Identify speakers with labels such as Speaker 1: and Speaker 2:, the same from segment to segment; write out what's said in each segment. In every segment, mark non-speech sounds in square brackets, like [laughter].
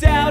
Speaker 1: doubt.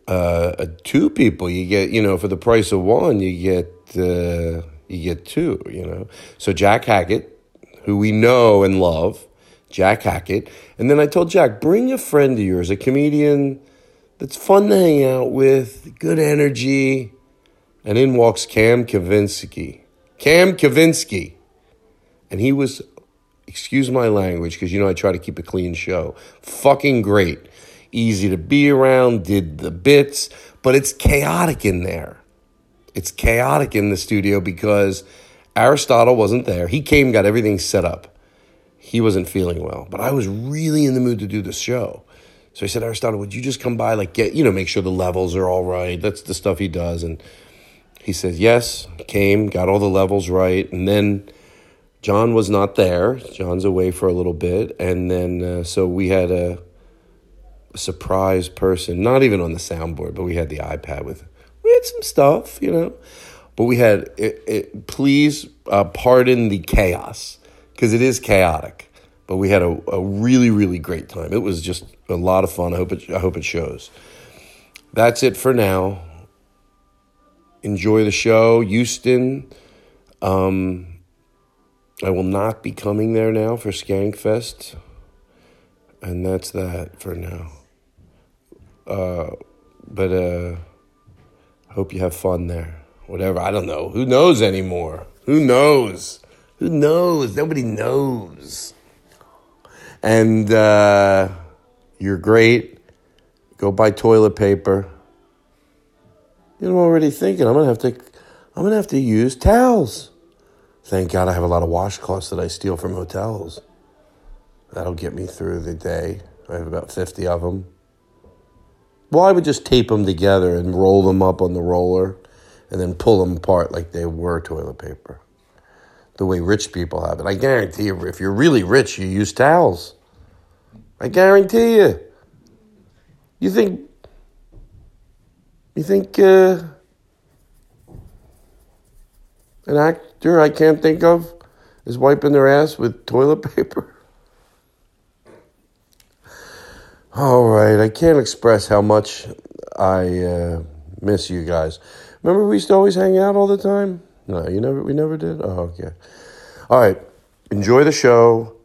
Speaker 2: uh, two people. You get, you know, for the price of one, you get uh, you get two. You know, so Jack Hackett, who we know and love, Jack Hackett, and then I told Jack, bring a friend of yours, a comedian that's fun to hang out with, good energy, and in walks Cam Kavinsky. Cam Kavinsky, and he was excuse my language because you know I try to keep a clean show. Fucking great. Easy to be around, did the bits, but it's chaotic in there. It's chaotic in the studio because Aristotle wasn't there. He came, got everything set up. He wasn't feeling well, but I was really in the mood to do the show. So I said, Aristotle, would you just come by, like, get, you know, make sure the levels are all right? That's the stuff he does. And he says, yes, came, got all the levels right. And then John was not there. John's away for a little bit, and then uh, so we had a, a surprise person, not even on the soundboard, but we had the iPad with. We had some stuff, you know, but we had. It, it, please uh, pardon the chaos because it is chaotic, but we had a, a really really great time. It was just a lot of fun. I hope it, I hope it shows. That's it for now. Enjoy the show, Houston. I will not be coming there now for Skankfest. And that's that for now. Uh, but uh, hope you have fun there. Whatever, I don't know. Who knows anymore? Who knows? Who knows? Nobody knows. And uh, you're great. Go buy toilet paper. You know, I'm already thinking I'm gonna have to, I'm gonna have to use towels. Thank God I have a lot of washcloths that I steal from hotels. That'll get me through the day. I have about 50 of them. Well, I would just tape them together and roll them up on the roller and then pull them apart like they were toilet paper. The way rich people have it. I guarantee you, if you're really rich, you use towels. I guarantee you. You think. You think. Uh, an actor I can't think of is wiping their ass with toilet [laughs] paper. All right, I can't express how much I uh, miss you guys. Remember, we used to always hang out all the time. No, you never. We never did. Oh, okay. All right. Enjoy the show.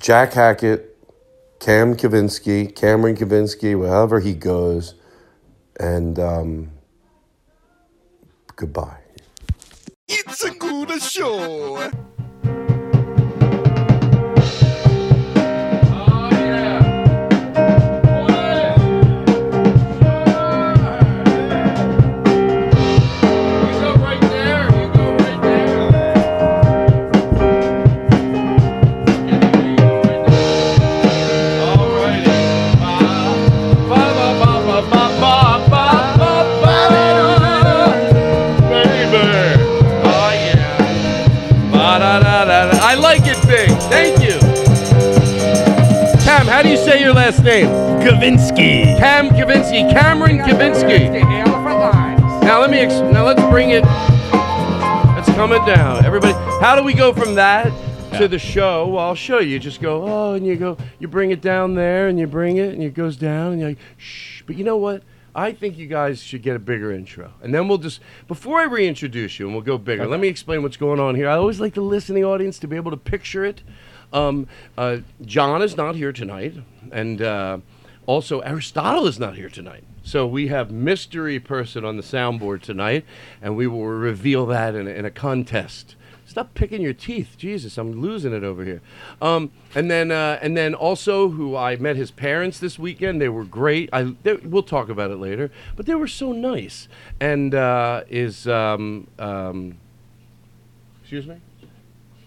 Speaker 2: Jack Hackett, Cam Kavinsky, Cameron Kavinsky, wherever he goes, and um, goodbye.
Speaker 3: It's a good show.
Speaker 4: I like it big. Thank you. Cam, how do you say your last name?
Speaker 5: Kavinsky.
Speaker 4: Cam Kavinsky. Cameron Kavinsky. Now let me ex- now let's bring it. Let's calm it down, everybody. How do we go from that to the show? Well, I'll show you. Just go oh, and you go. You bring it down there, and you bring it, and it goes down, and you're like shh. But you know what? I think you guys should get a bigger intro, and then we'll just before I reintroduce you, and we'll go bigger. Let me explain what's going on here. I always like to listen to the audience to be able to picture it. Um, uh, John is not here tonight, and uh, also Aristotle is not here tonight. So we have mystery person on the soundboard tonight, and we will reveal that in a, in a contest. Stop picking your teeth, Jesus! I'm losing it over here. Um, and then, uh, and then also, who I met his parents this weekend. They were great. I they, we'll talk about it later, but they were so nice. And uh, is um, um, excuse me.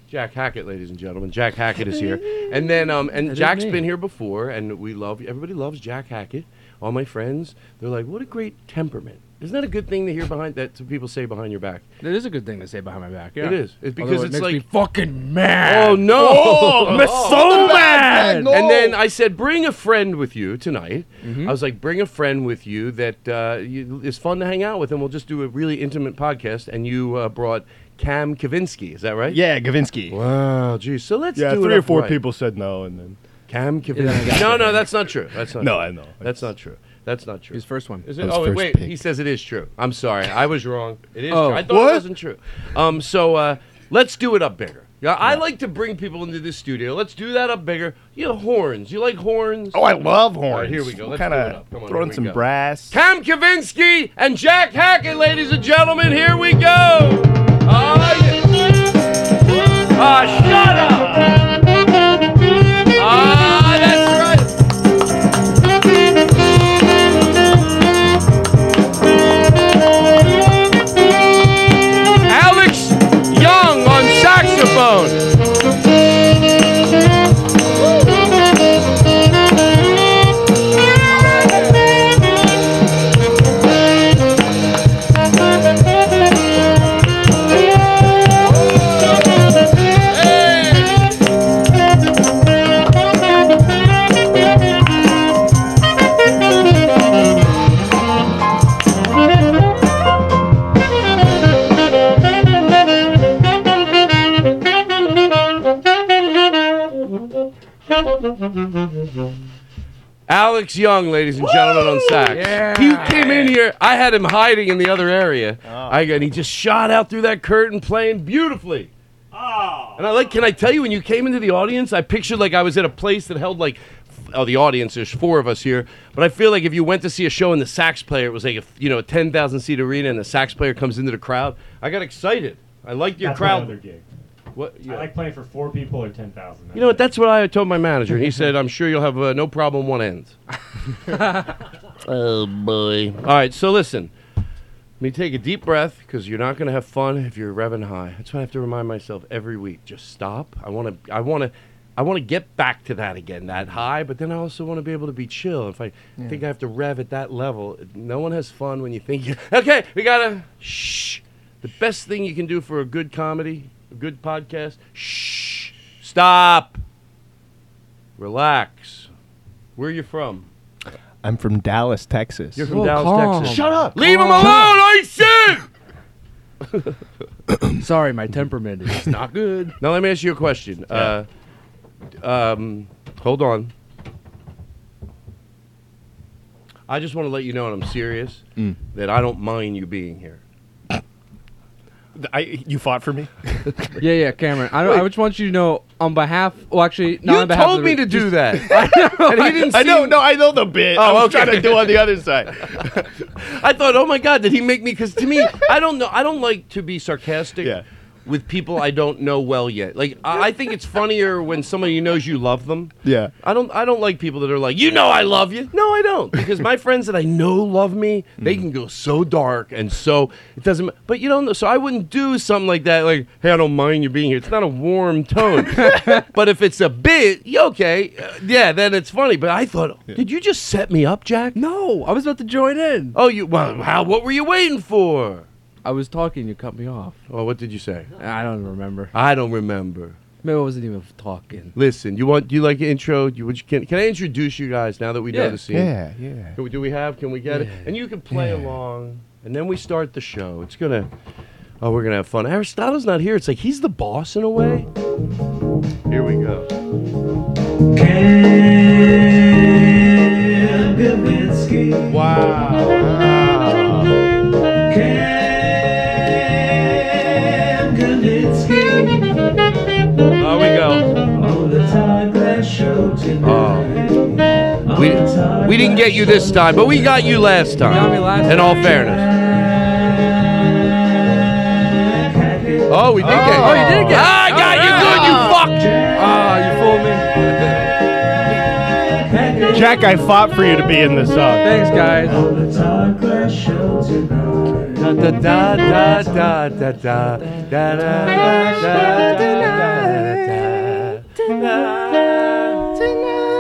Speaker 4: Jack Hackett, ladies and gentlemen. Jack Hackett is
Speaker 5: [laughs]
Speaker 4: here, and then um, and Jack's been here before, and we love everybody loves Jack Hackett. All my friends, they're like, "What a great temperament!" Isn't that a good thing to hear behind that people say behind your back?
Speaker 5: That is a good thing to say behind my back. Yeah.
Speaker 4: It is. It's because
Speaker 5: Although it
Speaker 4: it's
Speaker 5: makes
Speaker 4: like-
Speaker 5: me fucking mad.
Speaker 4: Oh, no.
Speaker 5: Oh, I'm so mad.
Speaker 3: no.
Speaker 4: And then I said, "Bring a friend with you tonight."
Speaker 6: Mm-hmm.
Speaker 4: I was like, "Bring a friend with you that uh, you, is fun to hang out with, and we'll just do a really intimate podcast." And you uh, brought Cam Kavinsky. Is that right?
Speaker 6: Yeah, Gavinsky.
Speaker 4: Wow, geez. So let's
Speaker 6: Yeah,
Speaker 4: do it
Speaker 6: three or
Speaker 4: up
Speaker 6: four
Speaker 4: right.
Speaker 6: people said no, and then
Speaker 4: Cam Kavinsky. No, no, that's not true. That's not.
Speaker 6: No,
Speaker 4: true.
Speaker 6: I know.
Speaker 4: That's not true. That's not true.
Speaker 5: His first one.
Speaker 4: Is
Speaker 6: That
Speaker 4: it?
Speaker 6: was
Speaker 4: Oh,
Speaker 6: first
Speaker 4: wait.
Speaker 6: pick.
Speaker 4: He says it is true. I'm sorry. I was wrong. It is
Speaker 5: Oh.
Speaker 4: true. I thought it wasn't true. Um, so uh, let's do it up bigger. Yeah, I like to bring people into the studio. Let's do that up bigger. You know, horns. You like horns?
Speaker 6: oh, I love horns.
Speaker 4: right, here we go. Let's
Speaker 6: Kind
Speaker 4: do it up. Come on,
Speaker 6: of throw
Speaker 4: here
Speaker 6: in
Speaker 4: we
Speaker 6: some
Speaker 4: go.
Speaker 6: brass.
Speaker 4: Cam Kavinsky and Jack Hackett, ladies and gentlemen. Here we go. Ah, yeah. Ah, shut up. Ah, that's right. Alex Young on saxophone. Alex Young, ladies and gentlemen, on sax. He came in here. I had him hiding in the other area. I and he just shot out through that curtain, playing beautifully. And I like. Can I tell you when you came into the audience, I pictured like I was at a place that held like. f- Oh, the audience. There's four of us here, but I feel like if you went to see a show and the sax player it was like a you know a ten thousand seat arena and the sax player comes into the crowd, I got excited. I liked your
Speaker 1: That's my
Speaker 4: crowd.
Speaker 1: other gig.
Speaker 4: What?
Speaker 1: I
Speaker 4: yeah.
Speaker 1: like playing for four people or ten thousand.
Speaker 4: You know what? That's what I told my manager. He said, "I'm sure you'll have uh, no problem one end." oh boy! All right, so listen. Let me take a deep breath because you're not going to have fun if you're revving high. That's what I have to remind myself every week. Just stop. I want to. I want to. I want to get back to that again, that high. But then I also want to be able to be chill. If I think I have to rev at that level, no one has fun when you think. You, [laughs] okay, we gotta shh. The best thing you can do for a good comedy, a good podcast, shh. Stop. Relax. Where you from?
Speaker 6: I'm from Dallas, Texas.
Speaker 4: You're from
Speaker 5: Whoa,
Speaker 4: Dallas,
Speaker 5: calm.
Speaker 4: Texas.
Speaker 5: Shut
Speaker 4: up. Leave him alone. Oh, I said.
Speaker 5: Sorry,
Speaker 4: Mm-hmm.
Speaker 5: my temperament is [laughs] not good.
Speaker 4: Now let me ask you a question. Uh, um, hold on. I just want to let you know, and I'm serious, that I don't mind you being here.
Speaker 6: I, you fought for me.
Speaker 5: Yeah, yeah, Cameron. I, don't, I just want you to know on behalf. Well, actually, not
Speaker 4: You
Speaker 5: on behalf.
Speaker 4: told
Speaker 5: of the,
Speaker 4: me to do that. and he didn't
Speaker 7: I know,
Speaker 4: seem-
Speaker 7: no, I know the bit. I
Speaker 4: Oh,
Speaker 7: was
Speaker 4: okay.
Speaker 7: trying to do on the other
Speaker 4: [laughs]
Speaker 7: side.
Speaker 4: I thought, oh my God, did he make me? Because
Speaker 7: [laughs]
Speaker 4: to me, I don't know. I don't like to be sarcastic
Speaker 7: Yeah.
Speaker 4: with people I don't know well yet. Like I, I think it's funnier when somebody knows you love them.
Speaker 7: Yeah.
Speaker 4: I don't. I don't like people that are like, you know, I love you. No, I don't. Because my friends that I know love me,
Speaker 7: Mm.
Speaker 4: they can go so dark and so it doesn't. ma- But you don't know. So I wouldn't do something like that. Like, hey, I don't mind you being here. It's not a warm
Speaker 7: [laughs]
Speaker 4: tone. but if it's a bit, yeah, okay, uh, yeah, then it's funny. But I thought, did you just set me up, Jack?
Speaker 5: No, I was about to join in.
Speaker 4: Oh, you well, how? What were you waiting for?
Speaker 5: I was talking. You cut me off.
Speaker 4: Oh, what did you say?
Speaker 5: I don't remember.
Speaker 4: I don't remember.
Speaker 5: Maybe I wasn't even talking.
Speaker 4: Listen, you want? Do you like an intro? You, would you, can, can I introduce you guys now that we know
Speaker 5: Yeah.
Speaker 4: the scene?
Speaker 7: Yeah, yeah.
Speaker 4: Can we, do we have? Can we get it? And you can play along, and then we start the show. It's gonna. Oh, we're gonna have fun. Aristotle's not here. It's like he's the boss in a way. Here we go.
Speaker 7: Wow.
Speaker 4: Oh, we go. Oh. We, we didn't get you this time, but we got you last time.
Speaker 5: got me last
Speaker 4: in all fairness. Oh, we did get Oh,
Speaker 5: Oh, you did get it.
Speaker 4: I got you good, you fuck!
Speaker 5: Ah, you fooled me. [laughs]
Speaker 7: Jack, I fought for you to be in this song.
Speaker 5: Thanks, guys.
Speaker 4: Da da da da da da da da da da da da da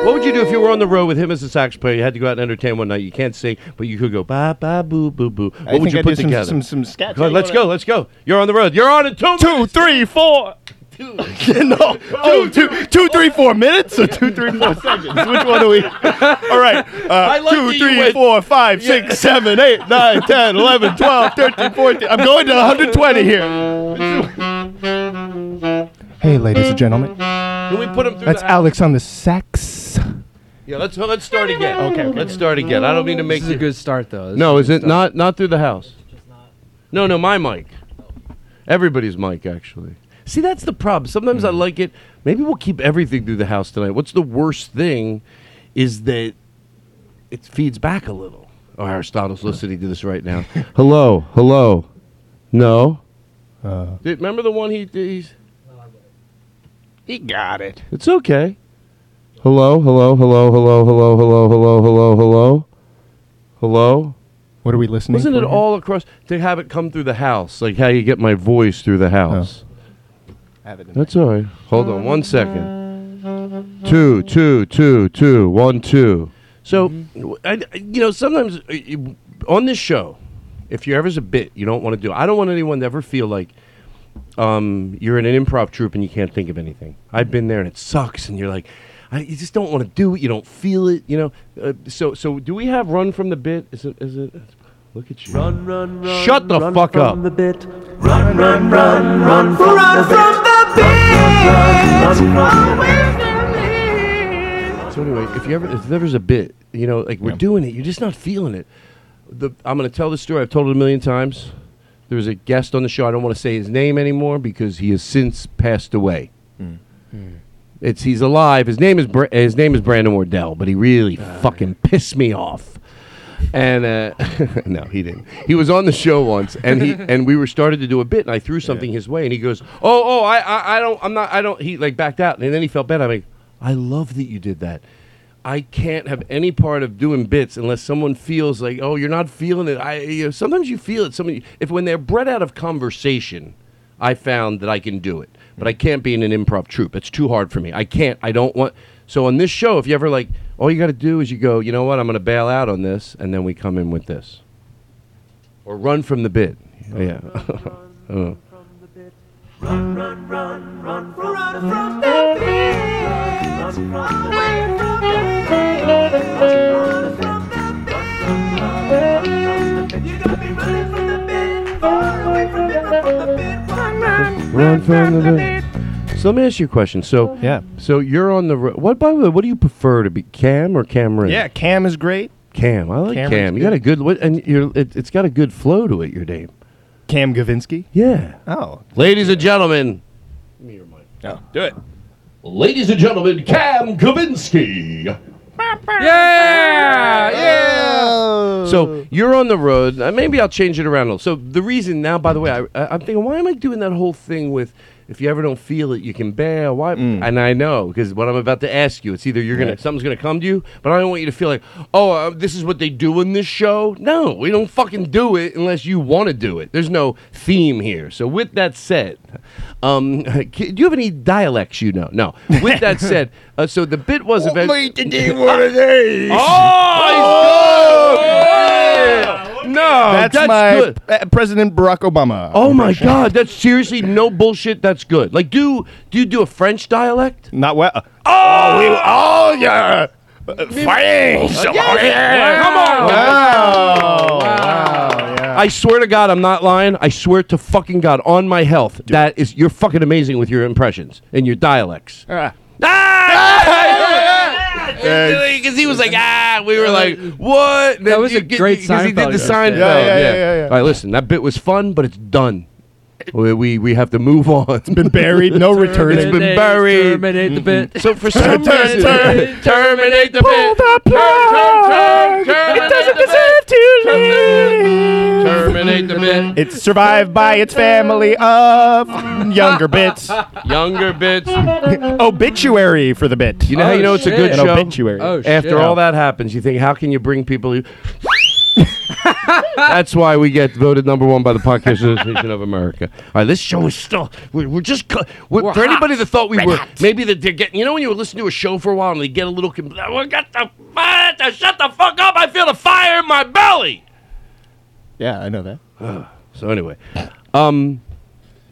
Speaker 4: What would you do if you were on the road with him as a sax player? You had to go out and entertain one night. You can't sing, but you could go ba ba boo boo boo. What
Speaker 7: I
Speaker 4: would
Speaker 7: think
Speaker 4: you
Speaker 7: I
Speaker 4: put
Speaker 7: did some-
Speaker 4: together?
Speaker 7: Some, some, sketch.
Speaker 4: Go, let's go, let's go. You're on the road. You're on a two.
Speaker 7: Two, three, four. [laughs] no. Oh, two, two, three, four minutes or two, three,
Speaker 4: [laughs]
Speaker 7: four seconds? Which one are we? All right.
Speaker 4: I like
Speaker 7: Uh,
Speaker 4: that
Speaker 7: two,
Speaker 4: you
Speaker 7: three,
Speaker 4: went-
Speaker 7: four, five, six, seven, eight, nine, 10, 11, 12, 13, 14. I'm going to 120 here. Hey, ladies and gentlemen.
Speaker 4: Can we put him through
Speaker 7: That's
Speaker 4: the-
Speaker 7: Alex on the sax.
Speaker 4: Yeah, let's let's start again. Okay, let's start again. I don't mean to make
Speaker 5: This is a
Speaker 4: you-
Speaker 5: good start, though. This
Speaker 4: No,
Speaker 5: a
Speaker 4: is
Speaker 5: good
Speaker 4: it
Speaker 5: start.
Speaker 4: not not through the house? No, no, my mic. Everybody's mic actually. See, that's the problem. Sometimes I like it. Maybe we'll keep everything through the house tonight. What's the worst thing is that it feeds back a little. Oh, Aristotle's listening to this right now. [laughs] hello, hello. No. Did, remember the one he he's,
Speaker 7: He got it.
Speaker 4: It's okay. Hello, hello, hello, hello, hello, hello, hello, hello, hello. Hello?
Speaker 7: What are we listening
Speaker 4: Wasn't
Speaker 7: for
Speaker 4: it
Speaker 7: here?
Speaker 4: all across to have it come through the house, like how you get my voice through the house?
Speaker 7: Have it in
Speaker 4: That's all right. Hold on one second. Two, two, two, two, one, two. So, w- I, I- you know, sometimes uh, you- on this show, if you're ever's a bit, you don't want to do. I don't want anyone to ever feel like um, you're in an improv troupe and you can't think of anything. I've been there and it sucks, and you're like, I, you just don't want to do it. You don't feel it, you know. Uh, so, so do we have run from the bit? Is it? Is it? Look at you.
Speaker 1: Run, run, run.
Speaker 4: Shut the
Speaker 1: run
Speaker 4: fuck
Speaker 1: from
Speaker 4: up.
Speaker 1: The bit. Run, run, run, run from the bit. Run from the bit.
Speaker 4: So anyway, if you ever if there's a bit, you know, like we're doing it, you're just not feeling it. The, I'm going to tell this story. I've told it a million times. There was a guest on the show. I don't want to say his name anymore because he has since passed away. It's he's alive. His name is Bra- his name is Brandon Wardell, but he really fucking pissed me off. And uh, [laughs] no, he didn't. He was on the show once, and he and we were started to do a bit, and I threw something his way, and he goes, "Oh, oh, I, I, I don't, I'm not, I don't." He like backed out, and then he felt bad. I'm like, "I love that you did that. I can't have any part of doing bits unless someone feels like, oh, you're not feeling it. I, you know, sometimes you feel it. Somebody, if when they're bred out of conversation, I found that I can do it, but I can't be in an improv troupe. It's too hard for me. I can't. I don't want. So on this show, if you ever like, all you got to do is you go, you know what? I'm going to bail out on this, and then we come in with this, or run from the bit. yeah. [laughs] Oh. Run from the bit. So let me ask you a question. So
Speaker 7: Yeah.
Speaker 4: So you're on the road. What by the way? What do you prefer to be, Cam or Cameron?
Speaker 7: Yeah, Cam is great.
Speaker 4: Cam. I like
Speaker 7: Cameron's
Speaker 4: Cam. You got a good what, and you're, it, it's got a good flow to it. Your name.
Speaker 7: Cam Gavinsky.
Speaker 4: Yeah.
Speaker 7: Oh.
Speaker 4: Ladies and gentlemen.
Speaker 7: No. Do it.
Speaker 8: ladies and gentlemen, Cam Kavinsky.
Speaker 4: Yeah, yeah. So you're on the road. Uh, maybe I'll change it around. a little. So the reason now, by the way, I, I, I'm thinking, why am I doing that whole thing with? If you ever don't feel it, you can bail. Why? And I know because what I'm about to ask you, it's either you're gonna something's gonna come to you, but I don't want you to feel like, oh, uh, this is what they do in this show. No, we don't fucking do it unless you want to do it. There's no theme here. So with that said, um, [laughs] do you have any dialects you know? No. With [laughs] that said, uh, so the bit was about. [laughs] Oh, he's good. No,
Speaker 7: That's,
Speaker 4: that's,
Speaker 7: my
Speaker 4: good.
Speaker 7: p- President Barack Obama.
Speaker 4: Oh my God, that's seriously no bullshit. That's good. Like, do do you do a French dialect?
Speaker 7: Not well. Oh, we, oh yeah. French.
Speaker 4: Come on.
Speaker 7: Wow.
Speaker 4: I swear to God, I'm not lying. I swear to fucking God, on my health, that is you're fucking amazing with your impressions and your dialects. Because he was like, ah, we were like, what?
Speaker 5: That was a great
Speaker 4: Because he did
Speaker 5: Seinfeld
Speaker 4: the
Speaker 5: joke.
Speaker 4: Seinfeld.
Speaker 7: Yeah, yeah, yeah, yeah, yeah.
Speaker 4: All right, listen, that bit was fun, but it's done. We we, we have to move on.
Speaker 7: Been buried, no return.
Speaker 4: It's been buried.
Speaker 5: Terminate the
Speaker 4: [laughs]
Speaker 5: bit.
Speaker 4: So for some
Speaker 7: Turn,
Speaker 4: reason,
Speaker 5: [laughs]
Speaker 7: turn.
Speaker 4: terminate the
Speaker 7: Pull the plug. It doesn't deserve to live.
Speaker 4: Terminate the
Speaker 5: [laughs]
Speaker 4: bit.
Speaker 7: It's survived by its family of younger bits.
Speaker 4: Younger bits.
Speaker 7: Obituary for the bit.
Speaker 4: You know how you know it's a good
Speaker 7: An
Speaker 4: show.
Speaker 7: obituary.
Speaker 5: Oh, shit.
Speaker 4: After all that happens, you think, how can you bring people?
Speaker 7: [laughs]
Speaker 4: Who- That's why we get voted number one by the Podcast Association of America. All right, this show is still. We're, we're just. co- We're, for anybody that thought we were. Maybe that they're getting. You know when you listen to a show for a while and they get a little. Compl- "Oh, got the, fire- shut the fuck up! I feel the fire in my belly.
Speaker 7: Yeah, I know that.
Speaker 4: So anyway, um,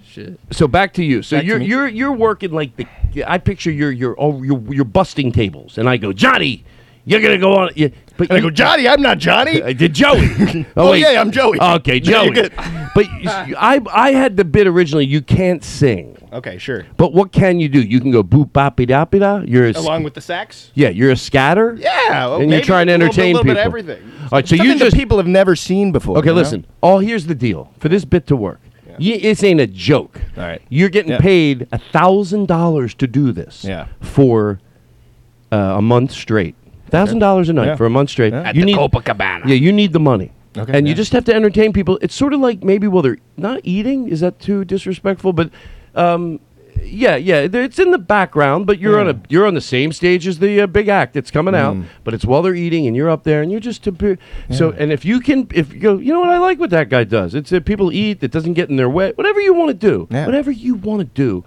Speaker 5: Shit.
Speaker 4: So back to you. So
Speaker 7: Back to
Speaker 4: you're
Speaker 7: me.
Speaker 4: you're you're working like the. I picture you're you're oh you're, you're busting tables, and I go Johnny, you're gonna go on. Yeah, but
Speaker 7: And I
Speaker 4: you-
Speaker 7: go, Johnny, I'm not Johnny.
Speaker 4: I Uh, did Joey.
Speaker 7: Oh, yeah, I'm Joey.
Speaker 4: Okay,
Speaker 7: Yeah,
Speaker 4: Joey.
Speaker 7: [laughs] you're good.
Speaker 4: but you, I I had the bit originally. You can't sing,
Speaker 7: [laughs] Okay, sure.
Speaker 4: but what can you do? You can go boop boppy doppy da. You're a, s-
Speaker 7: Along with the sax?
Speaker 4: yeah, you're a scatter.
Speaker 7: Yeah. well,
Speaker 4: And you're
Speaker 7: maybe
Speaker 4: trying to
Speaker 7: a little bit-
Speaker 4: entertain
Speaker 7: little bit
Speaker 4: people.
Speaker 7: everything.
Speaker 6: Uh,
Speaker 4: All right, so
Speaker 7: Something
Speaker 4: you just
Speaker 7: that people have never seen before.
Speaker 4: Okay,
Speaker 7: you know?
Speaker 4: listen. All here's the deal for this bit to work. Ye This ain't a joke.
Speaker 7: All right.
Speaker 4: You're getting
Speaker 7: Yeah.
Speaker 4: paid a thousand dollars to do this.
Speaker 7: Yeah.
Speaker 4: For uh, a month straight. Thousand dollars a night
Speaker 7: Yeah.
Speaker 4: for a month straight.
Speaker 7: Yeah.
Speaker 4: You need Copacabana. Yeah, you need the money.
Speaker 7: Okay,
Speaker 4: and you
Speaker 7: yeah.
Speaker 4: just have to entertain people. It's sort of like maybe while they're not eating. Is that too disrespectful? But, um, yeah, yeah, there- it's in the background. But you're on a you're on the same stage as the uh, big act that's coming out. But it's while they're eating, and you're up there, and you're just appear- so. And if you can, if you go, you know what I like what that guy does. It's that people eat that doesn't get in their way. Whatever you want to do,
Speaker 7: Yeah.
Speaker 4: whatever you want to do,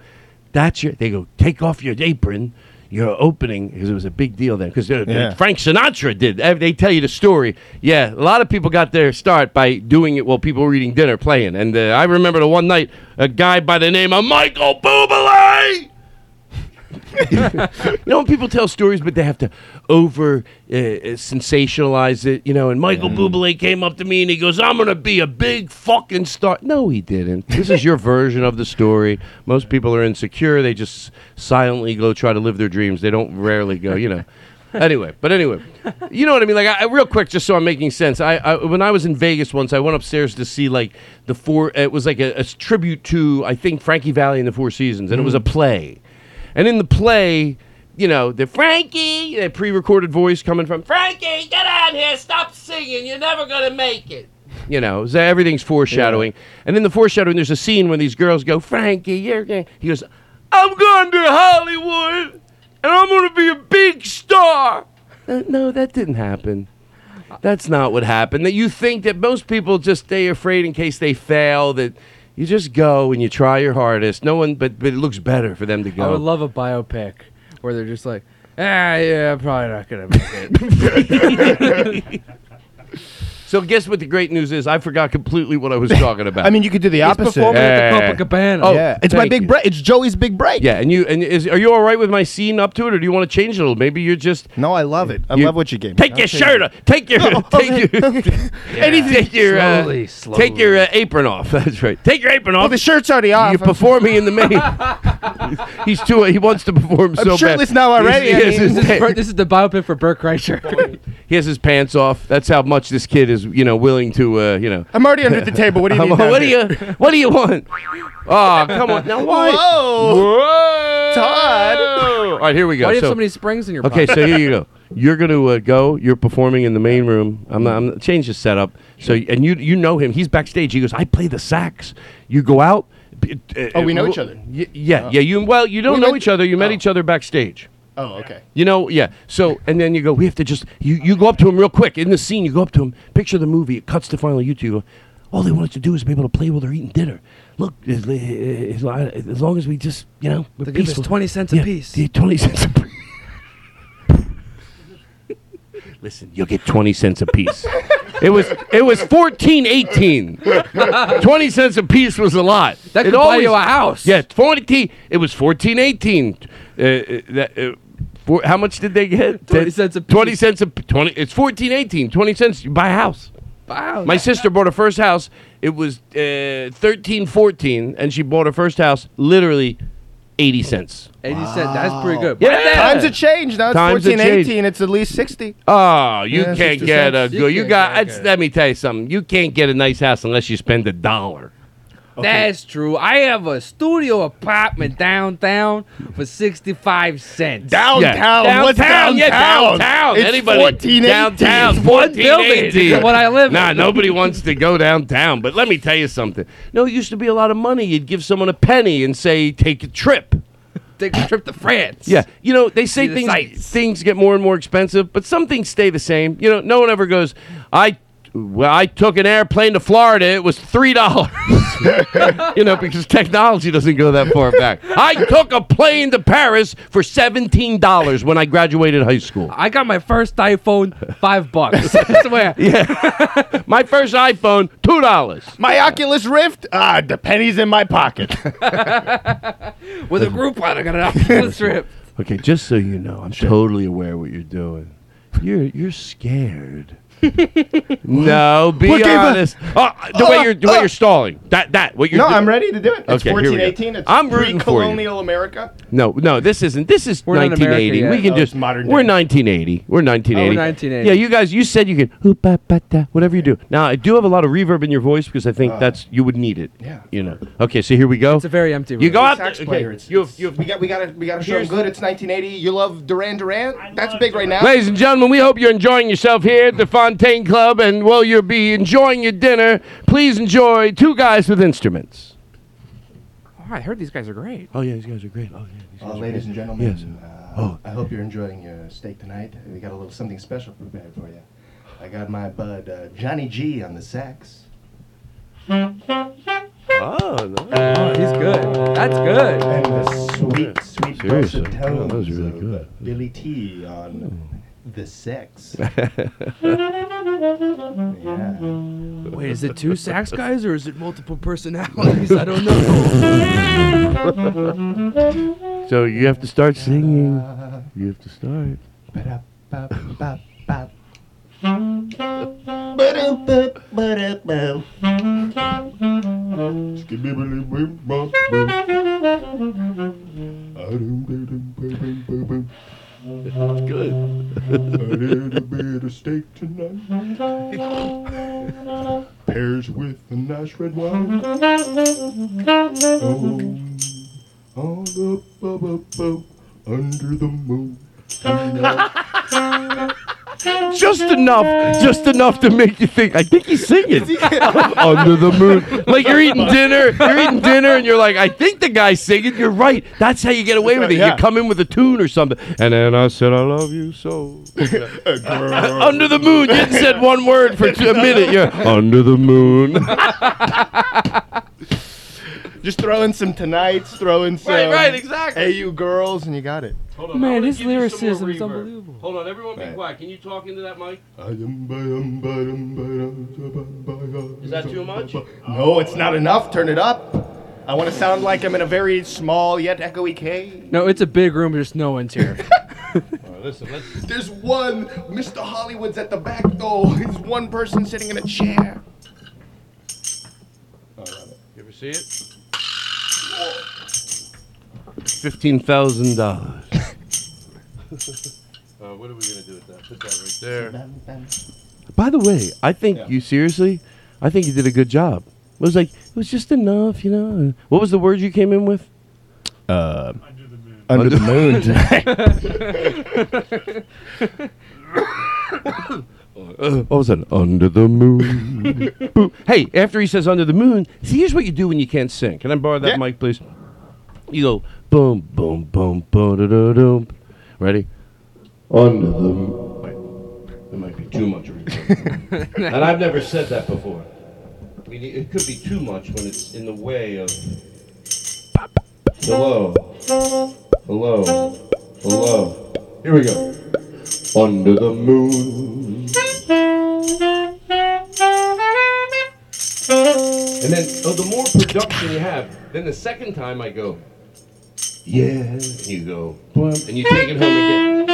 Speaker 4: that's your. They go take off your apron. Your opening because it was a big deal then because
Speaker 7: Yeah.
Speaker 4: Frank Sinatra did. eh, They tell you the story. Yeah, a lot of people got their start by doing it while people were eating dinner, playing. And uh, I remember the one night a guy by the name of Michael Bublé. You know, when people tell stories, but they have to over uh, uh, sensationalize it, you know. And Michael Bublé came up to me and he goes, "I'm gonna be a big fucking star." No, he didn't. This is your [laughs] version of the story. Most people are insecure. They just silently go try to live their dreams. They don't rarely go, you know. Anyway, but anyway, you know what I mean. Like, I, I- real quick, just so I'm making sense. I, I when I was in Vegas once, I went upstairs to see like the four. It was like a, a tribute to I think Frankie Valley and the Four Seasons, and it was a play. And in the play, you know, the Frankie, that pre-recorded voice coming from Frankie, get out here, stop singing, you're never gonna make it. You know, so everything's foreshadowing. And in the foreshadowing, there's a scene where these girls go, Frankie, you're gonna. He goes, I'm going to Hollywood, and I'm gonna be a big star. Uh, no, that didn't happen. That's not what happened. That you think that most people just stay afraid in case they fail. That you just go and you try your hardest. No one, but but it looks better for them to go.
Speaker 5: I would love a biopic where they're just like, ah, yeah, I'm probably not gonna make it.
Speaker 4: [laughs] So guess what the great news is? I forgot completely what I was talking about.
Speaker 7: [laughs] I mean, you could do the
Speaker 5: He's
Speaker 7: opposite.
Speaker 5: performing
Speaker 4: Yeah.
Speaker 5: at the Copacabana.
Speaker 4: Oh,
Speaker 7: yeah. It's my
Speaker 4: thank
Speaker 7: big
Speaker 4: you.
Speaker 7: break. It's Joey's big break.
Speaker 4: yeah, and you and is are you all right with my scene up to it, or do you want to change it a little? Maybe you're just
Speaker 7: No, I love it. I
Speaker 4: You-
Speaker 7: love what you gave me.
Speaker 4: take your shirt off, take
Speaker 7: [laughs]
Speaker 4: your take your [laughs] anything, take your uh,
Speaker 5: Slowly,
Speaker 4: take your uh, apron off. [laughs] That's right, take your apron
Speaker 7: Oh,
Speaker 4: off.
Speaker 7: the shirt's already off.
Speaker 4: you performing
Speaker 7: [laughs]
Speaker 4: in the main. He's too. He wants to perform so bad.
Speaker 7: shirtless now already, I
Speaker 4: He's-
Speaker 7: mean-
Speaker 4: he's-
Speaker 5: [laughs] this, is, Bert- this is the biopic for Burt Kreischer.
Speaker 4: He has his pants off. That's how much this kid is, you know, willing to, uh, you know.
Speaker 6: I'm already under the table.
Speaker 4: [laughs]
Speaker 6: What do you need? down
Speaker 4: what do
Speaker 6: here?
Speaker 4: you What do you want? Oh, come on now. Why? Whoa, Todd. All right, here we go.
Speaker 5: Why do you have
Speaker 4: So-
Speaker 5: so many springs in your
Speaker 4: okay,
Speaker 5: pocket?
Speaker 4: so here you go. You're going to uh, go. You're performing in the main room. I'm not. I'm change the setup. So and you you know him. He's backstage. He goes, I play the sax. You go out. b- uh,
Speaker 6: Oh, we
Speaker 4: uh,
Speaker 6: know
Speaker 4: w-
Speaker 6: each other. Oh.
Speaker 4: Y- yeah, yeah. You well, you don't
Speaker 6: We
Speaker 4: know
Speaker 6: met-
Speaker 4: each other. You met
Speaker 6: oh.
Speaker 4: each other backstage.
Speaker 6: Oh, okay.
Speaker 4: You know, yeah. So, and then you go, we have to just, you, you go up to him real quick. In the scene, you go up to him, picture the movie, it cuts to finally you two. You go, All they want us to do is be able to play while they're eating dinner. Look, as, li- as, li- as long as we just, you know, we're
Speaker 5: They give us
Speaker 4: peaceful."
Speaker 5: 20 cents a
Speaker 4: Yeah,
Speaker 5: piece.
Speaker 4: yeah, 20 cents a piece. [laughs] Listen, you'll get 20 cents a piece. It was it was 14.18. 20 cents a piece was a lot.
Speaker 5: That
Speaker 4: It
Speaker 5: could buy you a house.
Speaker 4: Yeah, 14 it was 14.18. Uh, uh, that, uh, for, how much did they
Speaker 5: [laughs]
Speaker 4: get?
Speaker 5: 20 cents a
Speaker 4: 20
Speaker 5: piece.
Speaker 4: cents a p- 20 it's 14.18. 20 cents you buy a house.
Speaker 5: Wow.
Speaker 4: My sister bought her first house. It was uh, 13.14 and she bought her first house literally 80 cents.
Speaker 5: 80 cent. That's pretty good.
Speaker 4: Yeah.
Speaker 6: Times have changed. Now it's
Speaker 4: Times have
Speaker 6: fourteen,
Speaker 4: changed.
Speaker 6: eighteen. It's at least 60.
Speaker 4: Oh, you
Speaker 6: Yeah,
Speaker 4: can't
Speaker 6: 60
Speaker 4: get a
Speaker 6: cents.
Speaker 4: good. You
Speaker 5: You can't
Speaker 4: got.
Speaker 5: get
Speaker 4: it's-
Speaker 5: good.
Speaker 4: Let me tell you something. You can't get a nice house unless you spend a dollar.
Speaker 5: That's true. I have a studio apartment downtown [laughs] for 65 cents.
Speaker 6: Downtown.
Speaker 4: Yeah.
Speaker 6: What's
Speaker 4: downtown? Yeah,
Speaker 6: downtown?
Speaker 4: downtown.
Speaker 6: It's
Speaker 4: Anybody
Speaker 6: 14.18.
Speaker 4: downtown?
Speaker 5: One building. This is what I live in.
Speaker 4: Nah, nobody wants to go downtown. But let me tell you something. No, it used to be a lot of money. You'd give someone a penny and say, "Take a trip."
Speaker 5: Take a trip to France.
Speaker 4: Yeah, you know they say
Speaker 5: the
Speaker 4: things
Speaker 5: sights.
Speaker 4: things get more and more expensive, but some things stay the same. You know, no one ever goes, "I well, I took an airplane to Florida. It was three dollars." [laughs] you know, because technology doesn't go that far back. I took a plane to Paris for seventeen dollars when I graduated high school.
Speaker 5: I got my first iPhone, five bucks. [laughs] I swear.
Speaker 4: My first iPhone, two dollars.
Speaker 6: My Oculus Rift? Ah, the pennies in my pocket.
Speaker 5: With a Groupon, I got it [laughs] off the trip.
Speaker 4: Okay, just so you know, I'm totally aware what you're doing. You're you're [laughs] scared. no, be
Speaker 6: What gave a-
Speaker 4: honest. Oh, the way you're the way you're stalling. That that what
Speaker 6: [laughs]
Speaker 4: you're
Speaker 6: no,
Speaker 4: do-
Speaker 7: [laughs]
Speaker 6: I'm ready to do it. It's
Speaker 4: Okay, here we go.
Speaker 6: 1418. It's
Speaker 4: I'm rooting for you.
Speaker 6: pre-colonial America.
Speaker 4: No, no, this isn't. This is
Speaker 5: We're not America
Speaker 4: 1980.
Speaker 5: yet.
Speaker 4: we can
Speaker 6: Oh,
Speaker 4: just
Speaker 6: it's modern
Speaker 4: We're
Speaker 6: day.
Speaker 4: 1980. We're 1980.
Speaker 5: Oh, we're 1980.
Speaker 4: Yeah, you guys, you said you could ooh, ba, ba, da, whatever you do. Now, I do have a lot of reverb in your voice because I think that's you would need it.
Speaker 6: Uh. yeah.
Speaker 4: You know. Okay, so here we go.
Speaker 5: It's a very empty room.
Speaker 4: you go out.
Speaker 6: Sax
Speaker 4: there-
Speaker 6: player,
Speaker 4: Okay,
Speaker 6: it's-
Speaker 4: you have, you have,
Speaker 6: We got we got to we got to show 'em
Speaker 4: Here's-
Speaker 6: good. It's 1980. You love Duran Duran? That's
Speaker 7: love
Speaker 6: big right now.
Speaker 4: Ladies and gentlemen, we hope you're enjoying yourself here at the Fontaine Club, and while you'll be enjoying your dinner, please enjoy two guys with instruments.
Speaker 5: Oh, I heard these guys are great.
Speaker 4: Oh yeah, these guys are great. Oh yeah.
Speaker 6: Uh, ladies and gentlemen, uh,
Speaker 4: Oh.
Speaker 6: I hope you're enjoying your steak tonight. We got a little something special prepared for you. I got my bud uh, Johnny G on the sax.
Speaker 4: Oh,
Speaker 5: Oh, he's good. That's good.
Speaker 6: And the sweet, sweet
Speaker 4: Seriously.
Speaker 6: dulcet
Speaker 4: Yeah, that
Speaker 6: tones
Speaker 4: was really
Speaker 6: of,
Speaker 4: good.
Speaker 6: uh, Billy T on the sex.
Speaker 4: [laughs]
Speaker 6: yeah.
Speaker 5: Wait, is it two sax guys or is it multiple [laughs] personalities? I don't know.
Speaker 4: So you have to start singing. You have to start.
Speaker 6: Ba-da-ba-ba-ba.
Speaker 4: Good.
Speaker 6: A bit of steak tonight. Pairs with a nice red wine. Oh, on the bu- bu- bu- under the moon.
Speaker 4: Just enough, just enough to make you think. I think he's singing [laughs] under the moon. Like you're eating dinner, you're eating dinner, and you're like, I think the guy's singing. You're right. That's how you get away with it.
Speaker 6: Yeah.
Speaker 4: You come in with a tune or something, and then I said, I love you so. under the moon. You hadn't said one word for t- a minute. You're under the moon.
Speaker 6: Just throw in some tonight's, throw in some
Speaker 4: right, right, exactly.
Speaker 6: Hey, you girls, and you got it.
Speaker 4: Hold on,
Speaker 5: Man,
Speaker 4: I wanna
Speaker 5: his
Speaker 4: give you some more
Speaker 5: lyricism is
Speaker 4: reverb.
Speaker 5: unbelievable.
Speaker 4: Hold on, everyone, be
Speaker 6: Right.
Speaker 4: quiet. Can you talk into that mic?
Speaker 6: Is
Speaker 4: Is that too much?
Speaker 6: No, it's not enough. Turn it up. I want to sound like I'm in a very small yet echoey cave.
Speaker 5: No, it's a big room. There's no one's here.
Speaker 6: There's one. Mr. Hollywood's at the back, though. There's one person sitting in a chair.
Speaker 4: You ever see it?
Speaker 9: Uh,
Speaker 4: Fifteen thousand dollars. Uh, what are we gonna do with that? Put that right there.
Speaker 9: By the way, I think you seriously, I think you did a good job. It was like it was just enough, you know. What was the word you came in with?
Speaker 6: Under the moon tonight.
Speaker 9: Uh, [laughs] all of a sudden, under the moon. Boop. [laughs] hey, after he says under the moon, see, here's what you do when you can't sing. Can I borrow that
Speaker 6: Yeah.
Speaker 9: mic, please? You go boom, boom, boom, boom, da, da, dum. Ready?
Speaker 4: Under the. Wait, that might be too much. [laughs]
Speaker 9: and I've never said that before. We need, it could be too much when it's in the way of.
Speaker 4: Hello. Hello. Hello. Here we go. Under the moon.
Speaker 9: And then oh, the more production you have, then the second time I go, yeah, and you go, and you take it home again.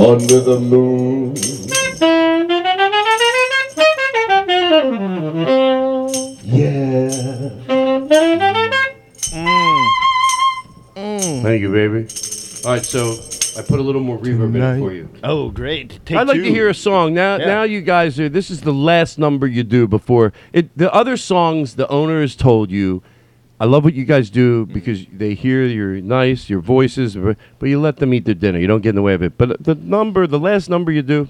Speaker 4: Under the moon. Yeah.
Speaker 9: Thank you, baby. All right, so I put a little more reverb in it for you.
Speaker 6: Oh, great. Take
Speaker 4: I'd like to
Speaker 6: two.
Speaker 4: hear a song now. Now you guys are. This is the last number you do before it. The other songs the owner has told you. I love what you guys
Speaker 6: Mm-hmm.
Speaker 4: do because they hear your nice, your voices, but but you let them eat their dinner. You don't get in the way of it. But the number, the last number you do,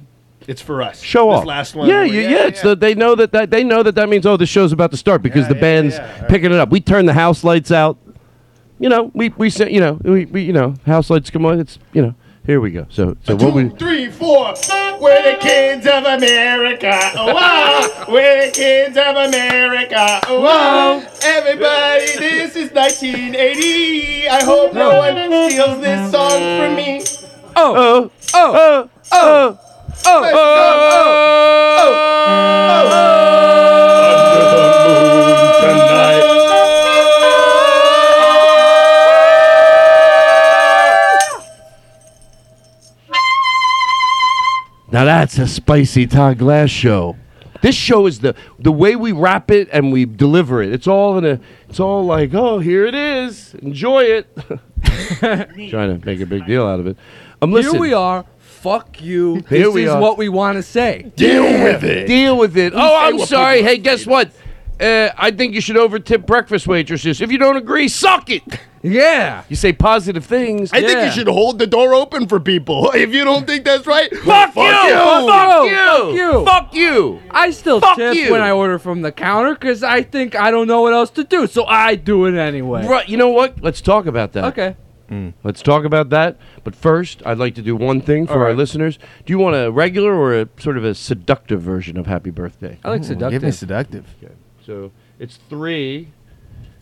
Speaker 6: It's for us.
Speaker 4: show
Speaker 6: this
Speaker 4: off.
Speaker 6: last one.
Speaker 4: Yeah,
Speaker 6: that we-
Speaker 4: yeah, yeah. it's The, they know that, that they know that that means oh the show's about to start because the
Speaker 6: yeah,
Speaker 4: band's
Speaker 6: yeah.
Speaker 4: picking it up. We turn the house lights out. You know, we we sent. You know, we, we you know house lights come on. It's you know here we go. So so what we.
Speaker 6: Two, three, four. We're the kids of America. Oh, wow. We're the kids of America. Oh, wow. Everybody, this is 1980. I hope no one steals this song from me.
Speaker 4: oh, oh, oh, oh, oh, oh, Now that's a spicy Todd Glass show. This show is the the way we wrap it and we deliver it. It's all in a. It's all like, oh, here it is. Enjoy it. [laughs] Trying to make a big deal out of it. Um, listen,
Speaker 5: Here we are. Fuck you.
Speaker 4: Here
Speaker 5: this
Speaker 4: we
Speaker 5: is
Speaker 4: are.
Speaker 5: what we want to say.
Speaker 4: deal with it. Oh, I'm sorry. Hey, guess what? Uh, I think you should overtip breakfast waitresses. If you don't agree, suck it.
Speaker 5: Yeah.
Speaker 4: You say positive things.
Speaker 6: I think
Speaker 5: Yeah.
Speaker 6: you should hold the door open for people. If you don't think that's right,
Speaker 4: Fuck, you!
Speaker 5: Fuck you!
Speaker 4: Fuck you!
Speaker 5: Fuck
Speaker 4: Fuck you!
Speaker 5: I still
Speaker 4: Fuck
Speaker 5: tip
Speaker 4: you.
Speaker 5: when I order from the counter because I think I don't know what else to do, so I do it anyway.
Speaker 4: Right, you know what? Let's talk about that.
Speaker 5: Okay.
Speaker 4: Let's talk about that. But first, I'd like to do one thing for our listeners. Do you want a regular or a sort of a seductive version of Happy Birthday?
Speaker 5: I like seductive.
Speaker 6: seductive.
Speaker 4: So it's three.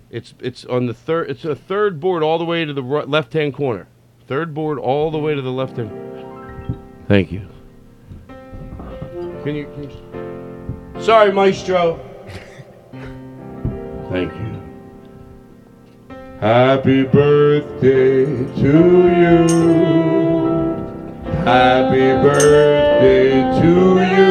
Speaker 4: It's it's on the third. It's a third board all the way to the right, left hand corner. Third board all the way to the left hand. Thank you. Can you? Can you sorry, Maestro. Thank you. Happy birthday to you. Happy birthday to you.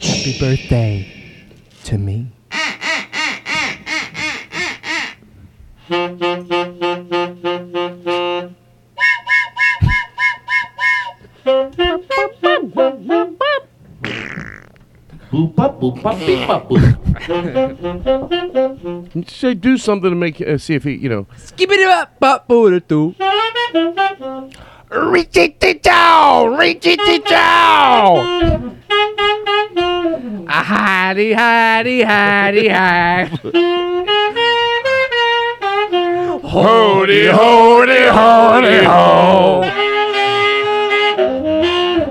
Speaker 6: Happy birthday to me.
Speaker 4: Say do something to make uh, see if he you know
Speaker 5: Skip it up, but booty do.
Speaker 4: Reach it down! Reach it down!
Speaker 5: Ah, hidey, hidey,
Speaker 4: [laughs]
Speaker 5: hidey, hide.
Speaker 4: Hoody, hoody, hoody, ho!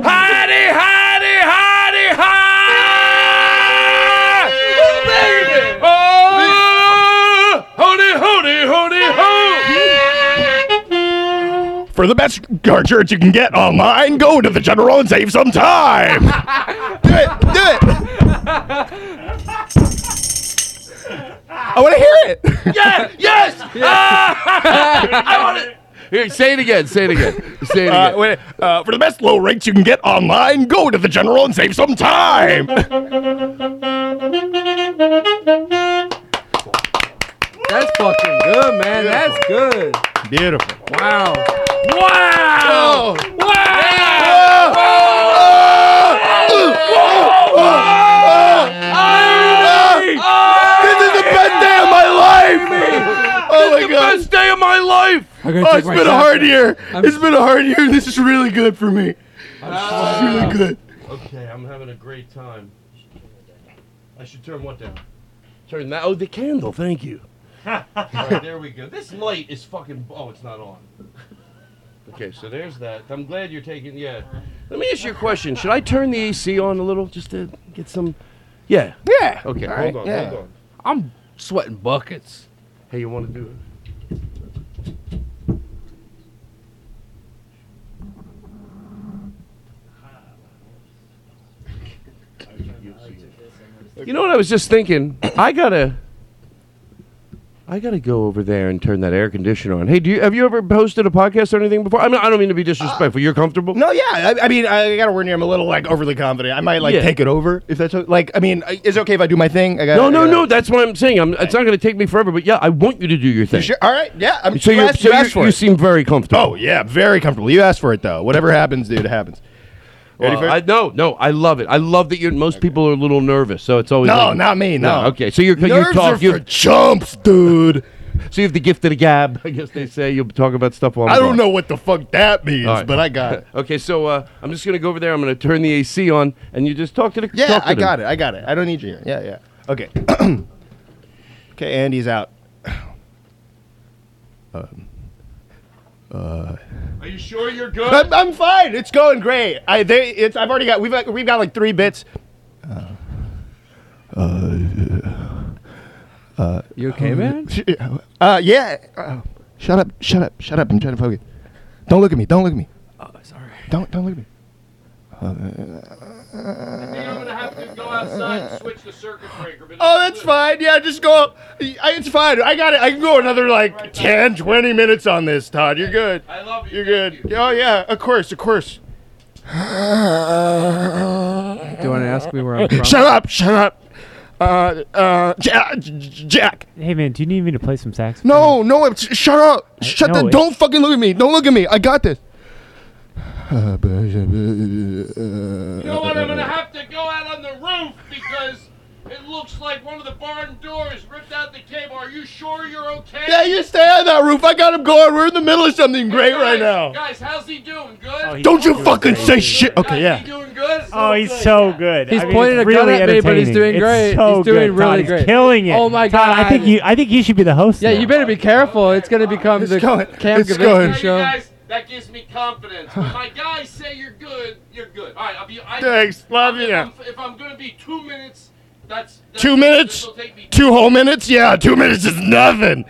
Speaker 4: Hidey, hidey, Oh,
Speaker 6: the best car shirts you can get online. Go to the general and save some time. [laughs] do it, do it. I want to hear it.
Speaker 4: Yeah, yes! Ah! I want it. Here, say it again. Say it again. Say it
Speaker 6: Uh,
Speaker 4: again.
Speaker 6: wait, uh, for the best low rates you can get online, go to the general and save some time. [laughs]
Speaker 5: That's fucking good, man. That's good.
Speaker 6: Beautiful.
Speaker 5: Wow.
Speaker 4: Wow!
Speaker 6: This is the best day of my life. Oh my
Speaker 4: The
Speaker 6: god.
Speaker 4: best day of my life.
Speaker 5: I gotta
Speaker 6: Oh,
Speaker 5: take
Speaker 6: it's
Speaker 5: my
Speaker 6: been a
Speaker 5: shot.
Speaker 6: hard year. It's been a hard year. This is really good for me. This is
Speaker 4: Uh,
Speaker 6: really good.
Speaker 4: Okay, I'm having a great time. I should turn what down? Turn that. Oh, the candle. Thank you. All right, there we go. This light is fucking. Oh, it's not on. [laughs] Okay, so there's that. I'm glad you're taking. Yeah. Let me ask you a question. Should I turn the AC on a little just to get some? Yeah.
Speaker 6: Yeah.
Speaker 4: Okay.
Speaker 6: All
Speaker 4: hold
Speaker 6: right,
Speaker 4: on.
Speaker 6: yeah.
Speaker 4: Hold on.
Speaker 5: I'm sweating buckets.
Speaker 4: Hey, you want to do it? You know what I was just thinking? I gotta, I gotta go over there and turn that air conditioner on. Hey, do you have you ever hosted a podcast or anything before? I mean, I don't mean to be disrespectful. You're comfortable?
Speaker 6: No, yeah. I, I mean, I gotta warn you, I'm a little like overly confident. I might like
Speaker 4: Yeah.
Speaker 6: take it over if that's o- like. I mean, I- is it okay if I do my thing? I got
Speaker 4: no, no, no. That's what I'm saying. I'm, it's not gonna take me forever, but yeah, I want you to do your thing.
Speaker 6: Sure. All right. Yeah. I'm,
Speaker 4: So
Speaker 6: you
Speaker 4: you're,
Speaker 6: asked,
Speaker 4: so
Speaker 6: you asked
Speaker 4: you
Speaker 6: for
Speaker 4: you
Speaker 6: it.
Speaker 4: seem very comfortable.
Speaker 6: oh yeah, very comfortable. You asked for it though. Whatever happens, dude, it happens. Uh, Ready
Speaker 4: Well,
Speaker 6: for it?
Speaker 4: I no, no, I love it. I love that you're. Most people are a little nervous, so it's always
Speaker 6: no,
Speaker 4: like-
Speaker 6: not me. No.
Speaker 4: okay, so you're you
Speaker 6: Nerves are
Speaker 4: talk. You
Speaker 6: for chumps,
Speaker 4: Oh
Speaker 6: dude.
Speaker 4: so you have the gift of the gab. I guess they say you'll talk about stuff while I'm
Speaker 6: I don't
Speaker 4: gone.
Speaker 6: know what the fuck that means,
Speaker 4: All right.
Speaker 6: but I
Speaker 4: [laughs]
Speaker 6: got it.
Speaker 4: Okay, so uh, I'm just gonna go over there. I'm gonna turn the AC on, and you just talk to the.
Speaker 6: Yeah,
Speaker 4: talk to
Speaker 6: I
Speaker 4: them.
Speaker 6: got it. I got it. I don't need you here. Yeah, yeah. Okay. [clears throat] okay, Andy's out.
Speaker 4: Are you sure you're good?
Speaker 6: I'm, I'm fine. It's going great. I they it's I've already got we've like, we've got like three [laughs] bits.
Speaker 5: You okay, man?
Speaker 6: Uh yeah. Uh, shut up. Shut up. Shut up. I'm trying to focus. Don't look at me. Don't look at me.
Speaker 5: Oh, sorry.
Speaker 6: Don't don't look at me.
Speaker 4: I'm gonna have to go outside and switch the circuit breaker. But
Speaker 6: Oh, that's fine. Yeah, just go up. I, it's fine. I got it. I can go another like 10, 20 minutes on this, Todd. You're good.
Speaker 4: I love
Speaker 6: You're good. Oh yeah, of course, of
Speaker 7: [sighs]
Speaker 6: course.
Speaker 5: Do you want to ask me where
Speaker 7: [laughs]
Speaker 5: I'm from?
Speaker 6: Shut up. Shut up. Uh, uh, Ja- Jack.
Speaker 7: Hey man, do you need me to play some sax?
Speaker 6: No, no, it's, shut up. Shut
Speaker 7: no,
Speaker 6: the,
Speaker 7: it-
Speaker 6: don't fucking look at me. Don't look at me. I got this.
Speaker 4: You know what? I'm gonna have to go out on the roof because it looks like one of the barn doors ripped out the cable. Are you sure you're okay?
Speaker 6: Yeah, you stay on that roof. I got him going. We're in the middle of something great right now.
Speaker 4: Guys, how's he doing? Good.
Speaker 6: Don't you fucking say shit. Okay,
Speaker 4: Guys,
Speaker 6: yeah.
Speaker 4: he doing good?
Speaker 7: Oh, he's so good.
Speaker 5: He's
Speaker 7: I mean,
Speaker 5: pointing
Speaker 7: it's
Speaker 5: a gun
Speaker 7: really
Speaker 5: at me, but he's
Speaker 7: entertaining.
Speaker 5: doing great.
Speaker 7: It's so
Speaker 5: He's doing
Speaker 7: good. Todd
Speaker 5: really
Speaker 7: is
Speaker 5: great.
Speaker 7: killing it.
Speaker 5: Oh, my
Speaker 7: Todd, I
Speaker 5: God.
Speaker 7: think you. I think you should be the host.
Speaker 5: Yeah,
Speaker 7: now.
Speaker 5: you better be careful. It's gonna become the
Speaker 6: going.
Speaker 5: Cam
Speaker 6: It's
Speaker 5: Kavinsky
Speaker 6: going.
Speaker 4: Hey,
Speaker 5: show.
Speaker 4: you guys, that gives me confidence. When my guys say you're good, you're good. All right, I'll be. I,
Speaker 6: Thanks. Love
Speaker 4: If
Speaker 6: you.
Speaker 4: I'm, if I'm gonna be two minutes, that's, that's
Speaker 6: Two minutes?
Speaker 4: This'll take me
Speaker 6: Two whole minutes? Yeah, two minutes is nothing.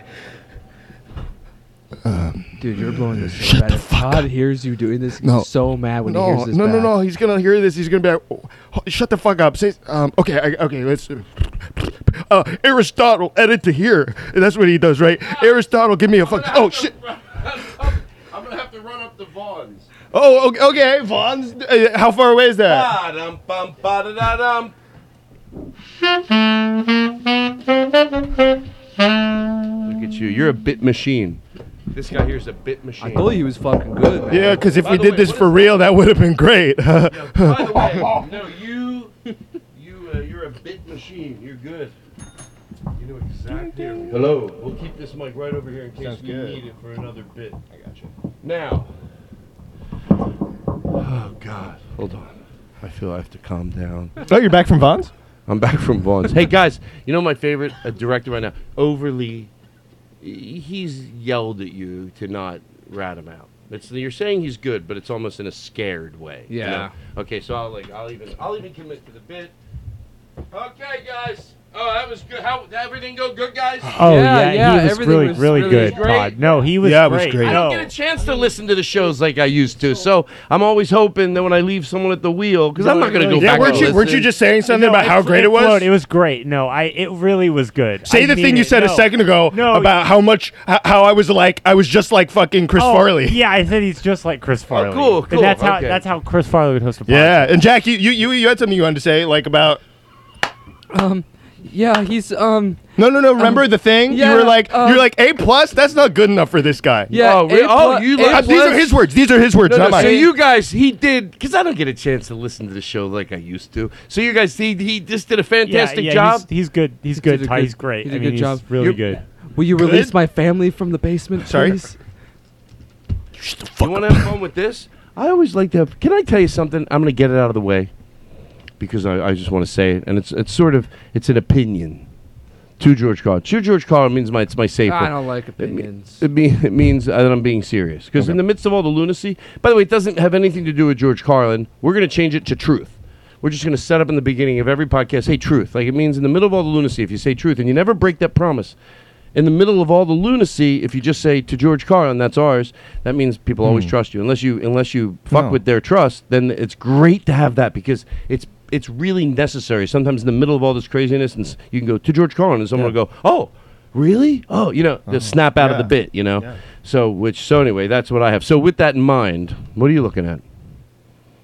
Speaker 5: Dude, you're blowing this. Shut the fuck Todd hears you doing this. He's
Speaker 6: No.
Speaker 5: so mad when he
Speaker 6: No,
Speaker 5: hears this.
Speaker 6: no, no,
Speaker 5: back.
Speaker 6: no. He's gonna hear this. He's gonna be like, "Oh, oh, "Shut the fuck up." Say, um, okay, I, okay, let's. Uh, Aristotle, edit to here. That's what he does, right? Aristotle, give me a fuck. Oh shit.
Speaker 4: [laughs] I'm gonna have to run up the Vaughns.
Speaker 6: Oh, okay, okay. Vaughn's. Uh, how far away is that?
Speaker 4: Ba-dum, bum, ba-da-da-dum. Look at you. You're a bit machine. This guy here's a bit machine.
Speaker 5: I told you he was fucking good. Man.
Speaker 6: Yeah, because if
Speaker 4: By
Speaker 6: we
Speaker 4: the
Speaker 6: did
Speaker 4: way,
Speaker 6: this
Speaker 4: what
Speaker 6: for
Speaker 4: is-
Speaker 6: real, that would have been great. [laughs]
Speaker 4: By the way, no, you, you, uh, you're a bit machine. You're good. You know exactly. Hello. We'll keep this mic right over here in case we need it for another bit. I got you. Now. Oh God. Hold on. I feel I have to calm down.
Speaker 6: oh, you're back from Vaughn's?
Speaker 4: I'm back from Vaughn's. hey guys, you know my favorite uh, director right now, overly. He's yelled at you to not rat him out. It's you're saying he's good, but it's almost in a scared way. you know?
Speaker 5: Yeah.
Speaker 4: Okay, so I'll like I'll even I'll even commit to the bit. Okay, guys,
Speaker 2: Oh, that was good. How everything go good, guys?
Speaker 4: [sighs]
Speaker 9: Oh yeah, he was really, really, good, Todd. No, he was
Speaker 2: Yeah, it was
Speaker 9: great.
Speaker 2: great. I don't get a chance to listen to the shows like I used to, so I'm always hoping that when I leave someone at the wheel, because I'm not going to go
Speaker 6: Yeah,
Speaker 2: back.
Speaker 6: weren't
Speaker 2: and
Speaker 6: you- weren't
Speaker 2: listen.
Speaker 6: you just saying something
Speaker 9: No,
Speaker 6: about how great it was?
Speaker 9: flowed. It was great. No, I it really was good.
Speaker 6: Say
Speaker 9: I
Speaker 6: the
Speaker 9: mean
Speaker 6: thing you
Speaker 9: it.
Speaker 6: said a
Speaker 9: No.
Speaker 6: second ago
Speaker 9: No,
Speaker 6: about how much how, how I was like I was just like fucking Chris
Speaker 9: Oh,
Speaker 6: Farley.
Speaker 9: Yeah, I said he's just like Chris Farley.
Speaker 6: Oh, cool,
Speaker 9: And
Speaker 6: cool,
Speaker 9: that's how
Speaker 6: okay.
Speaker 9: that's how Chris Farley would host a podcast.
Speaker 6: Yeah, and Jack, you, you you you had something you wanted to say like about
Speaker 5: Um, yeah, he's um.
Speaker 6: No, no, no. Remember the thing? you were
Speaker 5: yeah,
Speaker 6: like,
Speaker 5: uh,
Speaker 6: you're like A plus. That's not good enough for this guy.
Speaker 5: Yeah, Oh, really? A plu- Oh, you A
Speaker 6: Uh, these are
Speaker 5: plus-
Speaker 6: his words. These are his words.
Speaker 2: No,
Speaker 6: not
Speaker 2: no,
Speaker 6: mine.
Speaker 2: so you guys, he did because I don't get a chance to listen to the show like I used to. So you guys, he he just did a fantastic
Speaker 9: yeah,
Speaker 2: job.
Speaker 9: He's, he's good. He's good. Ty, he's great. I mean, he's really good.
Speaker 5: Will you
Speaker 9: Good?
Speaker 5: release my family from the basement?
Speaker 2: Sorry?
Speaker 5: please?
Speaker 2: you want to have fun with this? I always like to. Have, can I tell you something? I'm going to get it out of the way because I, I just want to say it, and it's it's sort of it's an opinion to George Carlin. To George Carlin means my it's my safe.
Speaker 5: I
Speaker 2: word.
Speaker 5: don't like
Speaker 2: It me-
Speaker 5: opinions.
Speaker 2: It, mean, it means that I'm being serious because in the midst of all the lunacy, by the way, it doesn't have anything to do with George Carlin. We're going to change it to truth. We're just going to set up in the beginning of every podcast, hey, truth. Like it means in the middle of all the lunacy, if you say truth, and you never break that promise. In the middle of all the lunacy, if you just say to George Carlin, that's ours. That means people always
Speaker 4: Hmm.
Speaker 2: trust you, unless you unless you fuck
Speaker 4: No.
Speaker 2: with their trust. Then it's great to have that because it's it's really necessary. Sometimes in the middle of all this craziness, and s- you can go to George Carlin, and someone will go, "Oh, really? Oh, you know,
Speaker 6: Uh-huh.
Speaker 2: they'll snap out of the
Speaker 4: Yeah.
Speaker 2: bit, you know." So, which so anyway, that's what I have. So, with that in mind, what are you looking at?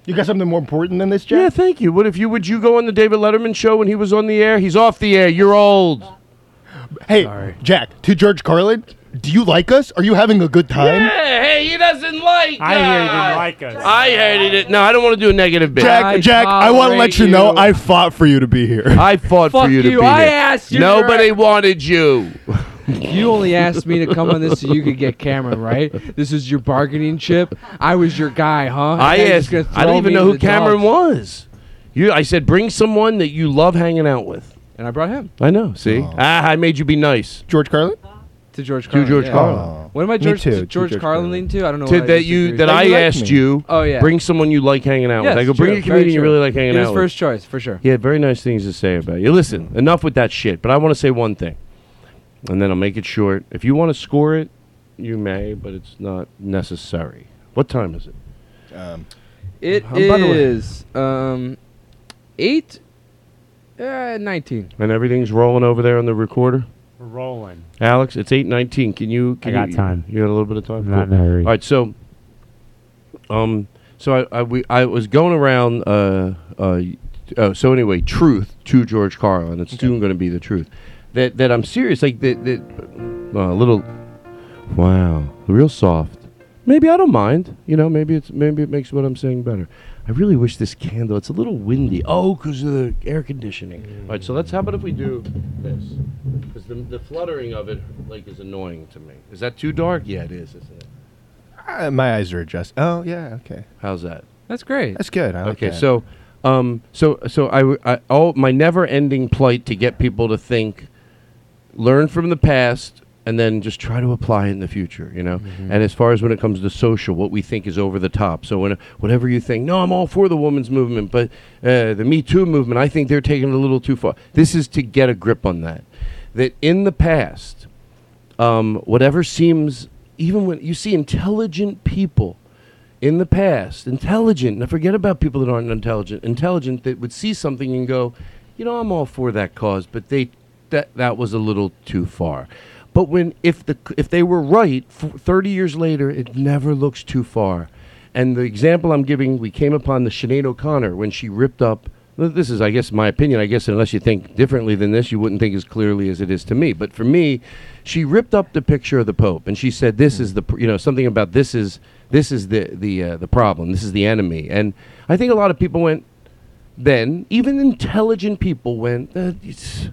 Speaker 6: You got something more important than this, Jack?
Speaker 2: Yeah, thank you. What if you would you go on the David Letterman show when he was on the air? He's off the air. You're old.
Speaker 6: Hey, Jack. To George Carlin, do you like us? Are you having a good time?
Speaker 2: Yeah, hey, he doesn't like.
Speaker 6: I hear he didn't
Speaker 2: us.
Speaker 6: like us.
Speaker 2: I hated it. No, I don't want to do a negative bit.
Speaker 6: Jack, Jack, I want to let you, know I fought for you to be here.
Speaker 4: [laughs]
Speaker 2: I fought
Speaker 6: for
Speaker 2: you to be
Speaker 5: I
Speaker 2: here.
Speaker 5: asked you.
Speaker 2: Nobody wanted [laughs] you.
Speaker 5: You only asked me to come on this so you could get Cameron, right? This is your bargaining chip. I was your guy, huh?
Speaker 2: I
Speaker 5: Now you're
Speaker 2: asked.
Speaker 5: just gonna
Speaker 2: I
Speaker 5: throw
Speaker 2: don't even
Speaker 5: me
Speaker 2: know
Speaker 5: to
Speaker 2: who
Speaker 5: the
Speaker 2: Cameron
Speaker 5: dogs.
Speaker 2: was. You, I said, bring someone that you love hanging out with.
Speaker 5: And I brought him.
Speaker 2: I know. See,
Speaker 6: Oh.
Speaker 2: ah, I made you be nice.
Speaker 6: George Carlin.
Speaker 5: To George
Speaker 2: To
Speaker 5: Carlin.
Speaker 2: George
Speaker 5: yeah.
Speaker 2: Carlin.
Speaker 5: What am I
Speaker 2: Me
Speaker 5: George
Speaker 2: too,
Speaker 5: to
Speaker 2: to
Speaker 5: George
Speaker 2: George
Speaker 5: Carlin leaning to? I don't know.
Speaker 2: To
Speaker 5: what
Speaker 2: that you that I asked you.
Speaker 5: Oh yeah.
Speaker 2: Bring someone you like hanging out
Speaker 5: Yes,
Speaker 2: with. I go
Speaker 5: true,
Speaker 2: bring a
Speaker 5: very
Speaker 2: comedian you
Speaker 5: true.
Speaker 2: really like hanging
Speaker 5: It
Speaker 2: out
Speaker 5: was
Speaker 2: with.
Speaker 5: first choice, for sure.
Speaker 2: He had very nice things to say about you. Listen, enough with that shit. But I want to say one thing, and then I'll make it short. If you want to score it, you may, but it's not necessary. What time is it?
Speaker 6: Um,
Speaker 5: It
Speaker 2: Uh, by the way-
Speaker 5: is um, eight, uh, nineteen.
Speaker 2: And everything's rolling over there on the recorder.
Speaker 9: We're rolling.
Speaker 2: Alex, it's eight nineteen. Can you? Can
Speaker 9: got
Speaker 2: you,
Speaker 9: time.
Speaker 2: You got a little bit of time.
Speaker 9: I'm not in a hurry.
Speaker 2: All right, so, um, so I I, we, I was going around. Uh, uh, oh, so anyway, truth to George Carlin. It's soon going to be the truth. That that I'm serious. Like that that uh, little. Wow, real soft. Maybe I don't mind. You know, maybe it's maybe it makes what I'm saying better. I really wish this candle. It's a little windy. Oh, because of the air conditioning. All right, so let's. How about if we do this? Because the, the fluttering of it like is annoying to me. Is that too dark? Yeah, it is, isn't it?
Speaker 4: Uh, my eyes are adjusted. Oh yeah, okay.
Speaker 2: How's that?
Speaker 5: That's great.
Speaker 4: That's good. I like
Speaker 2: okay,
Speaker 4: that.
Speaker 2: so, um, so, so I, w- I- all my never-ending plight to get people to think, learn from the past, and then just try to apply it in the future. You know,
Speaker 4: Mm-hmm.
Speaker 2: and as far as when it comes to social, what we think is over the top. So when whatever you think, no, I'm all for the women's movement, but uh, the Me Too movement, I think they're taking it a little too far. This is to get a grip on that. That in the past, um, whatever seems even when you see intelligent people in the past intelligent now forget about people that aren't intelligent intelligent that would see something and go you know i'm all for that cause but they that that was a little too far but when if the if they were right f- 30 years later it never looks too far and the example i'm giving we came upon the Sinead o'connor when she ripped up Th- This is, I guess, my opinion. I guess unless you think differently than this, you wouldn't think as clearly as it is to me. But for me, she ripped up the picture of the Pope and she said, "This is the, pr- you know, something about this is this is the the uh, the problem. This is the enemy." And I think a lot of people went then. Even intelligent people went. Uh, it's,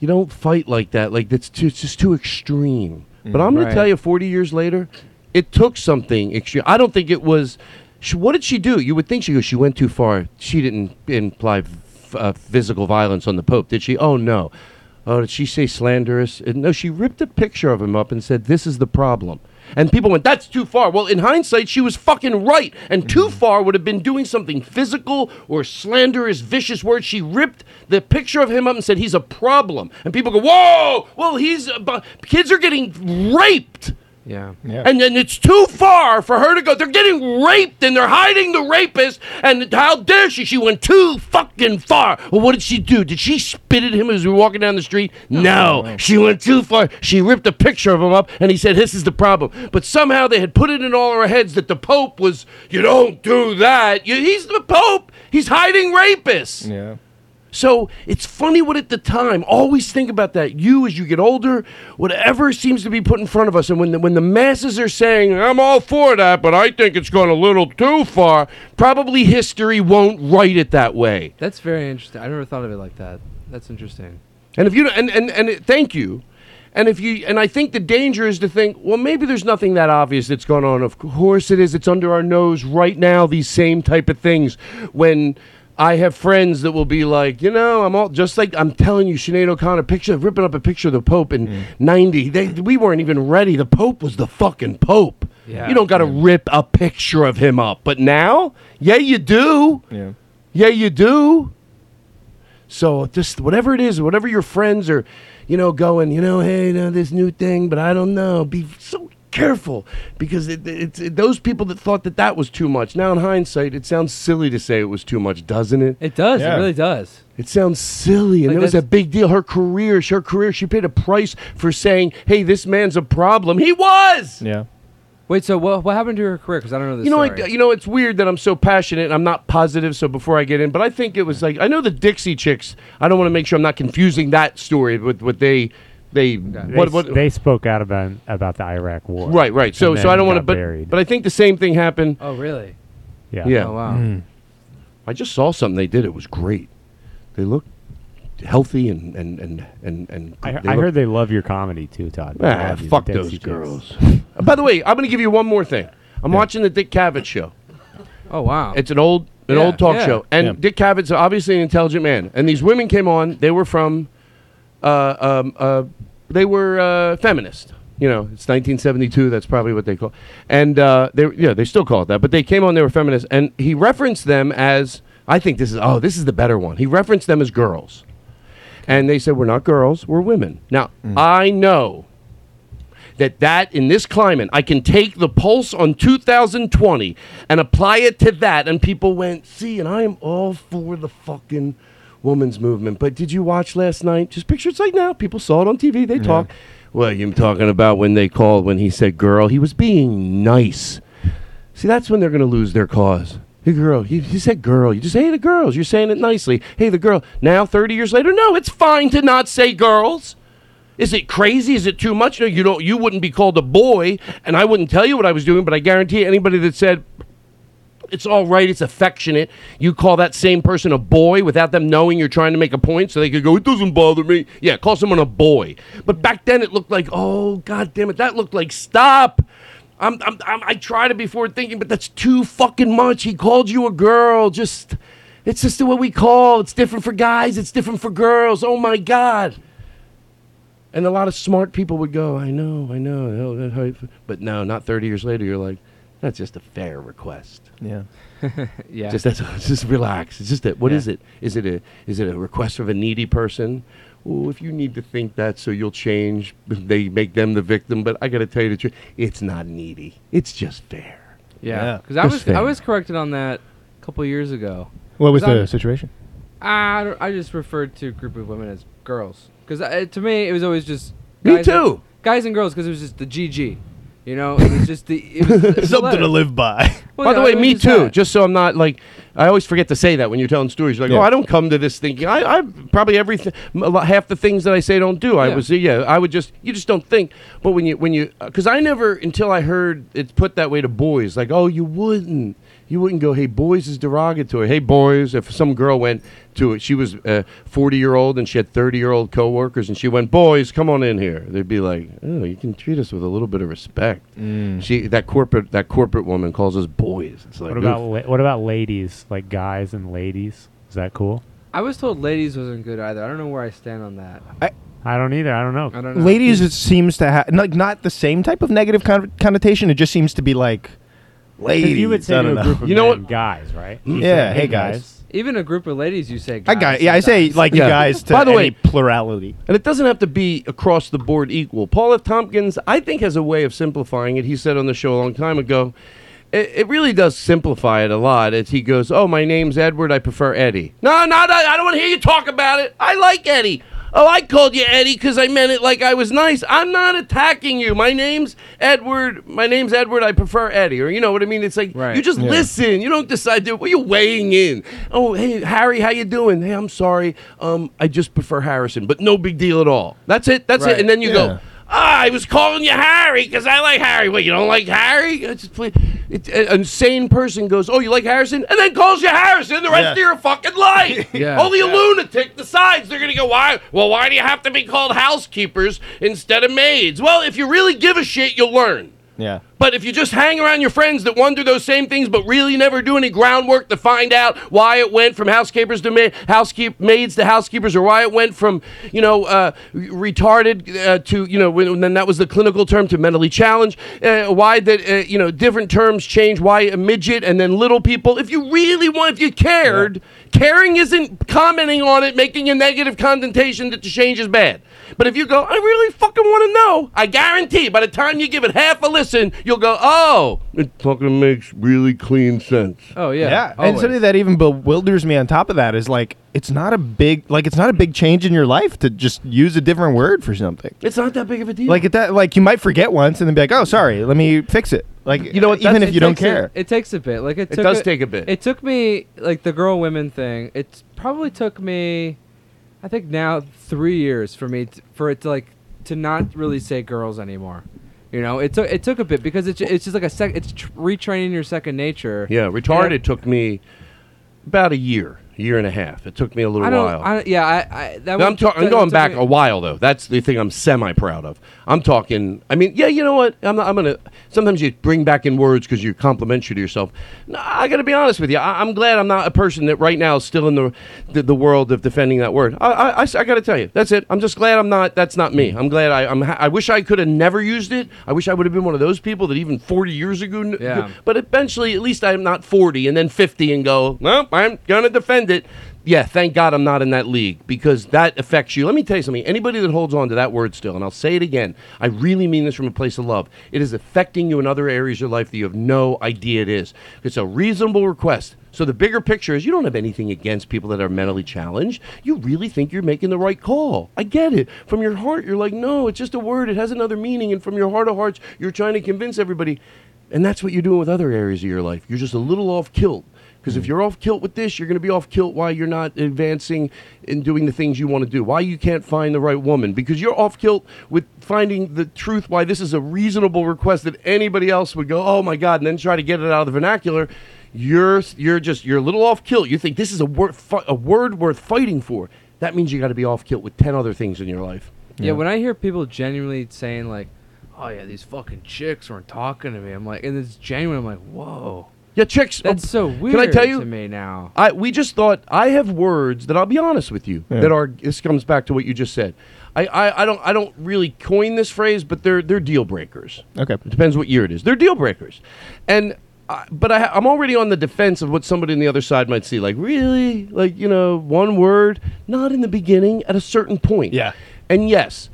Speaker 2: you don't fight like that. Like that's too, it's just too extreme. But
Speaker 4: Mm.
Speaker 2: I'm going
Speaker 4: Right.
Speaker 2: to tell you, 40 years later, it took something extreme. I don't think it was. She, what did she do? You would think she goes. She went too far. She didn't imply f- uh, physical violence on the Pope, did she? Oh no. Oh, did she say slanderous? Uh, No, she ripped a picture of him up and said, "This is the problem." And people went, that's too far. Well, in hindsight, she was fucking right. And too far would have been doing something physical or slanderous, vicious words. She ripped the picture of him up and said, he's a problem. And people go, whoa, well, he's, a bu- kids are getting raped.
Speaker 5: Yeah.
Speaker 2: And then it's too far for her to go. They're getting raped and they're hiding the rapist. And how dare she? She went too fucking far. Well, what did she do? Did she spit at him as we were walking down the street? No. She went too far. She ripped a picture of him up and he said, This is the problem. But somehow they had put it in all our heads that the Pope was, You don't do that. You, he's the Pope. He's hiding rapists.
Speaker 6: Yeah.
Speaker 2: So it's funny what at the time, always think about that. You, as you get older, whatever seems to be put in front of us, and when the, when the masses are saying, I'm all for that, but I think it's gone a little too far, probably history won't write it that way.
Speaker 5: That's very interesting. I never thought of it like that. That's interesting.
Speaker 2: And if you don't- and and and it, thank you. And if you and I think the danger is to think, well, maybe there's nothing that obvious that's going on. Of course it is. It's under our nose right now. These same type of things. When I have friends that will be like, you know, I'm all just like I'm telling you, Sinead O'Connor picture ripping up a picture of the Pope in
Speaker 5: Mm.
Speaker 2: '90. They we weren't even ready. The Pope was the fucking Pope.
Speaker 5: Yeah.
Speaker 2: You don't got to rip a picture of him up. But now, yeah, you do.
Speaker 6: Yeah.
Speaker 2: Yeah, you do. So just whatever it is, whatever your friends are, you know, going, you know, hey, you know, this new thing, but I don't know. Be so careful because it, it's it, those people that thought that that was too much. Now in hindsight, it sounds silly to say it was too much, doesn't it?
Speaker 5: It does. It really does.
Speaker 2: It sounds silly, and
Speaker 5: Like
Speaker 2: it was a
Speaker 5: that's-
Speaker 2: big deal. Her career, her career, she paid a price for saying, "Hey, this man's a problem." He was.
Speaker 6: Yeah.
Speaker 5: Wait, so what, what happened to her career? Because I don't know this
Speaker 2: You know,
Speaker 5: story.
Speaker 2: I, you know, it's weird that I'm so passionate and I'm not positive. So before I get in, but I think it was like I know the Dixie Chicks. I don't want to make sure I'm not confusing that story with what they they what
Speaker 9: they,
Speaker 2: what
Speaker 9: they spoke out about about the Iraq War.
Speaker 2: right right. So
Speaker 9: and
Speaker 2: so I
Speaker 9: then
Speaker 2: don't want to
Speaker 9: got
Speaker 2: but
Speaker 9: buried.
Speaker 2: but I think the same thing happened.
Speaker 5: oh, really?
Speaker 9: yeah.
Speaker 2: Yeah.
Speaker 5: Oh, wow.
Speaker 2: Mm. I just saw something they did. It was great. They looked healthy and and and and and
Speaker 9: I,
Speaker 2: they
Speaker 9: I
Speaker 2: looked-
Speaker 9: heard they love your comedy too, Todd. They
Speaker 2: Ah,
Speaker 9: love you, the
Speaker 2: fuck
Speaker 9: Dixie
Speaker 2: those
Speaker 9: Chicks.
Speaker 2: girls. Uh, By the way, I'm going to give you one more thing. I'm watching the Dick Cavett show.
Speaker 5: Oh wow!
Speaker 2: It's an old an
Speaker 5: Yeah,
Speaker 2: old talk
Speaker 5: yeah.
Speaker 2: show, and
Speaker 5: Yeah.
Speaker 2: Dick Cavett's obviously an intelligent man. And these women came on. They were from, uh, um, uh, they were uh, feminist. You know, it's 1972. That's probably what they call. And uh, they yeah they still call it that, but they came on. They were feminist, and he referenced them as I think this is oh this is the better one. He referenced them as girls. And they said, We're not girls, we're women. Now, I know that that in this climate, I can take the pulse on 2020 and apply it to that. And people went, See, and I am all for the fucking women's movement. But did you watch last night? Just picture it's like now. People saw it on TV, they talk. Well, you're talking about when they called, when he said girl, he was being nice. See, that's when they're going to lose their cause. Hey, girl, you, you said girl. You just say, hey, the girls. You're saying it nicely. Hey, the girl. Now, 30 years later, no, it's fine to not say girls. Is it crazy? Is it too much? No, you don't. You wouldn't be called a boy, and I wouldn't tell you what I was doing. But I guarantee anybody that said it's all right, it's affectionate. You call that same person a boy without them knowing you're trying to make a point, so they could go, it doesn't bother me. Yeah, call someone a boy. But back then it looked like, oh, god damn it, that looked like stop. I'm, I'm, I'm, I try to be forward thinking, but that's too fucking much. He called you a girl. Just, it's just what we call. It's different for guys. It's different for girls. Oh my god. And a lot of smart people would go, I know, I know. hell, that how you f-" But no, not 30 years later, you're like, that's just a fair request.
Speaker 6: Yeah.
Speaker 5: yeah.
Speaker 2: Just
Speaker 4: [laughs]
Speaker 2: that's just relax. It's just that. What
Speaker 5: Yeah.
Speaker 2: is it? Is it a is it a request of a needy person? Well, if you need to think that, so you'll change. [laughs] They make them the victim, but I got to tell you the truth. It's not needy. It's just fair.
Speaker 5: Yeah, because I
Speaker 2: Just
Speaker 5: was I
Speaker 2: fair.
Speaker 5: was corrected on that a couple years ago.
Speaker 6: What was
Speaker 5: 'Cause
Speaker 6: the
Speaker 5: I'm-
Speaker 6: situation?
Speaker 5: I, don't- I just referred to a group of women as girls because to me it was always just
Speaker 2: Me
Speaker 5: guys and-
Speaker 2: too.
Speaker 5: guys and girls because it was just the GG. You know, it was just the it
Speaker 2: [laughs]
Speaker 5: was the- the
Speaker 6: Something
Speaker 5: letter.
Speaker 6: to live by.
Speaker 5: Well,
Speaker 2: By the
Speaker 5: yeah,
Speaker 2: way,
Speaker 5: it was
Speaker 2: me
Speaker 5: just
Speaker 2: too.
Speaker 5: that.
Speaker 2: Just so I'm not like, I always forget to say that when you're telling stories. You're like,
Speaker 6: Yeah.
Speaker 2: oh, I don't come to this thinking. I, I probably everything, m- a lot- half the things that I say don't do. I
Speaker 5: Yeah.
Speaker 2: was, yeah, I would just, you just don't think. But when you, when you, because I never until I heard it put that way to boys. Like, oh, you wouldn't, you wouldn't go, hey, boys is derogatory. Hey, boys. If some girl went to it, she was a 40 year old and she had 30 year old coworkers, and she went, boys, come on in here. They'd be like, oh, you can treat us with a little bit of respect. She that corporate that corporate woman calls us boys. It's like
Speaker 9: What about
Speaker 2: oof.
Speaker 9: la- what about ladies? Like guys and ladies? Is that cool?
Speaker 5: I was told ladies wasn't good either. I don't know where I stand on that.
Speaker 6: I,
Speaker 9: I don't either. I don't know. I don't
Speaker 6: Ladies, it seems to have like not the same type of negative con- connotation. It just seems to be like ladies.
Speaker 9: you would say
Speaker 6: I
Speaker 9: to
Speaker 6: don't know. [laughs] Mm,
Speaker 9: a group of You know men, what? guys, right? You
Speaker 6: yeah,
Speaker 9: say,
Speaker 6: hey
Speaker 9: "Hey,
Speaker 6: guys.
Speaker 5: E, Even a group of ladies, you say.
Speaker 6: I
Speaker 5: Guys
Speaker 6: got. Yeah, I say
Speaker 5: sometimes.
Speaker 6: like
Speaker 4: Yeah.
Speaker 6: you guys. To
Speaker 4: By the
Speaker 6: any
Speaker 4: way-
Speaker 6: plurality.
Speaker 4: And it doesn't have to be across the board equal. Paul F. Tompkins, I think, has a way of simplifying it. He said on the show a long time ago, it, it really does simplify it a lot. As he goes, "Oh, my name's Edward. I prefer Eddie." No, no, no I don't want to hear you talk about it. I like Eddie. Oh, I called you Eddie because I meant it like I was nice. I'm not attacking you. My name's Edward. My name's Edward. I prefer Eddie. Or you know what I mean? It's like you just
Speaker 2: Yeah.
Speaker 4: listen. You don't decide to. Well, you're weighing in. Oh, hey Harry, how you doing? Hey, I'm sorry. Um, I just prefer Harrison, but no big deal at all. That's it. That's
Speaker 2: Right.
Speaker 4: it. And then you
Speaker 2: Yeah.
Speaker 4: go. Ah, I was calling you Harry because I like Harry. What, you don't like Harry? It's just play- it- a- an insane person goes, Oh, you like Harrison? And then calls you Harrison the rest
Speaker 2: Yeah.
Speaker 4: of your fucking life.
Speaker 2: [laughs] Yeah.
Speaker 4: Only
Speaker 2: Yeah.
Speaker 4: a lunatic decides they're going to go, Why? Well, why do you have to be called housekeepers instead of maids? Well, if you really give a shit, you'll learn.
Speaker 6: Yeah.
Speaker 4: But if you just hang around your friends that wonder those same things but really never do any groundwork to find out why it went from housekeepers to ma- housekeep maids to housekeepers or why it went from, you know, uh, re- retarded uh, to, you know, when, then that was the clinical term to mentally challenged, uh, why that, uh, you know, different terms change, why a midget and then little people. If you really want, if you cared, caring isn't commenting on it, making a negative connotation that the change is bad. But if you go, I really fucking want to know, I guarantee by the time you give it half a listen, you'll go, oh. It fucking makes really clean sense.
Speaker 5: Oh yeah.
Speaker 6: and something that even bewilders me on top of that is like it's not a big like it's not a big change in your life to just use a different word for something.
Speaker 4: It's not that big of a deal.
Speaker 6: Like at that, like you might forget once and then be like, "Oh, sorry, let me fix it." Like you know, even if
Speaker 5: It
Speaker 6: you don't
Speaker 5: takes a-
Speaker 6: care,
Speaker 5: it takes a bit. Like it,
Speaker 4: It
Speaker 5: took
Speaker 4: does take a bit.
Speaker 5: It took me like the girl women thing. It probably took me, I think now three years for me t- for it to like to not really say girls anymore. You know, it took it took a bit because it's it's just like a sec. It's tr- retraining your second nature.
Speaker 4: Yeah,
Speaker 5: You know?
Speaker 4: retarded took me about a year, year and a half. It took me a little
Speaker 5: I don't.
Speaker 4: while.
Speaker 5: I don't- yeah, I. I that
Speaker 4: No,
Speaker 5: one
Speaker 4: I'm, ta-
Speaker 5: took-
Speaker 4: I'm
Speaker 5: it
Speaker 4: going
Speaker 5: took
Speaker 4: back
Speaker 5: me-
Speaker 4: a while though. That's the thing I'm semi proud of. I'm talking. I mean, yeah, you know what? I'm, not, I'm gonna. Sometimes you bring back in words because you're complimentary to yourself. No, I gotta be honest with you. I, I'm glad I'm not a person that right now is still in the the, the world of defending that word. I, I, I s- I gotta tell you, that's it. I'm just glad I'm not. That's not me. I'm glad I. I'm, ha- I wish I could have never used it. I wish I would have been one of those people that even 40 years ago. kn-
Speaker 2: Yeah.
Speaker 4: But eventually, at least I'm not 40 and then 50 and go, no, I'm going to defend it. Yeah, thank God I'm not in that league because that affects you. Let me tell you something. Anybody that holds on to that word still, and I'll say it again, I really mean this from a place of love. It is affecting you in other areas of your life that you have no idea it is. It's a reasonable request. So the bigger picture is you don't have anything against people that are mentally challenged. You really think you're making the right call. I get it. From your heart, you're like, no, it's just a word. It has another meaning. And from your heart of hearts, you're trying to convince everybody. And that's what you're doing with other areas of your life. You're just a little off kilt. Because if you're off kilt with this, you're going to be off kilt why you're not advancing and doing the things you want to do, why you can't find the right woman, because you're off kilt with finding the truth, why this is a reasonable request that anybody else would go, oh my God, and then try to get it out of the vernacular. You're, you're just, you're a little off kilt. You think this is a word, fi- a word worth fighting for. That means you got to be off kilt with 10 other things in your life.
Speaker 5: Yeah. when I hear people genuinely saying like, "Oh yeah, these fucking chicks weren't talking to me," I'm like, and it's genuine. I'm like, "Whoa."
Speaker 4: Yeah, chicks. um,
Speaker 5: That's so weird.
Speaker 4: Oh, Can I tell you
Speaker 5: to me now?
Speaker 4: I we just thought I have words that I'll be honest with you that are. This comes back to what you just said. I, I, I don't I don't really coin this phrase, but they're they're deal breakers.
Speaker 6: Okay,
Speaker 4: it depends what year it is. They're deal breakers, and I, but I, I'm already on the defense of what somebody on the other side might see. Like really, like you know, one word, not in the beginning, at a certain point. Yeah, and yes,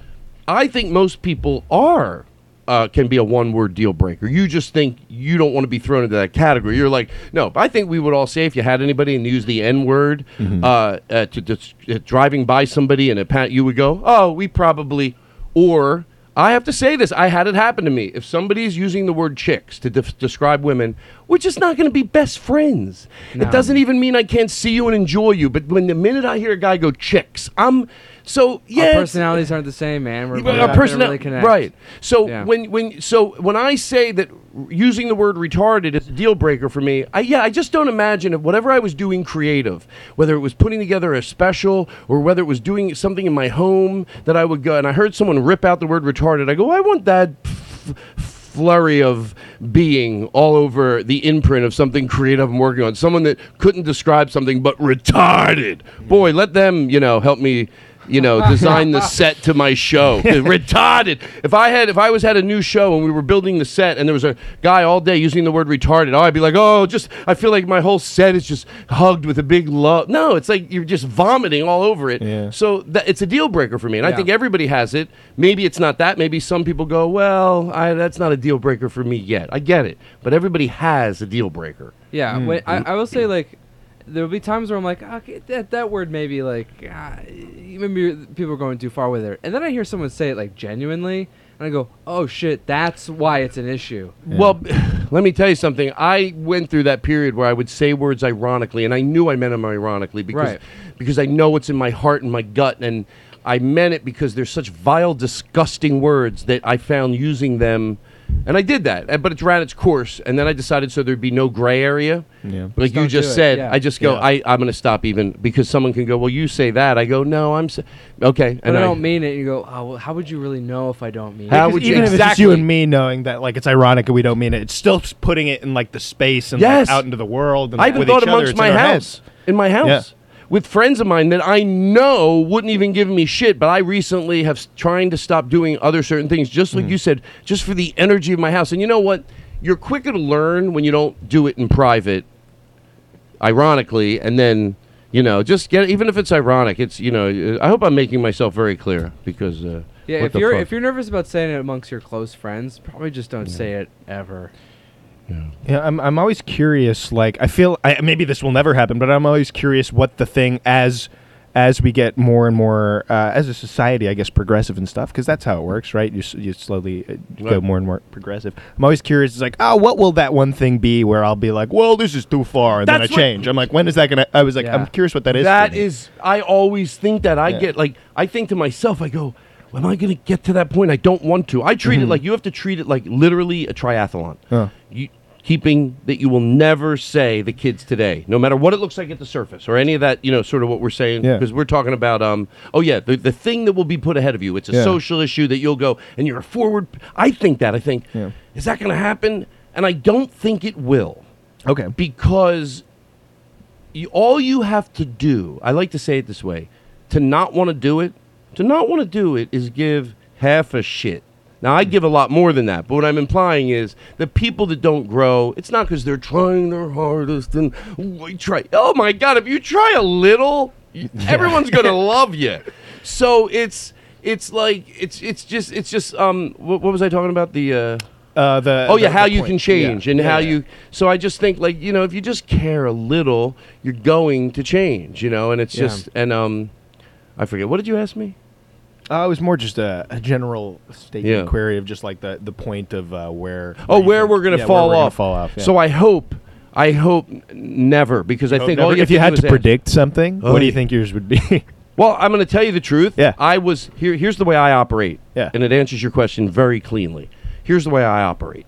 Speaker 4: I think most people are uh, can be a one word deal breaker. You just think you don't want to be thrown into that category. You're like, no, but I think we would all say if you had anybody and use the N word uh, uh, to dis- uh, driving by somebody and a pat, you would go, oh, we probably, or I have to say this. I had it happen to me. If somebody's using the word chicks to def- describe women, we're just not going to be best friends.
Speaker 2: No.
Speaker 4: It doesn't even mean I can't see you and enjoy you. But when the minute I hear a guy go chicks, I'm so yeah.
Speaker 5: Our
Speaker 4: it's-
Speaker 5: personalities aren't the same, man. We're,
Speaker 4: yeah, but
Speaker 5: we're
Speaker 4: our
Speaker 5: not gonna
Speaker 4: personnel-
Speaker 5: really connect.
Speaker 4: right? So
Speaker 5: Yeah.
Speaker 4: when when so when I say that r- using the word retarded is a deal breaker for me, I yeah, I just don't imagine if whatever I was doing creative, whether it was putting together a special or whether it was doing something in my home that I would go and I heard someone rip out the word retarded, I go, I want that. f- f- Flurry of being all over the imprint of something creative I'm working on. Someone that couldn't describe something but retarded. Boy, let them, you know, help me
Speaker 2: you know, design the set to my show. retarded. If I had, if I was had a new show and we were building the set and there was a guy all day using the word retarded, oh, I'd be like, oh, just I feel like my whole set is just hugged with a big love. No, it's like you're just vomiting all over it. So that, it's a deal breaker for me, and I
Speaker 10: Yeah.
Speaker 2: think everybody has it. Maybe it's not that. Maybe some people go, well, I, that's not a deal breaker for me yet. I get it, but everybody has a deal breaker.
Speaker 5: Yeah,
Speaker 4: Mm,
Speaker 5: when, I, I will say like there will be times where I'm like, "Ah, okay, that that word maybe like ah, maybe you're- people are going too far with it, and then I hear someone say it like genuinely, and I go, oh shit, that's why it's an issue.
Speaker 2: Well, [sighs] let me tell you something. I went through that period where I would say words ironically, and I knew I meant them ironically because
Speaker 5: Right.
Speaker 2: because I know what's in my heart and my gut, and I meant it because there's such vile, disgusting words that I found using them, and I did that. uh, But it ran its course, and then I decided so there'd be no gray area.
Speaker 6: Yeah. Just
Speaker 2: Like you
Speaker 6: don't do
Speaker 2: just
Speaker 6: it,
Speaker 2: said,
Speaker 6: yeah.
Speaker 2: I just go,
Speaker 6: Yeah.
Speaker 2: I, I'm going to stop even because someone can go, well, you say that. I go, no, I'm s okay,
Speaker 5: But I don't mean it. You go, oh, well, how would you really know if I don't mean
Speaker 6: How
Speaker 5: it?
Speaker 6: would even if it's just you and me knowing that like it's ironic and we don't mean it, it's still s- putting it in like the space and like,
Speaker 2: Yes.
Speaker 6: out into the world. And
Speaker 2: I
Speaker 6: like,
Speaker 2: even
Speaker 6: with
Speaker 2: thought
Speaker 6: each other,
Speaker 2: amongst
Speaker 6: it's
Speaker 2: my
Speaker 6: in our
Speaker 2: house,
Speaker 6: heads.
Speaker 2: in my house,
Speaker 6: Yeah.
Speaker 2: with friends of mine that I know wouldn't even give me shit. But I recently have s- trying to stop doing other certain things, just
Speaker 5: Mm-hmm.
Speaker 2: like you said, just for the energy of my house. And you know what? You're quicker to learn when you don't do it in private ironically, and then you know, just get even if it's ironic. It's you know, I hope I'm making myself very clear because uh,
Speaker 5: Yeah,
Speaker 2: what
Speaker 5: if
Speaker 2: the
Speaker 5: you're
Speaker 2: fuck?
Speaker 5: if you're nervous about saying it amongst your close friends, probably just don't say it ever.
Speaker 6: Yeah, I'm, I'm always curious. Like, I feel I, maybe this will never happen, but I'm always curious what the thing as as we get more and more uh, as a society, I guess, progressive and stuff, because that's how it works, right? You s- you slowly uh, go
Speaker 11: Right.
Speaker 6: more and more progressive. I'm always curious. It's like, oh, what will that one thing be where I'll be like, well, this is too far, and
Speaker 2: That's
Speaker 6: then I
Speaker 2: what-
Speaker 6: change. I'm like, when is that gonna? I was like, I'm curious what that is.
Speaker 2: That
Speaker 6: for me.
Speaker 2: is, I always think that. I
Speaker 6: Yeah.
Speaker 2: get like, I think to myself, I go, am I going to get to that point? I don't want to. I treat it
Speaker 6: Mhm.
Speaker 2: like you have to treat it like literally a triathlon.
Speaker 6: Huh.
Speaker 2: You, keeping that you will never say the kids today, no matter what it looks like at the surface or any of that, you know, sort of what we're saying.
Speaker 6: Yeah.
Speaker 2: Because we're talking about, um, oh, yeah, the, the thing that will be put ahead of you. It's a
Speaker 6: Yeah.
Speaker 2: social issue that you'll go and you're a forward. I think that. I think,
Speaker 6: Yeah.
Speaker 2: is that going to happen? And I don't think it will.
Speaker 6: Okay.
Speaker 2: Because you, all you have to do, I like to say it this way, to not want to do it, to not want to do it is give half a shit. Now, I give a lot more than that, but what I'm implying is the people that don't grow, it's not because they're trying their hardest and "Ooh, I try. Oh my God, if you try a little,
Speaker 6: [laughs]
Speaker 2: y- everyone's going to love you. So it's. It's like it's it's just it's just um what, what was I talking about the uh,
Speaker 6: uh the
Speaker 2: oh yeah
Speaker 6: the-
Speaker 2: how
Speaker 6: the
Speaker 2: you
Speaker 6: point.
Speaker 2: can change
Speaker 6: Yeah.
Speaker 2: and how
Speaker 6: Yeah.
Speaker 2: you so I just think like you know if you just care a little you're going to change you know and it's
Speaker 6: Yeah.
Speaker 2: just and um I forget what did you ask me
Speaker 6: Uh, it was more just a, a general statement
Speaker 2: Yeah.
Speaker 6: query of just like the, the point of uh, where.
Speaker 2: oh
Speaker 6: you
Speaker 2: where
Speaker 6: think-
Speaker 2: we're gonna
Speaker 6: yeah, where
Speaker 2: fall
Speaker 6: we're gonna
Speaker 2: off
Speaker 6: fall off.
Speaker 2: so I hope I hope n- never because I
Speaker 6: Hope
Speaker 2: think
Speaker 6: Oh, never-
Speaker 2: all you have
Speaker 6: if you
Speaker 2: do
Speaker 6: had
Speaker 2: is
Speaker 6: to
Speaker 2: ask.
Speaker 6: predict something,
Speaker 2: Oh,
Speaker 6: what do you
Speaker 2: yeah.
Speaker 6: think yours would
Speaker 2: [laughs]
Speaker 6: be?
Speaker 2: Well, I'm going to tell you the truth. Yeah. I was here. Here's the way I operate.
Speaker 6: Yeah.
Speaker 2: And it answers your question very cleanly. Here's the way I operate.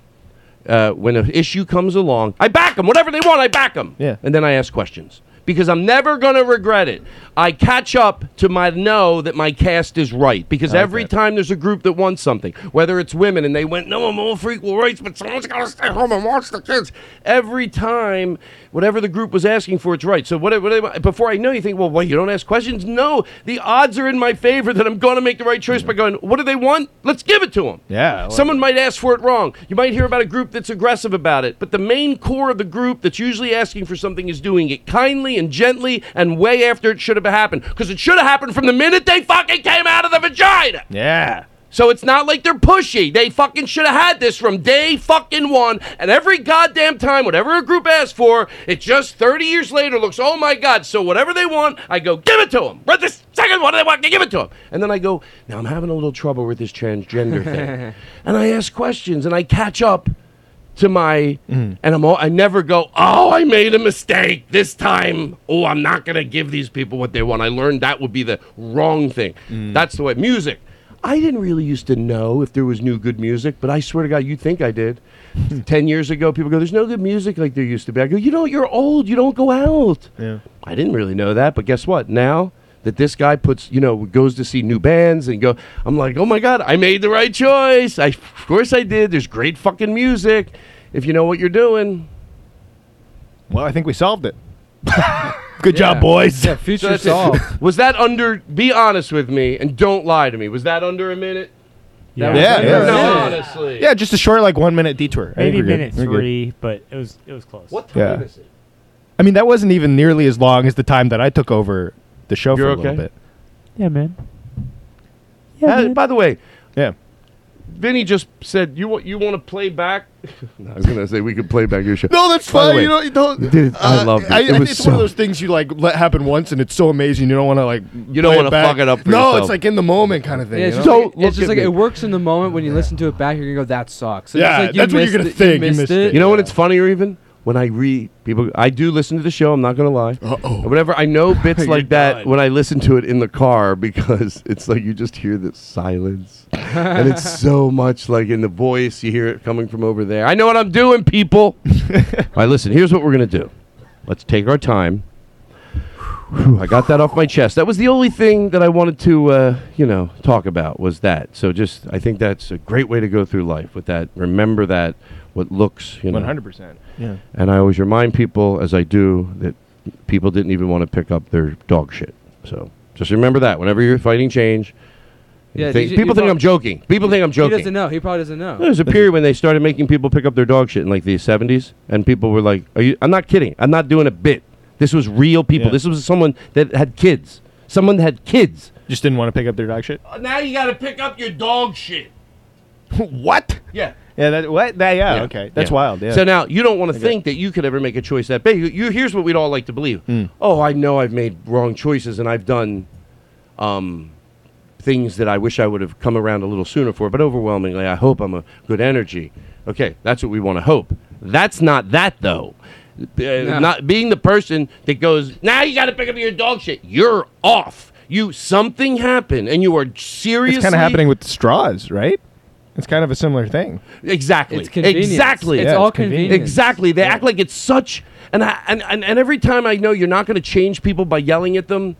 Speaker 2: Uh, when an issue comes along, I back them. Whatever they want, I back them. Yeah. And then I ask questions because I'm never going to regret it. I catch up to my know that my cast is right because
Speaker 10: I like
Speaker 2: every time there's a group that wants something, whether it's women and they went, no, I'm all for equal rights, but someone's got to stay home and watch the kids. Every time, whatever the group was asking for, it's right. So whatever, whatever before I know, you think, well, what, you don't ask questions? No, the odds are in my favor that I'm going to make the right choice by going, what do they want? Let's give it to them.
Speaker 6: Yeah, well-
Speaker 2: Someone might ask for it wrong. You might hear about a group that's aggressive about it, but the main core of the group that's usually asking for something is doing it kindly and gently and way after it should have happened. Because it should have happened from the minute they fucking came out of the vagina.
Speaker 6: yeah.
Speaker 2: So it's not like they're pushy. They fucking should have had this from day fucking one. And every goddamn time, whatever a group asks for, it just 30 years later looks, oh my God. So whatever they want, I go, give it to them. Right this second, what do they want? Give it to them. And then I go, now I'm having a little trouble with this transgender thing. and I ask questions and I catch up to my, and I'm all, I never go, oh, I made a mistake this time. Oh, I'm not going to give these people what they want. I learned that would be the wrong thing. That's the way, music. I didn't really used to know if there was new good music, but I swear to God, you think I did. Ten years ago, people go, "There's no good music like there used to be." I go, "You know, you're old. You don't go out."
Speaker 6: Yeah.
Speaker 2: I didn't really know that, but guess what? Now that this guy puts, you know, goes to see new bands and go, I'm like, oh my god, I made the right choice. I, of course, I did. There's great fucking music if you know what you're doing.
Speaker 6: Well, I think we solved it. [laughs] Good job, boys.
Speaker 2: So that's it. [laughs] Was that under? Be honest with me and don't lie to me. Was that under a minute?
Speaker 6: Yeah,
Speaker 2: That
Speaker 6: yeah,
Speaker 2: was-
Speaker 6: yeah.
Speaker 2: No,
Speaker 6: Yeah.
Speaker 2: honestly.
Speaker 6: Yeah, just a short, like one minute detour. I think
Speaker 9: Maybe
Speaker 6: we're good.
Speaker 9: minute
Speaker 6: We're good.
Speaker 9: three, but it was it was close. What
Speaker 6: Yeah. I mean, that wasn't even nearly as long as the time that I took over the show
Speaker 2: You're
Speaker 6: for a little
Speaker 2: okay?
Speaker 6: bit.
Speaker 9: Yeah, man.
Speaker 2: Uh, by the way,
Speaker 6: yeah.
Speaker 2: Vinny just said you want you want to play back. No, I was gonna say we could play back [laughs] your show.
Speaker 12: No, that's
Speaker 2: By the
Speaker 12: fine.
Speaker 2: way-
Speaker 12: you don't. You don't
Speaker 2: Dude, I love it.
Speaker 12: Uh, I,
Speaker 2: It
Speaker 12: I-
Speaker 2: was
Speaker 12: it's one
Speaker 2: so-
Speaker 12: of those things you like let happen once, and it's so amazing. You don't want to like.
Speaker 2: You don't
Speaker 12: play
Speaker 2: wanna
Speaker 12: back.
Speaker 2: fuck it up for
Speaker 12: no,
Speaker 2: yourself.
Speaker 12: it's like in the moment kind of thing.
Speaker 5: Yeah, it's
Speaker 12: you
Speaker 5: just,
Speaker 12: know?
Speaker 5: like, it's just like it works in the moment. When you listen to it back, you're gonna go, "That sucks." It's
Speaker 12: Yeah,
Speaker 5: like you
Speaker 12: that's what you're
Speaker 5: missed
Speaker 12: gonna
Speaker 5: it-
Speaker 12: think.
Speaker 5: You missed, it.
Speaker 2: You know when it's funnier even when I read people. I do listen to the show. I'm not gonna lie. Uh-oh. Whenever I know bits
Speaker 5: You're
Speaker 2: like that, when I listen to it in the car, because [laughs] it's like you just hear the silence, and it's so much like in the voice. You hear it coming from over there. I know what I'm doing, people. All right, listen. Here's what we're gonna do. Let's take our time. Whew, I got that off my chest. That was the only thing that I wanted to, uh, you know, talk about was that. So just, I think that's a great way to go through life with that. Remember that what looks, you know,
Speaker 6: 100%. Yeah.
Speaker 2: And I always remind people, as I do, that people didn't even want to pick up their dog shit. So just remember that whenever you're fighting change.
Speaker 5: Yeah,
Speaker 2: think-
Speaker 5: did you-
Speaker 2: people
Speaker 5: you
Speaker 2: think
Speaker 5: prob-
Speaker 2: I'm joking. People think I'm
Speaker 5: He
Speaker 2: joking.
Speaker 5: doesn't know. He probably doesn't know.
Speaker 2: There was a period when they started making people pick up their dog shit in like the 70s, and people were like, "Are you? I'm not kidding. I'm not doing a bit. This was real people.
Speaker 6: Yeah.
Speaker 2: This was someone that had kids. Someone that had kids.
Speaker 6: Just didn't want to pick up their dog shit.
Speaker 2: Now you got to pick up your dog shit.
Speaker 6: what?
Speaker 2: Yeah.
Speaker 6: Yeah. That. What? That, yeah, Okay. That's
Speaker 2: Yeah.
Speaker 6: wild. Yeah.
Speaker 2: So now you don't want to think that you could ever make a choice that big. You, you- here's what we'd all like to believe.
Speaker 6: Hmm.
Speaker 2: Oh, I know I've made wrong choices and I've done um, things that I wish I would have come around a little sooner for, but overwhelmingly, I hope I'm a good energy. Okay, that's what we want to hope. That's not that though. Uh, Not being the person that goes, now you got to pick up your dog shit. You're off. You something happened, and you are seriously.
Speaker 6: it's kind of happening with straws, right? It's kind of a similar thing.
Speaker 2: Exactly.
Speaker 6: It's convenience.
Speaker 2: Exactly.
Speaker 6: It's Yeah, all it's convenience. convenience.
Speaker 2: Exactly. They act like it's such and, I, and and and every time I know you're not going to change people by yelling at them,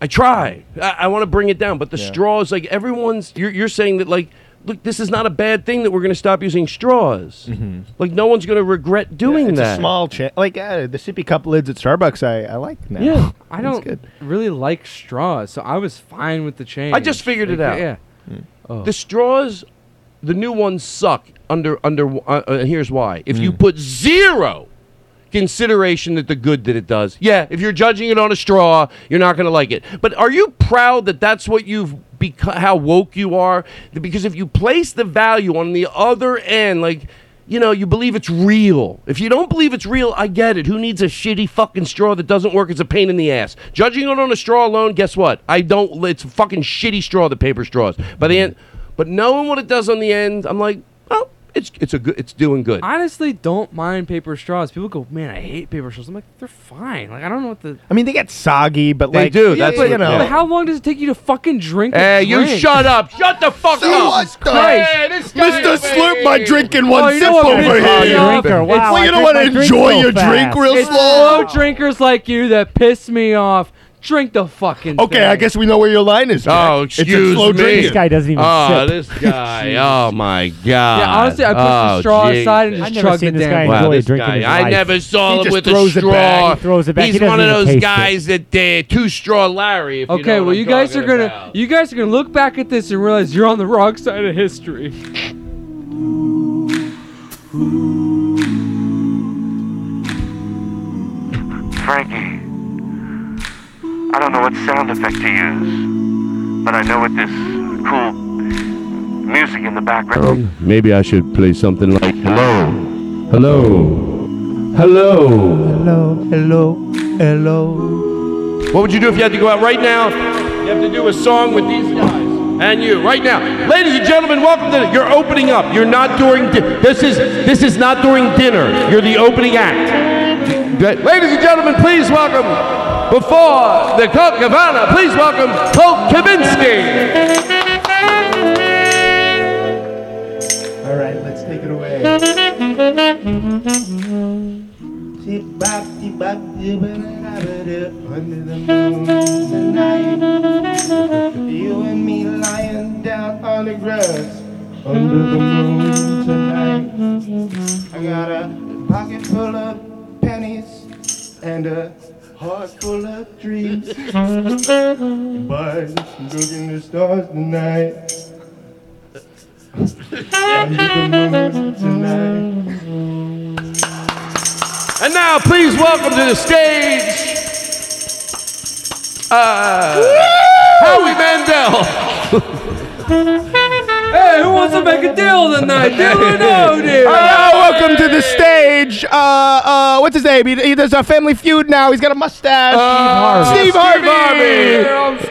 Speaker 2: I try. I, I want to bring it down, but the straws like everyone's. You're you're saying that like. Look, this is not a bad thing that we're going to stop using straws. Like no one's going to regret doing
Speaker 6: It's
Speaker 2: that.
Speaker 6: a small change. Like uh, the sippy cup lids at Starbucks, I, I like now. [laughs]
Speaker 5: Yeah, I
Speaker 6: It's
Speaker 5: don't
Speaker 6: good.
Speaker 5: really like straws, so I was fine with the change.
Speaker 2: I just figured it
Speaker 5: Like,
Speaker 2: out.
Speaker 5: Yeah.
Speaker 2: The straws, the new ones suck. Under under, uh, uh, and here's why. If you put zero consideration that the good that it does, yeah. If you're judging it on a straw, you're not going to like it. But are you proud that that's what you've become? How woke you are? Because if you place the value on the other end, like. You know, you believe it's real. If you don't believe it's real, I get it. Who needs a shitty fucking straw that doesn't work? It's a pain in the ass. Judging it on a straw alone, guess what? I don't. It's a fucking shitty straw. The paper straws. By the end, but knowing what it does on the end, I'm like, oh, it's it's a good, it's doing good.
Speaker 5: Honestly, don't mind paper straws. People go, man, I hate paper straws. I'm like, they're fine. Like, I don't know what the.
Speaker 6: I mean, they get soggy, but
Speaker 2: They
Speaker 6: like
Speaker 2: do, that's
Speaker 6: you
Speaker 2: what-
Speaker 6: know.
Speaker 5: But how long does it take you to fucking drink? a
Speaker 2: Hey, you
Speaker 5: drink?
Speaker 2: shut up! Shut the fuck
Speaker 5: So
Speaker 2: up!
Speaker 5: what the-
Speaker 2: Hey, this guy
Speaker 12: Mr. Slurp my drink in one
Speaker 5: Oh, you know
Speaker 12: sip
Speaker 5: what
Speaker 12: over
Speaker 5: pisses me
Speaker 12: here.
Speaker 5: off? It's-
Speaker 12: Well, you don't want to enjoy your drink real
Speaker 5: It's
Speaker 12: slow.
Speaker 5: slow drinkers like you that piss me off. Drink the fucking.
Speaker 12: Okay,
Speaker 5: thing.
Speaker 12: I guess we know where your line is. Jack.
Speaker 2: Oh,
Speaker 12: It's a
Speaker 2: excuse
Speaker 12: slow
Speaker 2: me.
Speaker 12: drinker.
Speaker 4: Ah,
Speaker 2: Oh, this
Speaker 5: [laughs]
Speaker 2: guy. oh my god.
Speaker 5: Yeah, honestly, I put the
Speaker 2: Oh,
Speaker 5: straw
Speaker 2: Jesus.
Speaker 5: aside and just chugged it down.
Speaker 2: Wow, this guy. I never saw him with a straw. He's one of those guys that uh, two straw Larry. If you
Speaker 5: Okay,
Speaker 2: know what
Speaker 5: well
Speaker 2: I'm
Speaker 5: you guys are
Speaker 2: talking
Speaker 5: gonna
Speaker 2: about.
Speaker 5: you guys are gonna look back at this and realize you're on the wrong side of history.
Speaker 10: Frankie, I don't know what sound effect to use, but I know what this cool music in the background.
Speaker 2: Maybe I should play something like Hello. Hello. Hello.
Speaker 11: Hello, hello, hello.
Speaker 2: What would you do if you had to go out right now? You have to do a song with these guys and you right now. Ladies and gentlemen, welcome to the, you're opening up. You're not during di- this is this is not during dinner. You're the opening act. That- ladies and gentlemen, please welcome before the Colt Cabana, please welcome Colt Kavinsky.
Speaker 11: All right, let's take it away.
Speaker 7: Under the moon tonight, you and me lying down on the grass. Under the moon tonight, I got a pocket full of pennies and a
Speaker 6: heart full of dreams. but looking the stars tonight. I'm the moment tonight.
Speaker 4: And now, please welcome to the stage uh, Howie Mandel.
Speaker 5: [laughs] Hey, who wants to make a deal tonight? Deal or no
Speaker 4: [laughs]
Speaker 5: deal?
Speaker 13: Uh, welcome to the stage. Uh, uh, what's his name? He, he does a Family Feud now. He's got a mustache. Steve Harvey.
Speaker 4: I'm Uh,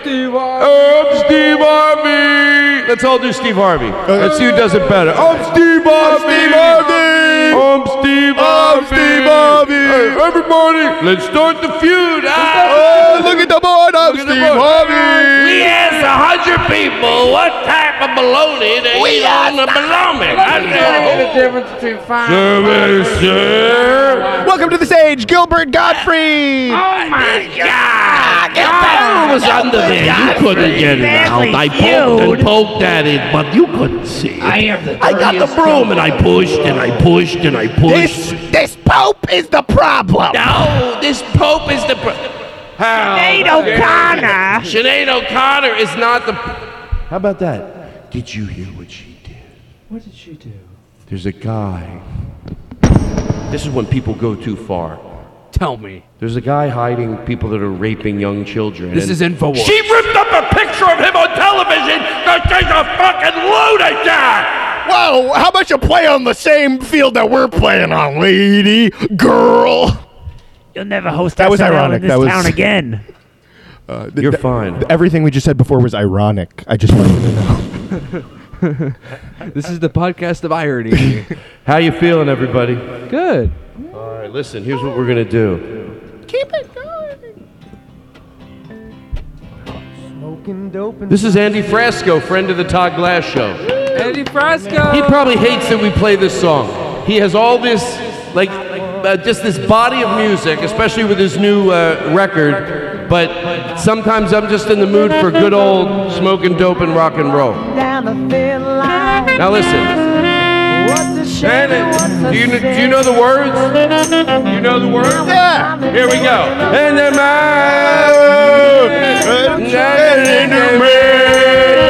Speaker 4: Steve Harvey. I'm Steve Harvey. Let's all do Steve Harvey.
Speaker 13: Uh,
Speaker 4: Let's see who does it better. I'm Steve Harvey. I'm Steve Harvey. I'm Steve Harvey. Hey, everybody, let's start the feud. Ah,
Speaker 14: oh, look at the board. I'm
Speaker 4: Steve
Speaker 14: Harvey.
Speaker 4: We asked a hundred people what type of baloney they eat on the baloney. I know.
Speaker 9: the difference between five.
Speaker 4: Service, sir.
Speaker 13: Welcome to the stage, Gilbert Godfrey. Oh
Speaker 4: my God! Oh, I was under there. You couldn't get it out. I poked and poked at it, but you couldn't see it.
Speaker 9: I am the
Speaker 4: I got the
Speaker 9: dirtiest
Speaker 4: broom and I pushed and I pushed and I pushed. This
Speaker 9: This Pope is the problem.
Speaker 4: no, this Pope is the. Pro- How?
Speaker 9: Sinead O'Connor.
Speaker 4: Sinead O'Connor is not the. How about that?
Speaker 2: Did you hear what she did?
Speaker 9: What did she do?
Speaker 2: There's a guy. This is when people go too far.
Speaker 5: Tell me.
Speaker 2: There's a guy hiding people that are raping young children.
Speaker 5: This
Speaker 2: and-
Speaker 5: is Infowars.
Speaker 4: She ripped up a picture of him on television because she's a fucking lunatic!
Speaker 14: Whoa, Oh, how about you play on the same field that we're playing on, lady, girl?
Speaker 9: You'll never host
Speaker 13: That was
Speaker 9: SNL
Speaker 13: ironic.
Speaker 9: In this
Speaker 13: That was-
Speaker 9: town again.
Speaker 13: Uh, You're fine. Everything we just said before was ironic. I just wanted to know.
Speaker 5: this is the podcast of irony.
Speaker 4: How you feeling, everybody?
Speaker 5: Good.
Speaker 4: All right, listen, here's what we're going to do.
Speaker 6: Keep it going.
Speaker 13: Smoking dope
Speaker 4: This is Andy Frasco, friend of the Todd Glass Show.
Speaker 5: Andy Frasco.
Speaker 4: He probably hates that we play this song. He has all this, like, uh, just this body of music, especially with his new uh, record. But sometimes I'm just in the mood for good old smoking dope and rock and roll.
Speaker 9: Down the thin line.
Speaker 4: Now listen. Shannon, do you, kn- do you know the words? You know the words? Yeah. Ah, Here we go. And then my in the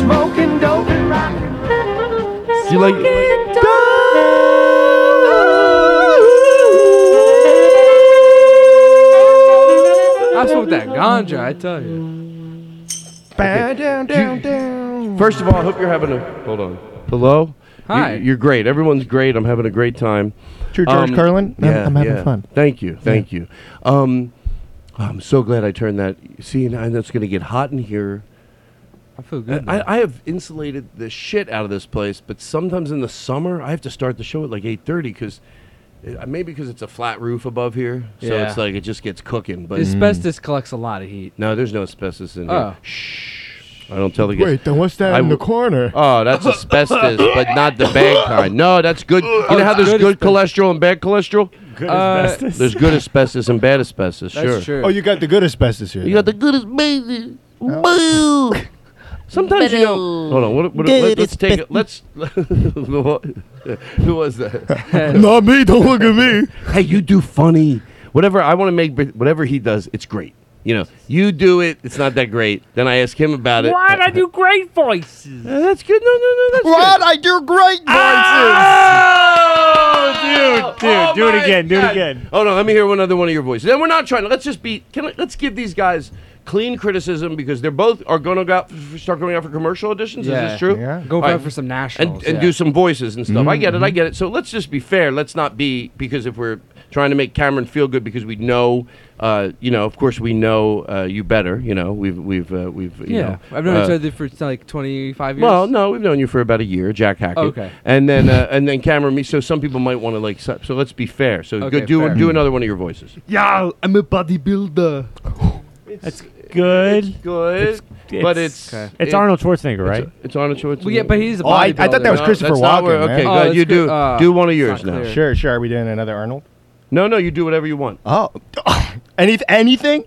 Speaker 6: Smoking dope and rock.
Speaker 4: You like?
Speaker 5: I smoked that ganja, I tell you.
Speaker 4: Bow
Speaker 13: down, down, down.
Speaker 4: First of all, I hope you're having a. Hold on. Hello.
Speaker 13: Hi.
Speaker 4: You, are great. Everyone's great. I'm having a great time.
Speaker 13: True, George Carlin? I'm-
Speaker 4: Um, Yeah,
Speaker 13: I'm having
Speaker 4: yeah.
Speaker 13: fun.
Speaker 4: Thank you. Thank you. Um, I'm so glad I turned that. See, now it's going to get hot in here.
Speaker 5: I feel good.
Speaker 4: I, I have insulated the shit out of this place, but sometimes in the summer I have to start the show at like 8:30 because uh, maybe because it's a flat roof above here, so
Speaker 5: Yeah.
Speaker 4: it's like it just gets cooking. But
Speaker 5: Asbestos collects a lot of heat.
Speaker 4: No, there's no asbestos in
Speaker 5: Oh.
Speaker 4: here. Shh. I don't tell the guys.
Speaker 14: Wait, then what's that
Speaker 4: I
Speaker 14: in the
Speaker 4: w-
Speaker 14: corner?
Speaker 4: Oh, that's asbestos, but not the bad kind. No, that's good. You know how there's good, cholesterol and bad cholesterol?
Speaker 14: Good Uh, asbestos.
Speaker 4: There's good asbestos and bad asbestos,
Speaker 14: That's
Speaker 4: sure.
Speaker 14: true.
Speaker 13: Oh, you got the good asbestos here.
Speaker 4: You got the good asbestos. Boo! Sometimes you know. Hold on. What, what,
Speaker 13: Good
Speaker 4: let, us take it. Let's. [laughs] who was that?
Speaker 14: Not me. Don't look at me.
Speaker 4: Hey, you do funny. Whatever I want to make, whatever he does, it's great. You know, you do it. It's not that great. Then I ask him about it. Uh,
Speaker 9: Why I do great voices?
Speaker 4: that's good. No, no, no, that's
Speaker 9: Why
Speaker 4: good.
Speaker 9: I do great voices?
Speaker 4: Oh,
Speaker 9: dude, dude,
Speaker 4: Oh
Speaker 9: do it
Speaker 4: my
Speaker 9: again, do it
Speaker 4: God.
Speaker 9: again.
Speaker 4: Hold on, let me hear one other one of your voices. Then we're not trying. Let's just be. Can I, let's give these guys clean criticism because they're both are going to go out, start going out for commercial auditions. Is
Speaker 5: Yeah.
Speaker 4: this true?
Speaker 5: Yeah. Go
Speaker 4: All
Speaker 5: out for some nationals,
Speaker 4: and, and
Speaker 5: yeah.
Speaker 4: do some voices and stuff. I get it. I
Speaker 5: Mhm.
Speaker 4: get it. So let's just be fair. Let's not be because if we're
Speaker 2: trying to make Cameron feel good because we know, uh, you know, of course we know uh, you better. You know, we've we've uh, we've you
Speaker 5: yeah,
Speaker 2: know,
Speaker 5: I've known
Speaker 2: uh,
Speaker 5: each other for like 25 years.
Speaker 2: well, no, we've known you for about a year, Jack Hackett.
Speaker 5: Okay.
Speaker 2: And then uh, and then Cameron me. So some people might want to like. So, so let's be fair. So
Speaker 5: Okay,
Speaker 2: go, do
Speaker 5: fair.
Speaker 2: do another one of your voices.
Speaker 11: Yeah, I'm a bodybuilder.
Speaker 9: That's good.
Speaker 2: It's good, but it's
Speaker 9: it's, Arnold Schwarzenegger, right?
Speaker 2: It's Arnold Schwarzenegger.
Speaker 5: Well, yeah, but he's a
Speaker 2: Oh, I- I thought that was
Speaker 5: bodybuilder.
Speaker 2: Christopher
Speaker 5: that's not
Speaker 2: Walken,
Speaker 5: where-
Speaker 2: man.
Speaker 5: Okay,
Speaker 2: Oh,
Speaker 5: good.
Speaker 2: that's
Speaker 5: You do
Speaker 2: good. Uh,
Speaker 5: do one of yours
Speaker 2: it's
Speaker 5: now.
Speaker 2: not clear. Uh-huh.
Speaker 6: Sure, sure. Are we doing another Arnold?
Speaker 2: No, no, you do whatever you want.
Speaker 6: Oh, any anything?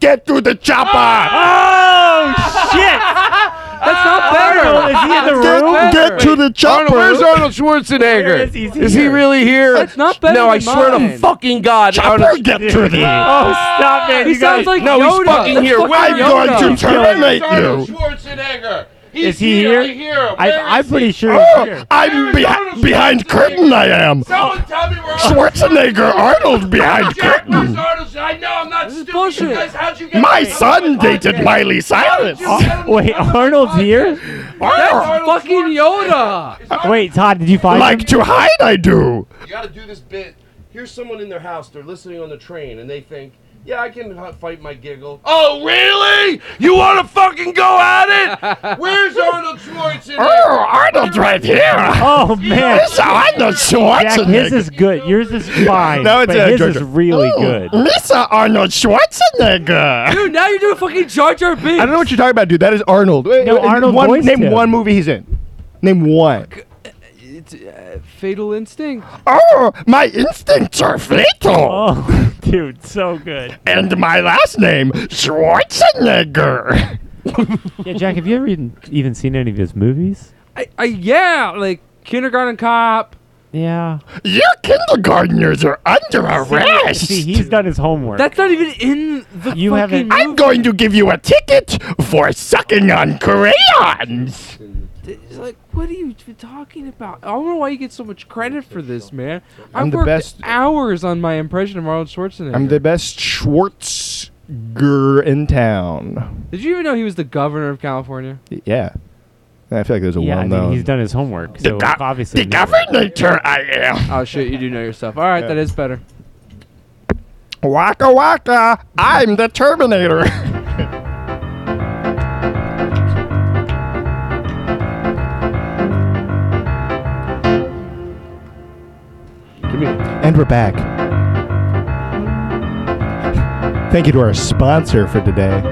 Speaker 6: Get through the chopper!
Speaker 7: Oh
Speaker 9: shit!
Speaker 7: That's not better.
Speaker 9: Arnold, is he in the
Speaker 7: That's
Speaker 9: room?
Speaker 7: not
Speaker 9: Get
Speaker 7: better.
Speaker 9: to
Speaker 2: the chopper. where's Arnold Schwarzenegger?
Speaker 7: Where is he?
Speaker 2: Is he really here? It's
Speaker 5: not
Speaker 7: better
Speaker 2: No,
Speaker 7: than
Speaker 2: I swear to
Speaker 7: mine.
Speaker 2: fucking God.
Speaker 7: Chopper,
Speaker 2: Arnold-
Speaker 7: get to
Speaker 9: [laughs]
Speaker 7: the-
Speaker 2: Oh, stop it.
Speaker 7: He
Speaker 2: you guys-
Speaker 7: sounds like
Speaker 2: No,
Speaker 7: Yoda.
Speaker 2: he's fucking
Speaker 7: That's
Speaker 2: here.
Speaker 7: fucking
Speaker 2: Where are
Speaker 7: Yoda.
Speaker 2: Yoda?
Speaker 7: I'm going to terminate
Speaker 2: Where's Arnold
Speaker 7: you.
Speaker 2: Schwarzenegger. He's
Speaker 7: Is he here?
Speaker 2: I hear him.
Speaker 7: I-
Speaker 2: Where
Speaker 7: I'm
Speaker 2: is
Speaker 7: pretty
Speaker 2: he?
Speaker 7: sure he's Oh, here. I'm
Speaker 2: Where is
Speaker 7: behi-
Speaker 2: Arnold
Speaker 7: behind
Speaker 2: Schwarzenegger?
Speaker 7: curtain I am.
Speaker 2: Someone tell me where Arnold
Speaker 7: Schwarzenegger,
Speaker 2: Schwarzenegger is.
Speaker 7: Arnold behind
Speaker 2: Jack,
Speaker 7: curtain.
Speaker 2: where's Arnold? I know I'm not stupid. You guys, how'd you get
Speaker 7: My
Speaker 2: this?
Speaker 7: son dated Miley Cyrus.
Speaker 9: Wait, Arnold's here?
Speaker 7: Arnold.
Speaker 5: fucking Yoda.
Speaker 9: Wait, Todd, did you find
Speaker 7: Like
Speaker 9: him?
Speaker 7: to hide, I do.
Speaker 2: You got to do this bit. Here's someone in their house. They're listening on the train, and they think, "Yeah, I can h- fight my giggle." Oh, really? You want to fucking go at it? [laughs] Where's Arnold Schwarzenegger?
Speaker 7: Oh, Arnold's right here.
Speaker 9: Oh man,
Speaker 7: This is Arnold
Speaker 9: Jack, his
Speaker 7: Schwarzenegger.
Speaker 9: is good. Yours
Speaker 2: [laughs]
Speaker 9: is fine.
Speaker 7: Now it's
Speaker 6: uh,
Speaker 9: but
Speaker 7: a
Speaker 9: his
Speaker 7: Georgia.
Speaker 9: is really good. [laughs]
Speaker 7: Mr. Arnold Schwarzenegger.
Speaker 5: Dude, now you're doing fucking Jar Jar Binks.
Speaker 6: I don't know what you're talking about, dude. That is Arnold. Wait,
Speaker 5: No,
Speaker 6: wait,
Speaker 5: Arnold
Speaker 6: One,
Speaker 5: voiced
Speaker 6: name
Speaker 5: him.
Speaker 6: one movie he's in. Name one.
Speaker 5: It's, uh, Fatal Instinct.
Speaker 7: Oh, my instincts are fatal.
Speaker 9: Oh, [laughs] dude, so good.
Speaker 7: And my last name, Schwarzenegger.
Speaker 9: Yeah, Jack, have you ever even, even seen any of his movies?
Speaker 5: I, I yeah, like Kindergarten Cop.
Speaker 9: Yeah.
Speaker 7: Your kindergartners are under arrest.
Speaker 9: See, he's done his homework.
Speaker 5: That's not even in the
Speaker 9: You
Speaker 5: fucking.
Speaker 9: haven't-
Speaker 7: I'm going to give you a ticket for sucking on crayons.
Speaker 5: It's like, what are you t- talking about? I don't know why you get so much credit for this, man. I
Speaker 6: I'm the
Speaker 5: worked
Speaker 6: best-
Speaker 5: hours on my impression of Arnold Schwarzenegger.
Speaker 6: I'm the best Schwartzger in town.
Speaker 5: Did you even know he was the governor of California?
Speaker 6: Y- Yeah. I feel like there's a
Speaker 9: yeah, I
Speaker 6: well-known.
Speaker 9: mean, he's done his homework. So obviously, no.
Speaker 7: I am.
Speaker 5: Oh shit, you do know yourself. All right,
Speaker 6: Yeah.
Speaker 5: that is better.
Speaker 7: Waka waka, I'm the
Speaker 2: [laughs]
Speaker 7: Terminator.
Speaker 6: And we're back. Thank you to our sponsor for today.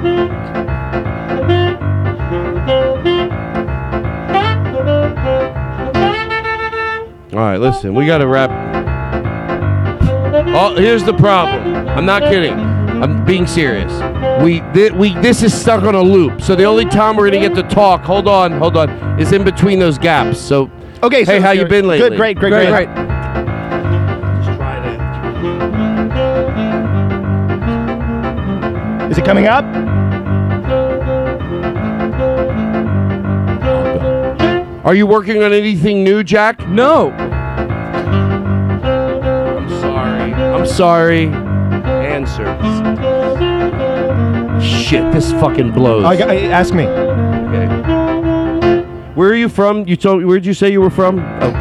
Speaker 2: All right, listen, we got to wrap. Oh, here's the problem. I'm not kidding. I'm being serious. We thi- we this is stuck on a loop. So the only time we're gonna get to talk, hold on, hold on, is in between those gaps. So
Speaker 6: Okay,
Speaker 2: hey,
Speaker 6: so-
Speaker 2: how you been
Speaker 6: good,
Speaker 2: lately?
Speaker 6: great, great, Great, great. Is it coming up?
Speaker 2: Are you working on anything new, Jack?
Speaker 5: No.
Speaker 2: I'm sorry. I'm sorry. Answer. Shit, this fucking blows.
Speaker 6: I got, ask me.
Speaker 2: Where are you from? You told where'd you say you were from? Oh.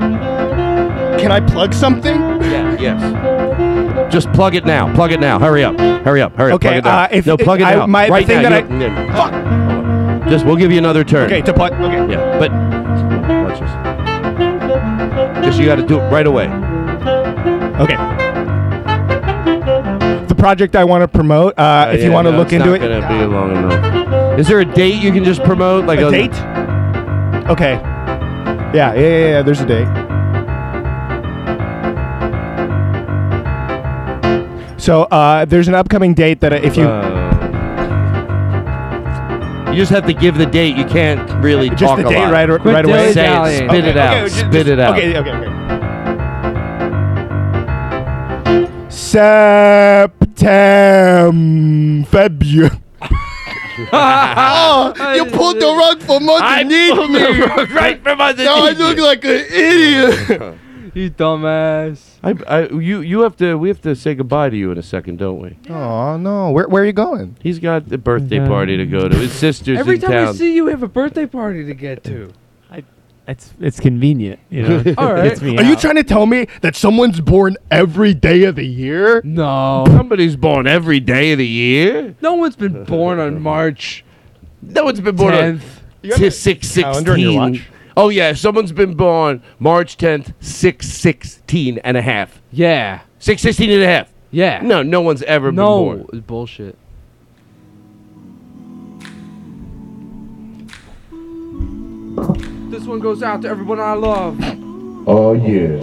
Speaker 6: Can I plug something?
Speaker 2: Yeah, yes. Just plug it now. Plug it now. Hurry up. Hurry up. Hurry up.
Speaker 6: Okay,
Speaker 2: Plug it now.
Speaker 6: uh, if-
Speaker 2: no,
Speaker 6: if
Speaker 2: plug it
Speaker 6: I-
Speaker 2: now.
Speaker 6: my- the
Speaker 2: right
Speaker 6: thing
Speaker 2: now.
Speaker 6: that
Speaker 2: you don't- no, no. Just we'll give you another turn.
Speaker 6: Okay, to plug. Okay.
Speaker 2: Yeah, but watch this. Just you got to do it right away.
Speaker 6: Okay. The project I want to promote. Uh,
Speaker 2: Uh,
Speaker 6: if you
Speaker 2: yeah,
Speaker 6: want to
Speaker 2: no,
Speaker 6: look
Speaker 2: it's
Speaker 6: into
Speaker 2: not
Speaker 6: it,
Speaker 2: gonna be long enough. Is there a date you can just promote? Like
Speaker 6: a date. Okay. Yeah, yeah, yeah, yeah. There's a date. So uh, there's an upcoming date that if you
Speaker 2: Uh, You just have to give the date. You can't really
Speaker 6: Just
Speaker 2: talk
Speaker 6: the
Speaker 2: a
Speaker 6: date
Speaker 2: lot.
Speaker 6: right- right Quit away?
Speaker 2: Say
Speaker 6: dilly-dallying.
Speaker 2: it. Spit it
Speaker 6: Okay,
Speaker 2: out.
Speaker 6: okay, just-
Speaker 2: spit
Speaker 6: just-
Speaker 2: it out.
Speaker 6: okay, okay, September, February.
Speaker 7: oh, you pulled the rug from underneath
Speaker 2: pulled
Speaker 7: me.
Speaker 2: the rug right from underneath
Speaker 7: Now I
Speaker 2: you.
Speaker 7: look like an idiot.
Speaker 5: You dumbass.
Speaker 2: I, I, you, you have to. We have to say goodbye to you in a second, don't we?
Speaker 6: Oh no, where where are you going?
Speaker 2: He's got the birthday party to go to. His sister's
Speaker 5: Every
Speaker 2: in
Speaker 5: time
Speaker 2: town.
Speaker 5: I see you, we have a birthday party to get to.
Speaker 9: I It's it's convenient, you know. It gets me
Speaker 12: Are you
Speaker 9: out.
Speaker 12: trying to tell me that someone's born every day of the year?
Speaker 5: No.
Speaker 2: Somebody's born every day of the year.
Speaker 5: No one's been born
Speaker 2: [laughs]
Speaker 5: on March.
Speaker 2: No one's been born on
Speaker 5: 10th.
Speaker 12: You have a
Speaker 2: to six
Speaker 12: calendar on your
Speaker 2: sixteen.
Speaker 12: watch?
Speaker 2: Oh yeah, someone's been born March tenth, six sixteen and a half.
Speaker 5: Yeah.
Speaker 2: Six sixteen and a half.
Speaker 5: Yeah.
Speaker 2: No, no one's ever
Speaker 5: No,
Speaker 2: been born.
Speaker 5: it's bullshit. This one goes out to everyone I love.
Speaker 8: Oh yeah.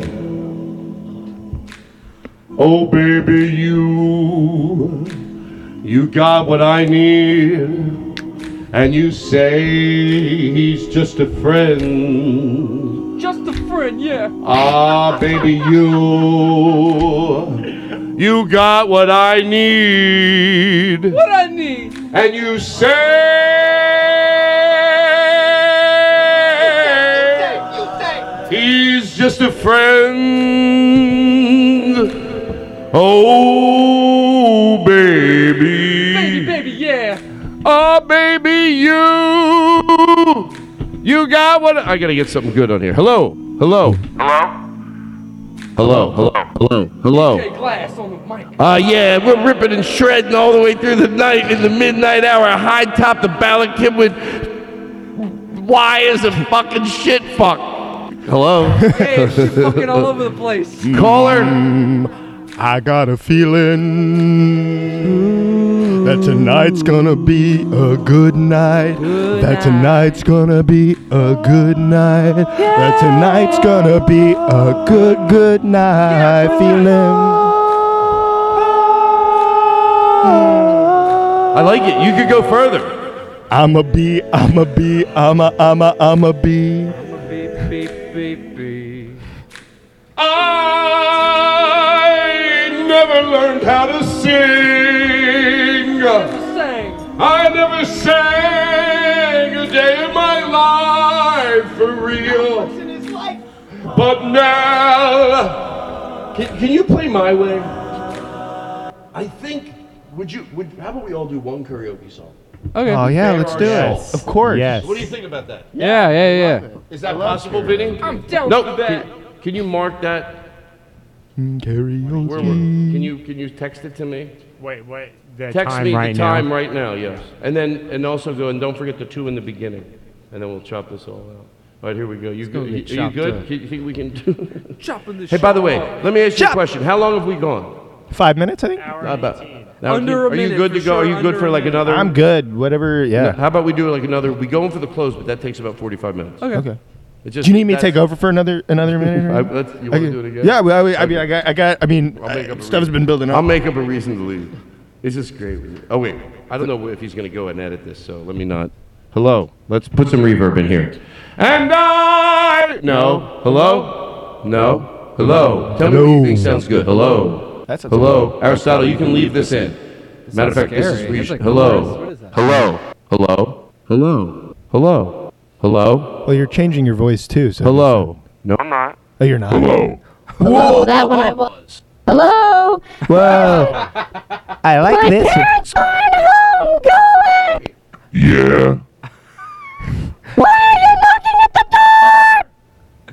Speaker 8: Oh baby, you you got what I need, and you say he's just a friend.
Speaker 5: Just a friend, yeah.
Speaker 8: Ah, baby, you. You got what I need. What
Speaker 5: I need.
Speaker 8: And you say. He's just a friend. Oh, baby.
Speaker 5: Baby, baby, yeah.
Speaker 2: Oh, baby, you. You got what? I gotta get something good on here. Hello, hello,
Speaker 10: Hello?
Speaker 2: hello, hello, hello, hello.
Speaker 5: Glass on the mic.
Speaker 2: Uh, yeah, we're ripping and shredding all the way through the night in the midnight hour. High top the ballot kid with wires and fucking shit fuck. Hello.
Speaker 5: [laughs] Hey, she's fucking all over
Speaker 2: [laughs]
Speaker 5: the place.
Speaker 2: Caller.
Speaker 12: I got a feeling that tonight's gonna be a good night. that tonight's gonna be a good night. That tonight's gonna be a good, good night feeling.
Speaker 2: I like it. You could go further.
Speaker 12: I'm a bee, I'm a bee, I'm a, I'm a, I'm a bee.
Speaker 8: I never learned how to sing. I never sang a day in my life for real. But now, can, can you play my way?
Speaker 2: I think. Would you? Would how about we all do one karaoke song?
Speaker 5: Okay.
Speaker 6: Oh yeah, let's do
Speaker 2: Yes.
Speaker 6: it. Of course.
Speaker 2: What do you think about that?
Speaker 5: Yeah, yeah, yeah.
Speaker 2: Is that possible, Vinny?
Speaker 5: I'm down
Speaker 2: No,
Speaker 5: for
Speaker 2: can-
Speaker 5: that.
Speaker 2: Can, you mark that? Where were- Can you can you text it to me?
Speaker 15: Wait, wait. The
Speaker 2: text
Speaker 15: time
Speaker 2: me
Speaker 15: right
Speaker 2: the
Speaker 15: now.
Speaker 2: time right now. Yes, and then and also go and don't forget the two in the beginning, and then we'll chop this all out. All right, here we go. You
Speaker 5: It's
Speaker 2: go,
Speaker 5: gonna
Speaker 2: you,
Speaker 5: get
Speaker 2: are you
Speaker 5: chopped
Speaker 2: good?
Speaker 5: up.
Speaker 2: Can, you think we can
Speaker 5: [laughs]
Speaker 2: do?
Speaker 5: Chopping this
Speaker 2: Hey, by the
Speaker 5: shit
Speaker 2: way,
Speaker 5: up.
Speaker 2: let me ask you a question. How long have we gone?
Speaker 6: Five minutes, I think.
Speaker 2: About
Speaker 6: Under
Speaker 2: are
Speaker 6: a
Speaker 2: you
Speaker 6: minute
Speaker 2: good
Speaker 6: for
Speaker 2: to go? Are
Speaker 6: sure,
Speaker 2: you good
Speaker 6: under
Speaker 2: for
Speaker 6: a
Speaker 2: like
Speaker 6: minute.
Speaker 2: another?
Speaker 6: I'm good. Whatever.
Speaker 2: No,
Speaker 6: Yeah.
Speaker 2: how about we do like another? We go in for the close, but that takes about forty-five minutes.
Speaker 6: Okay.
Speaker 2: It just-
Speaker 6: do you need me to
Speaker 2: that's-
Speaker 6: take over for another another minute? or-
Speaker 2: [laughs] I- let's- you wanna
Speaker 6: Okay.
Speaker 2: do it again?
Speaker 6: Yeah. Well, I, I
Speaker 2: Okay.
Speaker 6: mean, I got, I got, I mean,
Speaker 2: I'll make up a
Speaker 6: stuff has
Speaker 2: reason.
Speaker 6: been building up.
Speaker 2: I'll make up a reason to leave. This is great. Oh wait, I don't know if he's going to go and edit this, so let me not. Hello, let's put some reverb in here. And I no hello no hello. Tell me what you think sounds good. Hello.
Speaker 6: That sounds
Speaker 2: hello Aristotle. You can leave this in. Matter
Speaker 6: sounds
Speaker 2: of fact, this is
Speaker 6: scary.
Speaker 2: we
Speaker 6: That's like
Speaker 2: hello
Speaker 6: chorus. What is that?
Speaker 2: hello hello hello hello hello.
Speaker 6: Well, Oh, you're changing your voice too. So
Speaker 2: Hello. No,
Speaker 10: I'm not.
Speaker 6: Oh, you're not. Hello.
Speaker 10: Whoa, that one I was. Hello?
Speaker 6: Whoa. I like
Speaker 10: My
Speaker 6: this.
Speaker 10: parents aren't home. Going.
Speaker 8: Yeah.
Speaker 10: Why are you knocking at the door?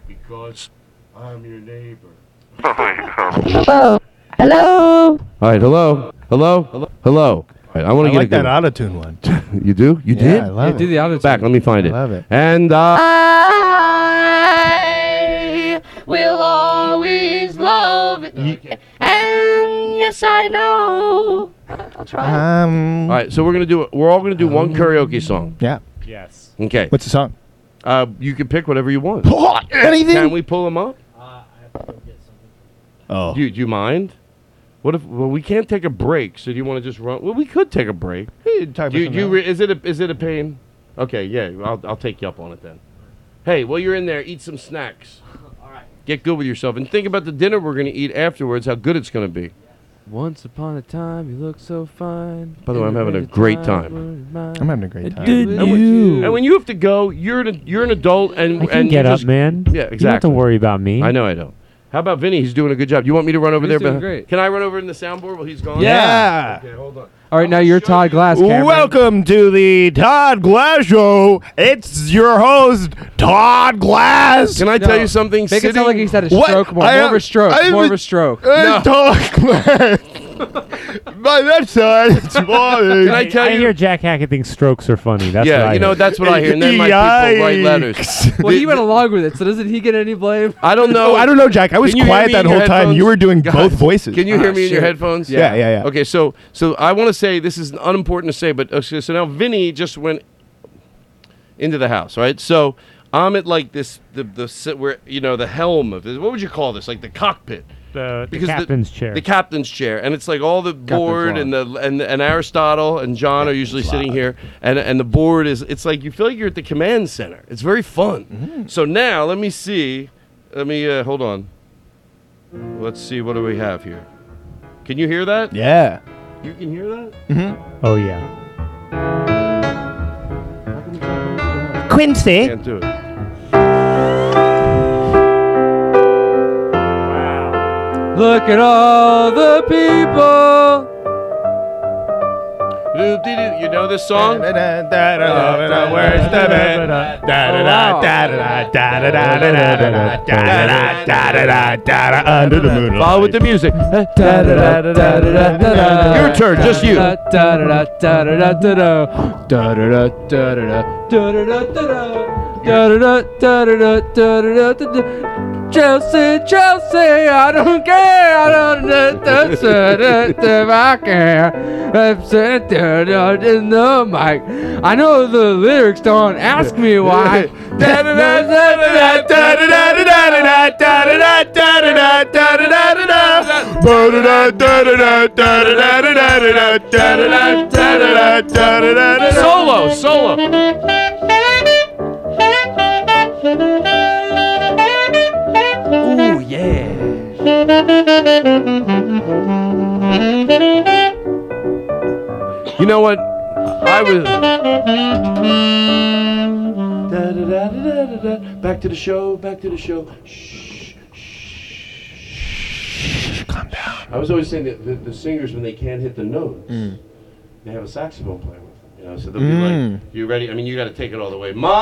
Speaker 8: Because I'm your neighbor.
Speaker 10: Hello? Hello?
Speaker 2: All right, hello hello hello hello. All right, I want
Speaker 6: I
Speaker 2: to get
Speaker 6: like
Speaker 2: a good
Speaker 6: that auto tune one.
Speaker 2: You do? You
Speaker 6: Yeah,
Speaker 2: did?
Speaker 6: I love Yeah, it. do
Speaker 2: the auto back. Let me find it. love it. And uh,
Speaker 10: I will always love you. And yes, I know. I'll try.
Speaker 6: Um.
Speaker 2: all right, so we're gonna do. We're all gonna do one karaoke song.
Speaker 6: Oh. Yeah.
Speaker 15: Yes.
Speaker 2: Okay.
Speaker 6: What's the song?
Speaker 2: Uh, you can pick whatever you want.
Speaker 6: anything?
Speaker 2: Can we pull them up? Oh. Do you, do you mind? What if? Well, we can't take a break. So do you want to just run? Well, we could take a break. Do you, do you re- is it a, is it a pain? Okay, yeah, I'll, I'll take you up on it then. Hey, while you're in there, eat some
Speaker 9: [laughs]
Speaker 2: snacks. Get good with yourself and think about the dinner we're gonna eat afterwards. How good it's gonna be.
Speaker 5: Once upon a time, you look so fine.
Speaker 2: By the way, I'm having a great time.
Speaker 6: I'm having a great time.
Speaker 2: And when- And when you have to go, you're an you're an adult, and
Speaker 9: I can
Speaker 2: and
Speaker 9: get
Speaker 2: you
Speaker 9: up,
Speaker 2: just-
Speaker 9: man.
Speaker 2: Yeah,
Speaker 9: You don't have to
Speaker 2: exactly.
Speaker 9: worry about me.
Speaker 2: I know I don't. How about Vinny? He's doing a good job. You want me to run over
Speaker 5: He's
Speaker 2: there?
Speaker 5: doing
Speaker 2: beh-
Speaker 5: great.
Speaker 2: Can I run over in the soundboard while he's gone?
Speaker 6: Yeah.
Speaker 2: Okay, hold on.
Speaker 5: All right, now you're Todd Glass. Cameron.
Speaker 6: Welcome to the Todd Glass Show. It's your host, Todd Glass.
Speaker 2: Can I tell you something?
Speaker 5: Make it sound like he's had a
Speaker 6: What?
Speaker 5: stroke. More,
Speaker 6: I
Speaker 5: more
Speaker 6: am-
Speaker 5: of a stroke.
Speaker 6: I am
Speaker 5: more of
Speaker 6: a-
Speaker 2: [laughs]
Speaker 5: a stroke.
Speaker 6: Hey, Todd Glass. My website
Speaker 2: [laughs]
Speaker 6: is morning.
Speaker 2: Can I tell
Speaker 9: I
Speaker 2: you-
Speaker 9: hear Jack Hackett thinks strokes are funny. That's
Speaker 2: yeah,
Speaker 9: what I
Speaker 2: you know
Speaker 9: hear.
Speaker 2: that's what I hear. And then my people write letters.
Speaker 5: [laughs] Well, he went along with it, so doesn't he get any blame?
Speaker 2: [laughs] I don't know.
Speaker 6: Oh, I don't know, Jack. I was
Speaker 2: Can you hear
Speaker 6: quiet
Speaker 2: me
Speaker 6: that
Speaker 2: in your
Speaker 6: whole time. You
Speaker 2: headphones?
Speaker 6: were doing
Speaker 2: Guys,
Speaker 6: both voices.
Speaker 2: Can you
Speaker 5: Ah,
Speaker 2: hear me in your
Speaker 6: shit.
Speaker 2: headphones?
Speaker 6: Yeah, yeah, yeah.
Speaker 2: Okay, so so I want to say this is unimportant to say, but okay, so now Vinny just went into the house, right? So I'm at like this the the sit where you know the helm of this. What would you call this? Like the cockpit.
Speaker 9: The, the captain's chair.
Speaker 2: The captain's chair, and it's like all the board and the and and Aristotle and John are usually sitting here, and and the board is. It's like you feel like you're at the command center. It's very fun.
Speaker 9: Mm-hmm.
Speaker 2: So now let me see. Let me uh, hold on. Let's see what do we have here. Can you hear that?
Speaker 6: Yeah.
Speaker 2: You can hear that.
Speaker 9: oh yeah.
Speaker 2: I
Speaker 11: Quincy.
Speaker 9: Eh?
Speaker 2: can't do it.
Speaker 5: Look at all the people.
Speaker 2: You know this song?
Speaker 6: Under the moon.
Speaker 2: Follow with the music. Your turn, just you.
Speaker 5: Chelsea, Chelsea, I don't care. I don't if I care. I'm sitting in the mic. I know the lyrics. Don't ask me why.
Speaker 2: Solo, solo.
Speaker 16: Ooh,
Speaker 10: [laughs]
Speaker 16: yeah.
Speaker 2: You know what? I was back to the show. Back to the show. I was always saying that the, the singers when they can't hit the notes, they have a saxophone player with them. You know, so they'll be
Speaker 6: Mm.
Speaker 2: like, "You ready?" I mean, you got to take it all the way. My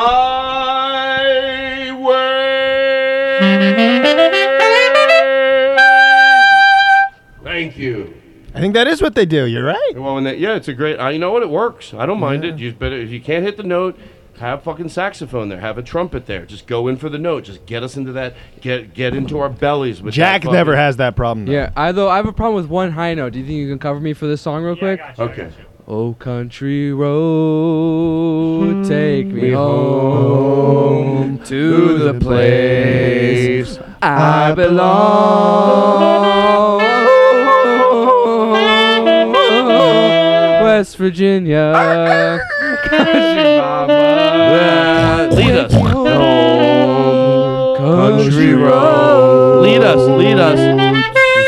Speaker 2: [laughs] way. Thank you.
Speaker 6: I think that is what they do. You're right.
Speaker 2: Well, and that, yeah, it's a great. I, you know what? It works. I don't mind it. You better if you can't hit the note, have fucking saxophone there. Have a trumpet there. Just go in for the note. Just get us into that. Get get into our bellies with.
Speaker 6: Jack
Speaker 2: that
Speaker 6: never
Speaker 2: fucking-
Speaker 6: has that problem. Though.
Speaker 5: Yeah, I though I have a problem with one high note. Do you think you can cover me for this song real quick?
Speaker 2: Okay.
Speaker 5: Oh country road, take me
Speaker 16: We
Speaker 5: home to the place I belong. West Virginia, country mama,
Speaker 2: lead us
Speaker 5: home, country road.
Speaker 2: Lead us. Lead us.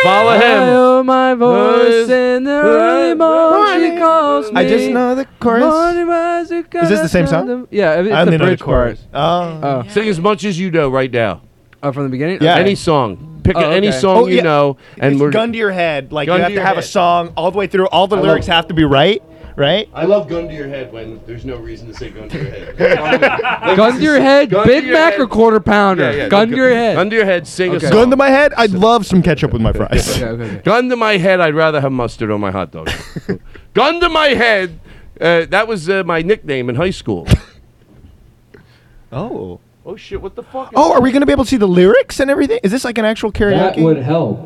Speaker 2: Follow
Speaker 5: I
Speaker 2: him.
Speaker 5: owe my voice in the early morning. She calls me.
Speaker 6: I just know the chorus.
Speaker 5: Morning rise, you
Speaker 6: Is this the same
Speaker 5: gotta
Speaker 6: song?
Speaker 5: stand up- Yeah, it's
Speaker 6: I only
Speaker 5: the
Speaker 6: know the
Speaker 5: bridge part.
Speaker 6: chorus. Oh.
Speaker 2: Sing as much as you know right now.
Speaker 5: Oh, from the beginning.
Speaker 6: Yeah.
Speaker 2: Any song. Pick
Speaker 5: Oh,
Speaker 2: any
Speaker 5: okay.
Speaker 2: song
Speaker 6: Oh,
Speaker 2: you
Speaker 6: yeah.
Speaker 2: know, and
Speaker 6: it's
Speaker 2: we're.
Speaker 6: gun to your head. Like
Speaker 2: Gun
Speaker 6: you
Speaker 2: to
Speaker 6: have to
Speaker 2: your
Speaker 6: have
Speaker 2: head.
Speaker 6: a song all the way through. All the
Speaker 2: I
Speaker 6: lyrics
Speaker 2: love-
Speaker 6: have to be right, right?
Speaker 2: I love gun to your head when there's no reason to say gun to your
Speaker 6: [laughs]
Speaker 2: head.
Speaker 5: Gun to your head,
Speaker 2: Gun to
Speaker 5: Big
Speaker 2: your
Speaker 5: Mac
Speaker 2: head.
Speaker 5: or quarter pounder.
Speaker 2: Yeah, yeah,
Speaker 5: Gun
Speaker 2: go-
Speaker 5: to your head.
Speaker 2: Gun to your head. Sing
Speaker 5: Okay.
Speaker 2: a song.
Speaker 6: Gun to my head. I'd love some ketchup with my fries.
Speaker 2: [laughs]
Speaker 5: Okay, okay, okay.
Speaker 2: Gun to my head, I'd rather have mustard on my hot dog. Gun to my head. Uh, that was uh, my nickname in high school.
Speaker 6: oh.
Speaker 2: oh shit! What the fuck?
Speaker 6: Oh, are we gonna be able to see the lyrics and everything? Is this like an actual karaoke?
Speaker 5: help.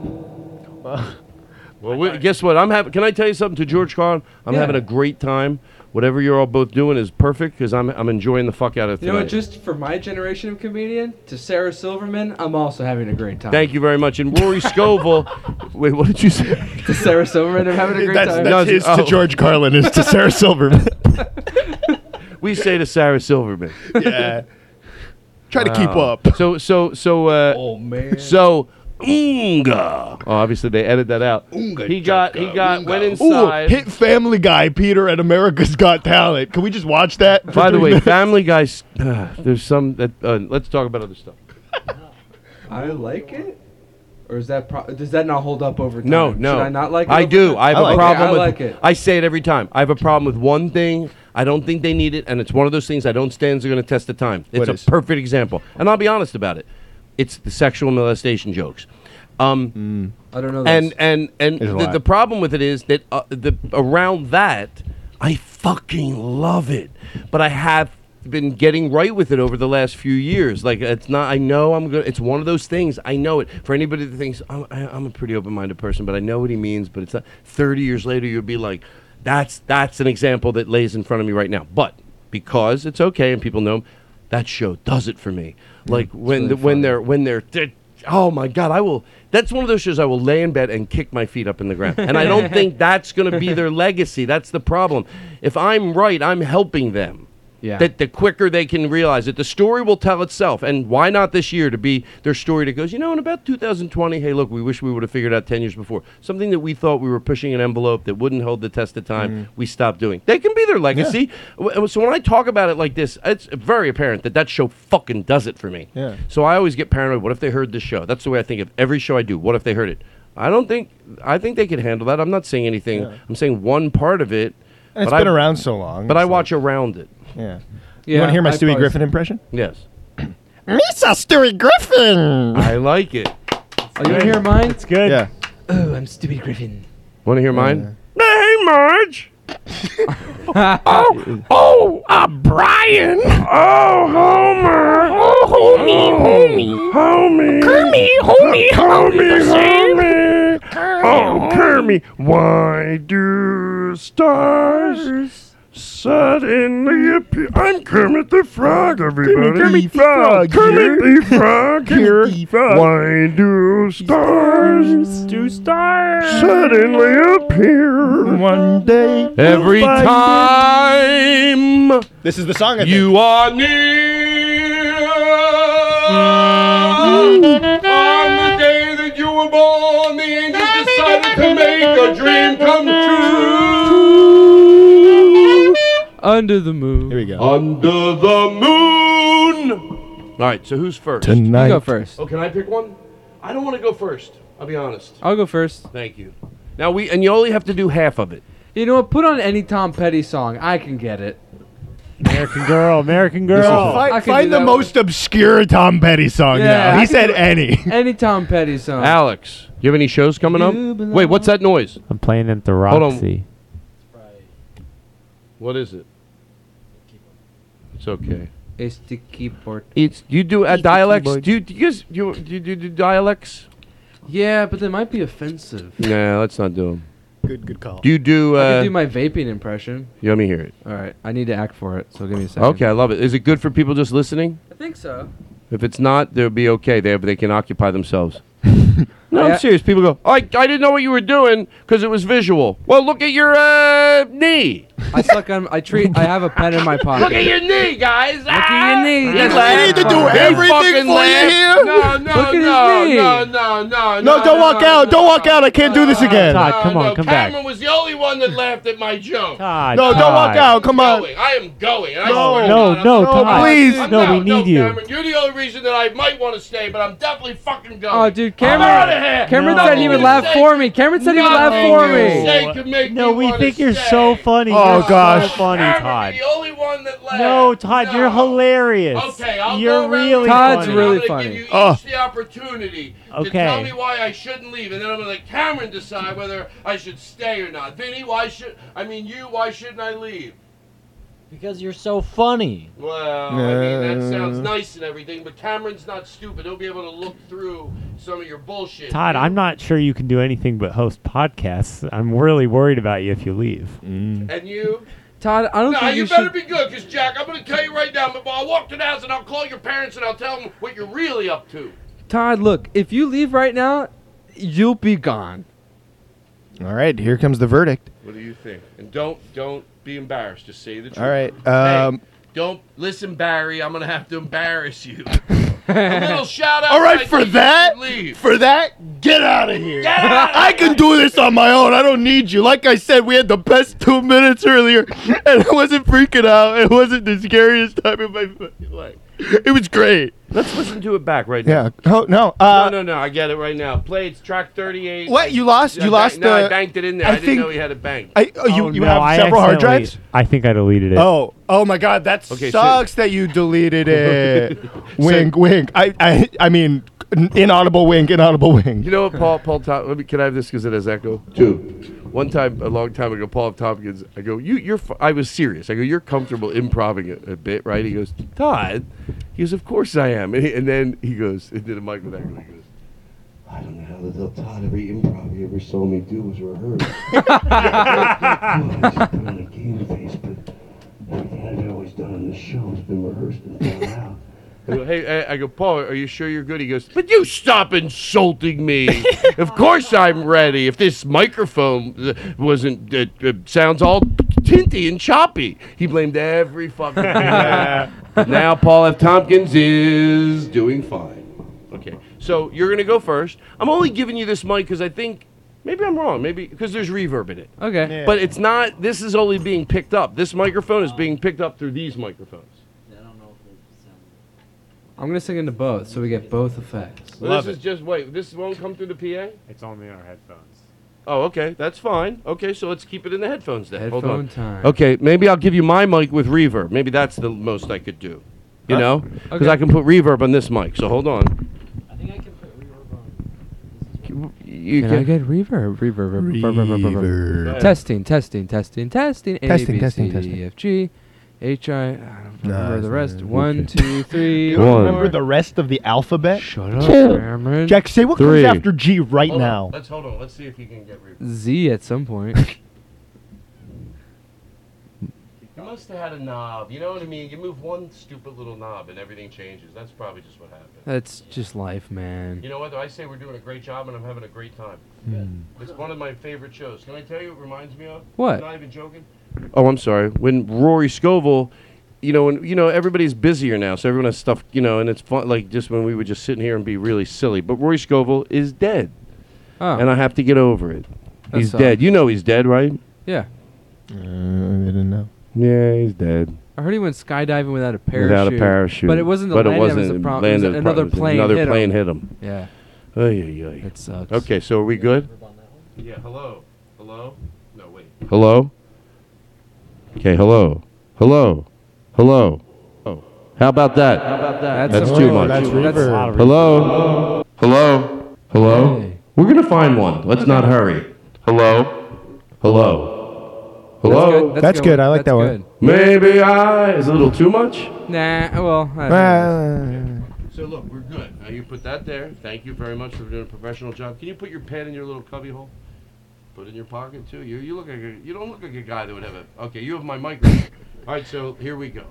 Speaker 2: Well, we, guess what? I'm having. Can I tell you something to George Carlin? I'm
Speaker 5: Yeah.
Speaker 2: having a great time. Whatever you're all both doing is perfect because I'm I'm enjoying the fuck out of
Speaker 5: You
Speaker 2: tonight.
Speaker 5: know what? Just for my generation of comedian, to Sarah Silverman, I'm also having a great time.
Speaker 2: Thank you very much. And Rory Scovel. wait, what did you say?
Speaker 5: To Sarah Silverman, I'm having a great
Speaker 6: That's,
Speaker 5: time.
Speaker 6: that's his
Speaker 2: oh.
Speaker 6: to George Carlin is to Sarah Silverman.
Speaker 2: We say to Sarah Silverman.
Speaker 6: yeah. Try to keep
Speaker 2: Wow.
Speaker 6: up.
Speaker 2: So so so. Uh,
Speaker 5: oh man.
Speaker 2: So Unga. Oh, obviously they edit that out. he got he got went
Speaker 6: Ooh,
Speaker 2: inside.
Speaker 6: hit Family Guy, Peter at America's Got Talent. Can we just watch that? for
Speaker 2: By the
Speaker 6: three
Speaker 2: way,
Speaker 6: minutes?
Speaker 2: Family Guys. [sighs] there's some that. Uh, let's talk about other stuff.
Speaker 5: I like it. Or is that pro- does that not hold up over time?
Speaker 4: No, no.
Speaker 5: Should I not like it?
Speaker 4: I
Speaker 5: over
Speaker 4: do.
Speaker 5: time?
Speaker 4: I have a
Speaker 5: Okay,
Speaker 4: problem
Speaker 5: I
Speaker 4: with
Speaker 5: like it.
Speaker 4: I say it every time. I have a problem with one thing. I don't think they need it, and it's one of those things I don't stand is going to test the time. It's
Speaker 17: What
Speaker 4: a
Speaker 17: is?
Speaker 4: perfect example, and I'll be honest about it. It's the sexual molestation jokes. Um,
Speaker 5: I don't know.
Speaker 4: And and and
Speaker 17: There's a
Speaker 4: the,
Speaker 17: lot.
Speaker 4: the problem with it is that uh, the around that I fucking love it, but I have been getting right with it over the last few years. Like it's not. I know I'm gonna. It's one of those things. I know it. For anybody that thinks I'm, I, I'm a pretty open-minded person, but I know what he means. But it's not. Thirty years later, you'll be like, that's that's an example that lays in front of me right now. But because it's okay and people know. That show does it for me. Like when
Speaker 17: really
Speaker 4: the, when they're when they're, they're oh my god, I will. That's one of those shows I will lay in bed and kick my feet up in the ground. And I don't think that's going to be their legacy. That's the problem. If I'm right, I'm helping them.
Speaker 5: Yeah.
Speaker 4: That the quicker they can realize it, the story will tell itself. And why not this year to be their story that goes, you know, in about 2020, hey, look, we wish we would have figured out 10 years before. Something that we thought we were pushing an envelope that wouldn't hold the test of time, we stopped doing. They can be their legacy. W- So when I talk about it like this, it's very apparent that that show fucking does it for me.
Speaker 17: Yeah.
Speaker 4: So I always get paranoid. What if they heard this show? That's the way I think of every show I do. What if they heard it? I don't think I think they could handle that. I'm not saying anything. I'm saying one part of it.
Speaker 17: And it's
Speaker 4: but
Speaker 17: been
Speaker 4: I-
Speaker 17: around so long.
Speaker 4: But I
Speaker 17: It's
Speaker 4: watch around it.
Speaker 17: Yeah. you want to hear my Stewie Griffin impression?
Speaker 4: Yes.
Speaker 17: [clears throat] Misa Stewie Griffin.
Speaker 4: I like it.
Speaker 5: Are Oh, you gonna hear mine? It's
Speaker 17: good. Yeah.
Speaker 5: Oh, I'm Stewie Griffin.
Speaker 4: Want to hear mine?
Speaker 2: Hey, Marge. oh, oh, uh, Brian. Oh, Homer. Oh, homie, homie. Homie. Kermie, homie. Kermie, homie. Oh, Kermie. Why do stars suddenly appear? I'm Kermit the Frog, everybody.
Speaker 6: Kermit the Frog
Speaker 2: Kermit
Speaker 6: here.
Speaker 2: the Frog here. Why do stars do stars suddenly appear? One day
Speaker 4: Every time
Speaker 17: This is the song.
Speaker 4: you are near. On the day that you were born, the angels decided to make a dream come true.
Speaker 5: Under the moon.
Speaker 17: Here we go.
Speaker 4: Under the moon. All right, so who's first?
Speaker 17: Tonight. You go
Speaker 5: first.
Speaker 4: Oh, can I pick one? I don't want to go first. I'll be honest.
Speaker 5: I'll go first.
Speaker 4: Thank you. Now we and you only have to do half of it.
Speaker 5: You know what? Put on any Tom Petty song. I can get it.
Speaker 9: American Girl, American
Speaker 5: I
Speaker 9: Girl.
Speaker 17: Find,
Speaker 5: can do
Speaker 17: find the
Speaker 5: that
Speaker 17: most obscure Tom Petty
Speaker 4: Oh,
Speaker 17: song
Speaker 5: Yeah,
Speaker 17: now.
Speaker 5: I
Speaker 17: He
Speaker 5: can
Speaker 17: said
Speaker 5: do-
Speaker 17: any.
Speaker 5: Any Tom Petty song.
Speaker 4: Alex, you have any shows coming up? Wait, what's that noise?
Speaker 9: I'm playing at the
Speaker 4: Hold on.
Speaker 9: Roxy.
Speaker 4: What is it? It's okay.
Speaker 5: It's the keyboard.
Speaker 4: It's you do uh, dialects. Do you, do you guys do you, do, you, do, you do dialects?
Speaker 5: Yeah, but they might be offensive.
Speaker 4: Nah, let's not do them.
Speaker 17: Good, good call.
Speaker 4: Do you do?
Speaker 5: I
Speaker 4: Uh,
Speaker 5: can do my vaping impression.
Speaker 4: you let me hear it.
Speaker 5: All right, I need to act for it. So give me a second.
Speaker 4: Okay, I love it. Is it good for people just listening?
Speaker 5: I think so.
Speaker 4: If it's not, they'll be okay. They they can occupy
Speaker 5: [laughs]
Speaker 4: themselves. no,
Speaker 5: I-
Speaker 4: I'm serious. People go, I, I didn't know what you were doing because it was visual. Well, look at your uh, knee.
Speaker 5: I suck on. I treat. I have a pen in my pocket.
Speaker 4: Look at your knee, guys. Look
Speaker 5: at your knee.
Speaker 4: They
Speaker 5: Look
Speaker 4: laugh.
Speaker 5: at his knee.
Speaker 4: They
Speaker 6: everything
Speaker 4: fucking
Speaker 6: for you
Speaker 4: laugh.
Speaker 6: here?
Speaker 4: No, no,
Speaker 6: Look at his
Speaker 4: no,
Speaker 6: knee.
Speaker 4: no, no, no,
Speaker 6: No, don't walk out. don't walk out. I can't do this again.
Speaker 9: Todd, come on, come back.
Speaker 4: Cameron was the only one that laughed at my joke.
Speaker 9: Todd,
Speaker 6: No, don't walk
Speaker 9: Todd.
Speaker 6: out. Come on.
Speaker 4: Going. I am going. and I
Speaker 6: No,
Speaker 4: swear to
Speaker 9: no,
Speaker 4: God, I'm
Speaker 9: no,
Speaker 4: not-
Speaker 9: Todd.
Speaker 6: please.
Speaker 4: I'm
Speaker 9: No,
Speaker 4: out.
Speaker 9: we need you.
Speaker 4: Cameron, you're the only reason that I might want to stay, but I'm definitely fucking going.
Speaker 5: Oh, dude,
Speaker 4: I'm outta here.
Speaker 5: Cameron. Cameron
Speaker 4: Nothing
Speaker 5: said he
Speaker 4: you
Speaker 5: would laugh
Speaker 4: say-
Speaker 5: for me. Cameron said he would laugh
Speaker 4: nothing
Speaker 5: for
Speaker 4: you say
Speaker 5: me.
Speaker 4: could make
Speaker 9: No,
Speaker 4: me
Speaker 9: we
Speaker 4: wanna
Speaker 9: think you're
Speaker 4: stay.
Speaker 9: so funny.
Speaker 6: Oh,
Speaker 9: You're so
Speaker 6: gosh.
Speaker 9: funny,
Speaker 4: Cameron,
Speaker 9: Todd.
Speaker 4: The only one that laughed.
Speaker 9: No, Todd, you're hilarious.
Speaker 4: Okay, I'll
Speaker 9: you're
Speaker 4: go around
Speaker 9: really
Speaker 4: the
Speaker 5: Todd's
Speaker 9: funny.
Speaker 4: room,
Speaker 5: really
Speaker 4: I'm gonna
Speaker 5: funny.
Speaker 4: Give you each
Speaker 9: Oh.
Speaker 4: the opportunity to
Speaker 9: Okay.
Speaker 4: tell me why I shouldn't leave, and then I'm gonna let Cameron decide whether I should stay or not. Vinny, why should I mean you? Why shouldn't I leave?
Speaker 1: Because you're so funny.
Speaker 4: Well, I
Speaker 6: Uh.
Speaker 4: mean that sounds nice and everything, but Cameron's not stupid. He'll be able to look through some of your bullshit.
Speaker 9: Todd, I'm not sure you can do anything but host podcasts. I'm really worried about you if you leave.
Speaker 6: Mm.
Speaker 4: And you?
Speaker 5: Todd, I don't
Speaker 4: Nah,
Speaker 5: think
Speaker 4: you
Speaker 5: you
Speaker 4: better
Speaker 5: should.
Speaker 4: be good, cause Jack, I'm gonna tell you right now. But I'll walk to the house and I'll call your parents and I'll tell them what you're really up to.
Speaker 5: Todd, look. If you leave right now, you'll be gone.
Speaker 17: All right, here comes the verdict.
Speaker 4: What do you think? And don't don't be embarrassed. Just say the truth.
Speaker 17: All right. Um,
Speaker 4: Don't listen, Barry. I'm gonna have to embarrass
Speaker 6: [laughs]
Speaker 4: you. A little shout out.
Speaker 6: All
Speaker 4: I
Speaker 6: right, for
Speaker 4: think you
Speaker 6: that,
Speaker 4: should leave.
Speaker 6: for that, get out of here. [laughs] I can do this on my own. I don't need you. Like I said, we had the best two [laughs] minutes earlier, and I wasn't freaking out. It wasn't the scariest time of my fucking life.
Speaker 2: It was great. Let's listen to it back right now.
Speaker 6: Yeah. Oh no. Uh,
Speaker 2: no, no, no. I get it right now. Play it's track 38.
Speaker 6: What? You lost-
Speaker 2: I
Speaker 6: you lost
Speaker 2: No, I
Speaker 6: the-
Speaker 2: banked it in there.
Speaker 6: I
Speaker 2: I, didn't
Speaker 6: think-
Speaker 2: know he had a bank.
Speaker 6: I, oh, you you have
Speaker 9: I
Speaker 6: several hard
Speaker 9: accidentally-
Speaker 6: drives.
Speaker 9: I think I deleted it.
Speaker 6: Oh, oh my God! That
Speaker 9: Okay, so-
Speaker 6: sucks that you deleted
Speaker 2: [laughs]
Speaker 6: it. wink, wink. I, I, I mean, inaudible wink, inaudible wink.
Speaker 2: You know what, Paul? Paul, Tom, let me, can I have this because it has echo? Two. One time, a long time ago, Paul Tompkins. I go, you, you're. f-" I was serious. I go, you're comfortable improvising a, a bit, right? He goes, Todd. He goes, of course I am. And, he- and then he goes, and then Michael Echo. He goes, I don't know how the hell Todd every improv he ever saw me do was rehearsed.
Speaker 10: I just put on a game face, but everything I've always done on this show has been rehearsed and thought out.
Speaker 2: I go, hey, I, I go, Paul, are you sure you're good? He goes, but you stop insulting me. of course I'm ready. If this microphone uh, wasn't, it, it sounds all tinty and choppy. He blamed every fucking thing. now Paul F. Tompkins is doing fine. Okay, so you're gonna go first. I'm only giving you this mic because I think maybe I'm wrong. Maybe because there's reverb in it.
Speaker 5: Okay.
Speaker 2: But it's not. This is only being picked up. This microphone is being picked up through these microphones.
Speaker 5: I'm gonna sing into both, so we get both effects.
Speaker 2: Well, this is just wait. This won't come through the PA. It's only in our headphones. Oh, okay, that's fine. Okay, so let's keep it in the headphones then. Hold
Speaker 5: Headphone
Speaker 2: on.
Speaker 5: time.
Speaker 2: Okay, maybe I'll give you my mic with reverb. Maybe that's the most I could do. You
Speaker 5: Huh?
Speaker 2: know, because
Speaker 5: Okay.
Speaker 2: I can put reverb on this mic. So hold on. You
Speaker 5: Can I get reverb? Reverb. Reverb. reverb, reverb, reverb.
Speaker 2: Reverb.
Speaker 5: Testing. Testing. Testing. Testing. A,
Speaker 6: Testing,
Speaker 5: B,
Speaker 6: testing,
Speaker 5: C,
Speaker 6: testing.
Speaker 5: E, F, G, H, I. I don't
Speaker 6: Nah,
Speaker 5: remember
Speaker 6: it's
Speaker 5: the
Speaker 6: not
Speaker 5: rest.
Speaker 6: good.
Speaker 5: One, two,
Speaker 2: [laughs]
Speaker 5: three.
Speaker 6: You don't
Speaker 5: four.
Speaker 6: remember the rest of the alphabet? Shut
Speaker 5: up, Cameron.
Speaker 6: Jack, say what
Speaker 5: Three.
Speaker 6: comes after G right
Speaker 2: Hold on,
Speaker 6: now.
Speaker 2: Let's hold on. Let's see if you can get reverb.
Speaker 5: Z at some
Speaker 2: [laughs]
Speaker 5: point.
Speaker 2: You must have had a knob. You know what I mean? You move one stupid little knob and everything changes. That's probably just what happened.
Speaker 5: That's just life, man.
Speaker 2: You know what? though? I say we're doing a great job and I'm having a great time. It's one of my favorite shows. Can I tell you what it reminds me of?
Speaker 5: Hmm. What?
Speaker 2: I'm not even joking. Oh, I'm sorry. When Rory Scovel, you know, and you know, everybody's busier now, so everyone has stuff, you know, and it's fun. Like just when we would just sit in here and be really silly. But Rory Scovel is dead,
Speaker 5: Oh.
Speaker 2: and I have to get over it.
Speaker 5: That
Speaker 2: he's
Speaker 5: sucks.
Speaker 2: dead. You know, he's dead, right?
Speaker 5: Yeah.
Speaker 6: Uh, I didn't know.
Speaker 2: Yeah, he's dead.
Speaker 5: I heard he went skydiving without a parachute.
Speaker 2: Without a parachute.
Speaker 5: But it wasn't the
Speaker 2: But it
Speaker 5: landing that was
Speaker 2: wasn't
Speaker 5: the problem. It was
Speaker 2: landed the
Speaker 5: another
Speaker 2: problem. It was
Speaker 5: plane.
Speaker 2: another
Speaker 5: hit
Speaker 2: plane
Speaker 5: him.
Speaker 2: hit him.
Speaker 5: Yeah.
Speaker 2: Ay, ay, ay.
Speaker 5: It sucks.
Speaker 2: Okay, so are we good?
Speaker 10: Yeah, hello. Hello? No, wait.
Speaker 2: Hello? Okay, hello. Hello. Hello. Oh. How about that? How about
Speaker 10: that?
Speaker 2: That's,
Speaker 10: That's
Speaker 2: too
Speaker 10: reverb.
Speaker 2: much.
Speaker 10: That's reverb.
Speaker 2: Hello. Hello. Hello. We're going to find one. Let's not hurry. Hello. Hello. Hello.
Speaker 6: That's That's good. good. I like That's that one. good.
Speaker 2: Maybe I is it a little too much.
Speaker 5: Nah. Well. I
Speaker 2: So look, we're good. Now you put that there. Thank you very much for doing a professional job. Can you put your pen in your little cubby hole? Put it in your pocket too. You you look like a, you don't look like a guy that would have a. Okay, you have my microphone. All right, so here we go.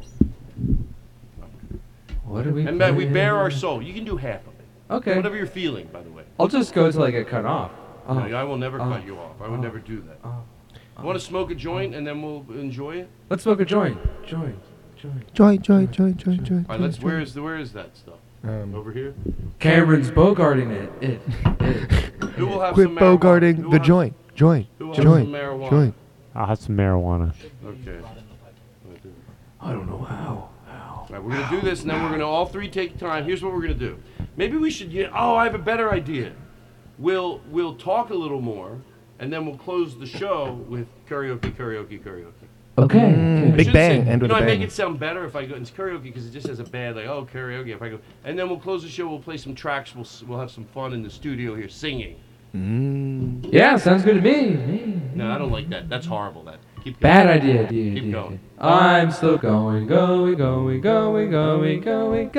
Speaker 5: What are we?
Speaker 2: and Matt, we
Speaker 5: playing?
Speaker 2: bare our soul. You can do half of it.
Speaker 5: Okay.
Speaker 2: Whatever you're feeling, by the way.
Speaker 5: I'll just go till I get cut off.
Speaker 2: No,
Speaker 5: Oh.
Speaker 2: I will never
Speaker 5: Oh.
Speaker 2: cut you off. I would
Speaker 5: Oh.
Speaker 2: never do that. Want to smoke a joint and then we'll enjoy it?
Speaker 5: Let's smoke a joint. Joint. Joint.
Speaker 6: Joy, joy, joy, joy, joy.
Speaker 2: All right, let's. Where is the where is that stuff? Over here.
Speaker 5: Cameron's bogarting it. It. it.
Speaker 2: Who will have
Speaker 6: Quit
Speaker 2: some marijuana?
Speaker 6: bogarting
Speaker 2: Who
Speaker 6: the
Speaker 2: has-
Speaker 6: joint, joint,
Speaker 2: who has
Speaker 6: joint,
Speaker 2: some marijuana?
Speaker 6: joint.
Speaker 9: I'll have some marijuana.
Speaker 2: Okay. I don't know how. All right, we're gonna do this, and then we're gonna all three take time. Here's what we're gonna do. Maybe we should. Get, oh, I have a better idea. We'll we'll talk a little more, and then we'll close the show with karaoke, karaoke, karaoke.
Speaker 5: Okay.
Speaker 6: Mm,
Speaker 2: I
Speaker 6: Big
Speaker 2: should
Speaker 6: bang.
Speaker 2: say-
Speaker 6: end
Speaker 2: you
Speaker 6: with a
Speaker 2: know, I
Speaker 6: bang.
Speaker 2: make it sound better if I go it's karaoke because it just has a bad like oh karaoke if I go and then we'll close the show. We'll play some tracks. We'll s- we'll have some fun in the studio here singing.
Speaker 6: Mm.
Speaker 5: Yeah, sounds good to me. Me.
Speaker 2: No, I don't like that. That's horrible. That keep going.
Speaker 5: Bad idea. idea,
Speaker 2: Keep
Speaker 5: idea.
Speaker 2: going.
Speaker 5: I'm still going, going, going, going, going, going, going,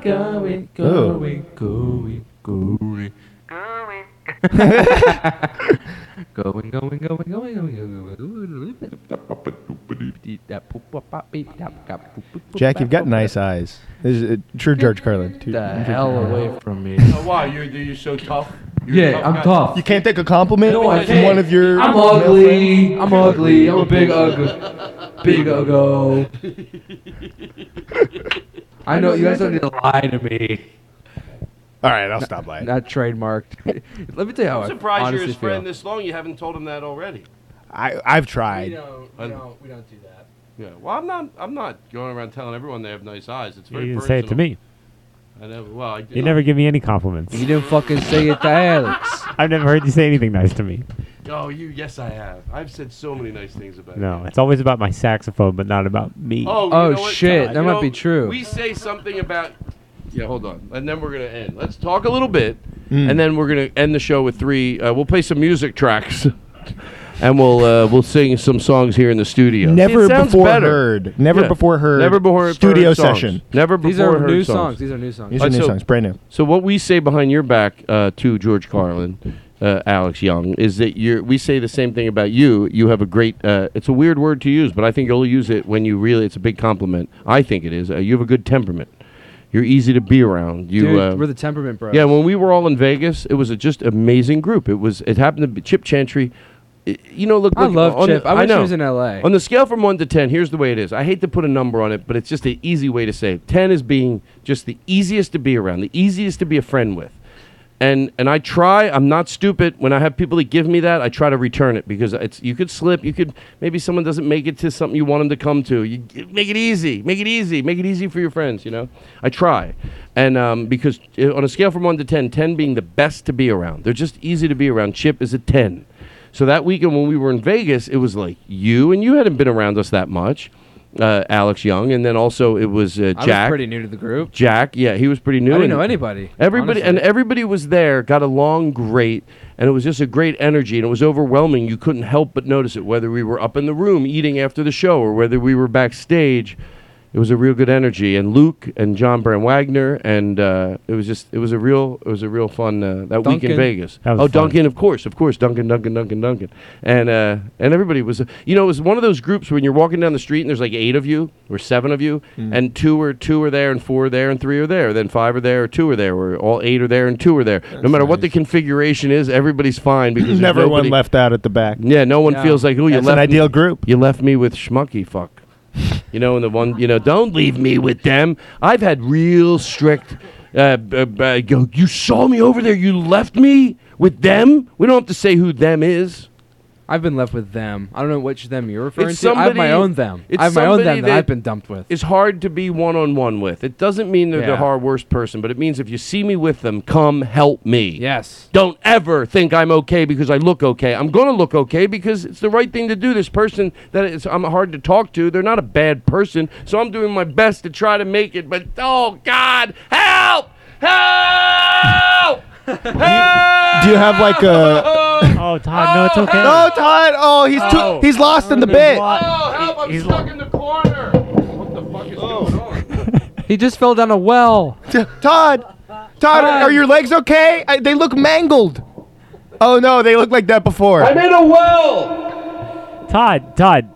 Speaker 5: going,
Speaker 10: Oh.
Speaker 5: going, going, [laughs] going. going, going, going, going, going, going.
Speaker 6: Jack, you've got nice eyes. This is uh, true George Carlin. Too.
Speaker 5: the hell away from me.
Speaker 2: Oh, why you're you're so tough. You're a
Speaker 5: Yeah,
Speaker 2: tough
Speaker 5: I'm
Speaker 2: guy.
Speaker 5: tough.
Speaker 6: You can't take a compliment
Speaker 5: No, I
Speaker 6: from
Speaker 5: can't.
Speaker 6: one of your.
Speaker 5: I'm
Speaker 6: male
Speaker 5: ugly.
Speaker 6: friends?
Speaker 5: I'm ugly. I'm a big ugly. Big ugly. [laughs] I know you guys don't need to lie to me.
Speaker 6: All right, I'll
Speaker 5: Not-
Speaker 6: stop lying.
Speaker 5: Not trademarked. [laughs] Let me tell you how
Speaker 2: I'm
Speaker 5: I
Speaker 2: surprised you're
Speaker 5: honestly
Speaker 2: his
Speaker 5: feel.
Speaker 2: friend this long. You haven't told him that already.
Speaker 6: I I've tried.
Speaker 5: don't,
Speaker 2: we
Speaker 5: don't, we don't do that.
Speaker 2: Yeah. Well, I'm not. I'm not going around telling everyone they have nice eyes. It's
Speaker 9: You
Speaker 2: very
Speaker 9: didn't say
Speaker 2: personal.
Speaker 9: it to me.
Speaker 2: I never. Well, I,
Speaker 9: You never give me any compliments.
Speaker 5: [laughs] You didn't fucking say it
Speaker 2: [laughs]
Speaker 5: to Alex.
Speaker 9: I've never heard you say anything nice to me.
Speaker 2: Oh, you? Yes, I have. I've said so many nice things about you.
Speaker 9: No, it's always about my saxophone, but not about me.
Speaker 2: Oh, you
Speaker 5: Oh,
Speaker 2: know what,
Speaker 5: shit,
Speaker 2: Todd?
Speaker 5: that
Speaker 2: You
Speaker 5: might
Speaker 2: know,
Speaker 5: be true.
Speaker 2: We say something about. Yeah, hold on, and then we're gonna end. Let's talk a little bit, and then we're gonna end the show with three. Uh, we'll play some music tracks, [laughs] and we'll uh, we'll sing some songs here in the studio.
Speaker 6: Never
Speaker 2: It sounds
Speaker 6: before
Speaker 2: better.
Speaker 6: heard. Never
Speaker 2: Yeah.
Speaker 6: before heard.
Speaker 2: Never before
Speaker 6: Studio
Speaker 2: heard songs.
Speaker 6: session.
Speaker 2: Never before
Speaker 5: These are
Speaker 2: heard
Speaker 5: new
Speaker 2: songs.
Speaker 5: songs. These are new songs.
Speaker 6: These are
Speaker 2: Alright,
Speaker 6: new
Speaker 2: so-
Speaker 6: songs, brand new.
Speaker 2: So what we say behind your back uh, to George Carlin, uh, Alex Young, is that you're, we say the same thing about you. You have a great. Uh, it's a weird word to use, but I think you'll use it when you really. It's a big compliment. I think it is. Uh, you have a good temperament. You're easy to be around. You
Speaker 5: Dude,
Speaker 2: uh,
Speaker 5: we're the temperament bros.
Speaker 2: Yeah, when we were all in Vegas, it was a just amazing group. It was. It happened to be Chip Chantry. E, I- You know, look.
Speaker 5: I
Speaker 2: look,
Speaker 5: love
Speaker 2: on
Speaker 5: Chip.
Speaker 2: the-
Speaker 5: I wish he
Speaker 2: know.
Speaker 5: was in LA.
Speaker 2: On the scale from one to ten, here's the way it is. I hate to put a number on it, but it's just an easy way to say it. Ten is being just the easiest to be around, the easiest to be a friend with. And and I try. I'm not stupid. When I have people that give me that, I try to return it because it's you could slip. You could maybe someone doesn't make it to something you want them to come to. You g- make it easy. Make it easy. Make it easy for your friends. You know, I try. And um, because uh, on a scale from one to 10, 10 being the best to be around, they're just easy to be around. Chip is a ten. So that weekend when we were in Vegas, it was like you and you hadn't been around us that much, uh, Alex Young, and then also it was uh,
Speaker 5: I was
Speaker 2: Jack.
Speaker 5: pretty new to the group.
Speaker 2: Jack, yeah, he was pretty new.
Speaker 5: I didn't
Speaker 2: and
Speaker 5: know anybody,
Speaker 2: Everybody and
Speaker 5: honestly.
Speaker 2: everybody was there, got along great, and it was just a great energy, and it was overwhelming. You couldn't help but notice it, whether we were up in the room eating after the show or whether we were backstage. It was a real good energy, and Luke and John Brand Wagner, and uh, it was just it was a real it was a real fun uh, that week
Speaker 5: Duncan.
Speaker 2: in Vegas.
Speaker 5: That was
Speaker 2: oh,
Speaker 5: fun.
Speaker 2: Duncan. Duncan, of course, of course, Duncan, Duncan, Duncan, Duncan, and uh, and everybody was, you know, it was one of those groups when you're walking down the street and there's like eight of you or seven of you,
Speaker 6: Mm.
Speaker 2: and two or two are there and four are there and three are there, then five are there or two are there or all eight are there and two are there. no matter what the configuration is, everybody's
Speaker 6: [clears throat]
Speaker 2: fine because there's
Speaker 6: Never one
Speaker 2: nobody-
Speaker 6: left out at the back.
Speaker 2: Yeah, no one
Speaker 6: Yeah.
Speaker 2: feels like oh you
Speaker 6: That's an
Speaker 2: left
Speaker 6: ideal
Speaker 2: me, group. You left me with schmucky fuck. you know, and the one you know, don't leave me with them. I've had real strict. Uh, b- b- go, you saw me over there. You left me with them. We don't have to say who them is.
Speaker 5: I've been left with them. I don't know which them you're referring
Speaker 2: It's
Speaker 5: to. I have my
Speaker 2: somebody-
Speaker 5: own them.
Speaker 2: it's
Speaker 5: I have my own
Speaker 2: somebody
Speaker 5: them that, I've been dumped with.
Speaker 2: It's hard to be one on one with. It doesn't mean they're the
Speaker 5: Yeah.
Speaker 2: hard worst person, but it means if you see me with them, come help me.
Speaker 5: Yes.
Speaker 2: Don't ever think I'm okay because I look okay. I'm going to look okay because it's the right thing to do. This person that is, I'm hard to talk to, they're not a bad person, so I'm doing my best to try to make it. But oh God, help! [laughs] Help!
Speaker 6: Do you have like a?
Speaker 2: [laughs]
Speaker 9: Oh, Todd, no, it's okay.
Speaker 6: No, Todd. Oh, he's
Speaker 9: Oh.
Speaker 6: too. He's lost in the
Speaker 9: He's
Speaker 6: bit.
Speaker 9: lost.
Speaker 2: help! I'm stuck in the corner. What the fuck is going on?
Speaker 5: He just fell down a well.
Speaker 6: Todd, Todd, are your legs okay? I, they look mangled. Oh no, they look like that before.
Speaker 2: I'm in a well.
Speaker 9: Todd, Todd,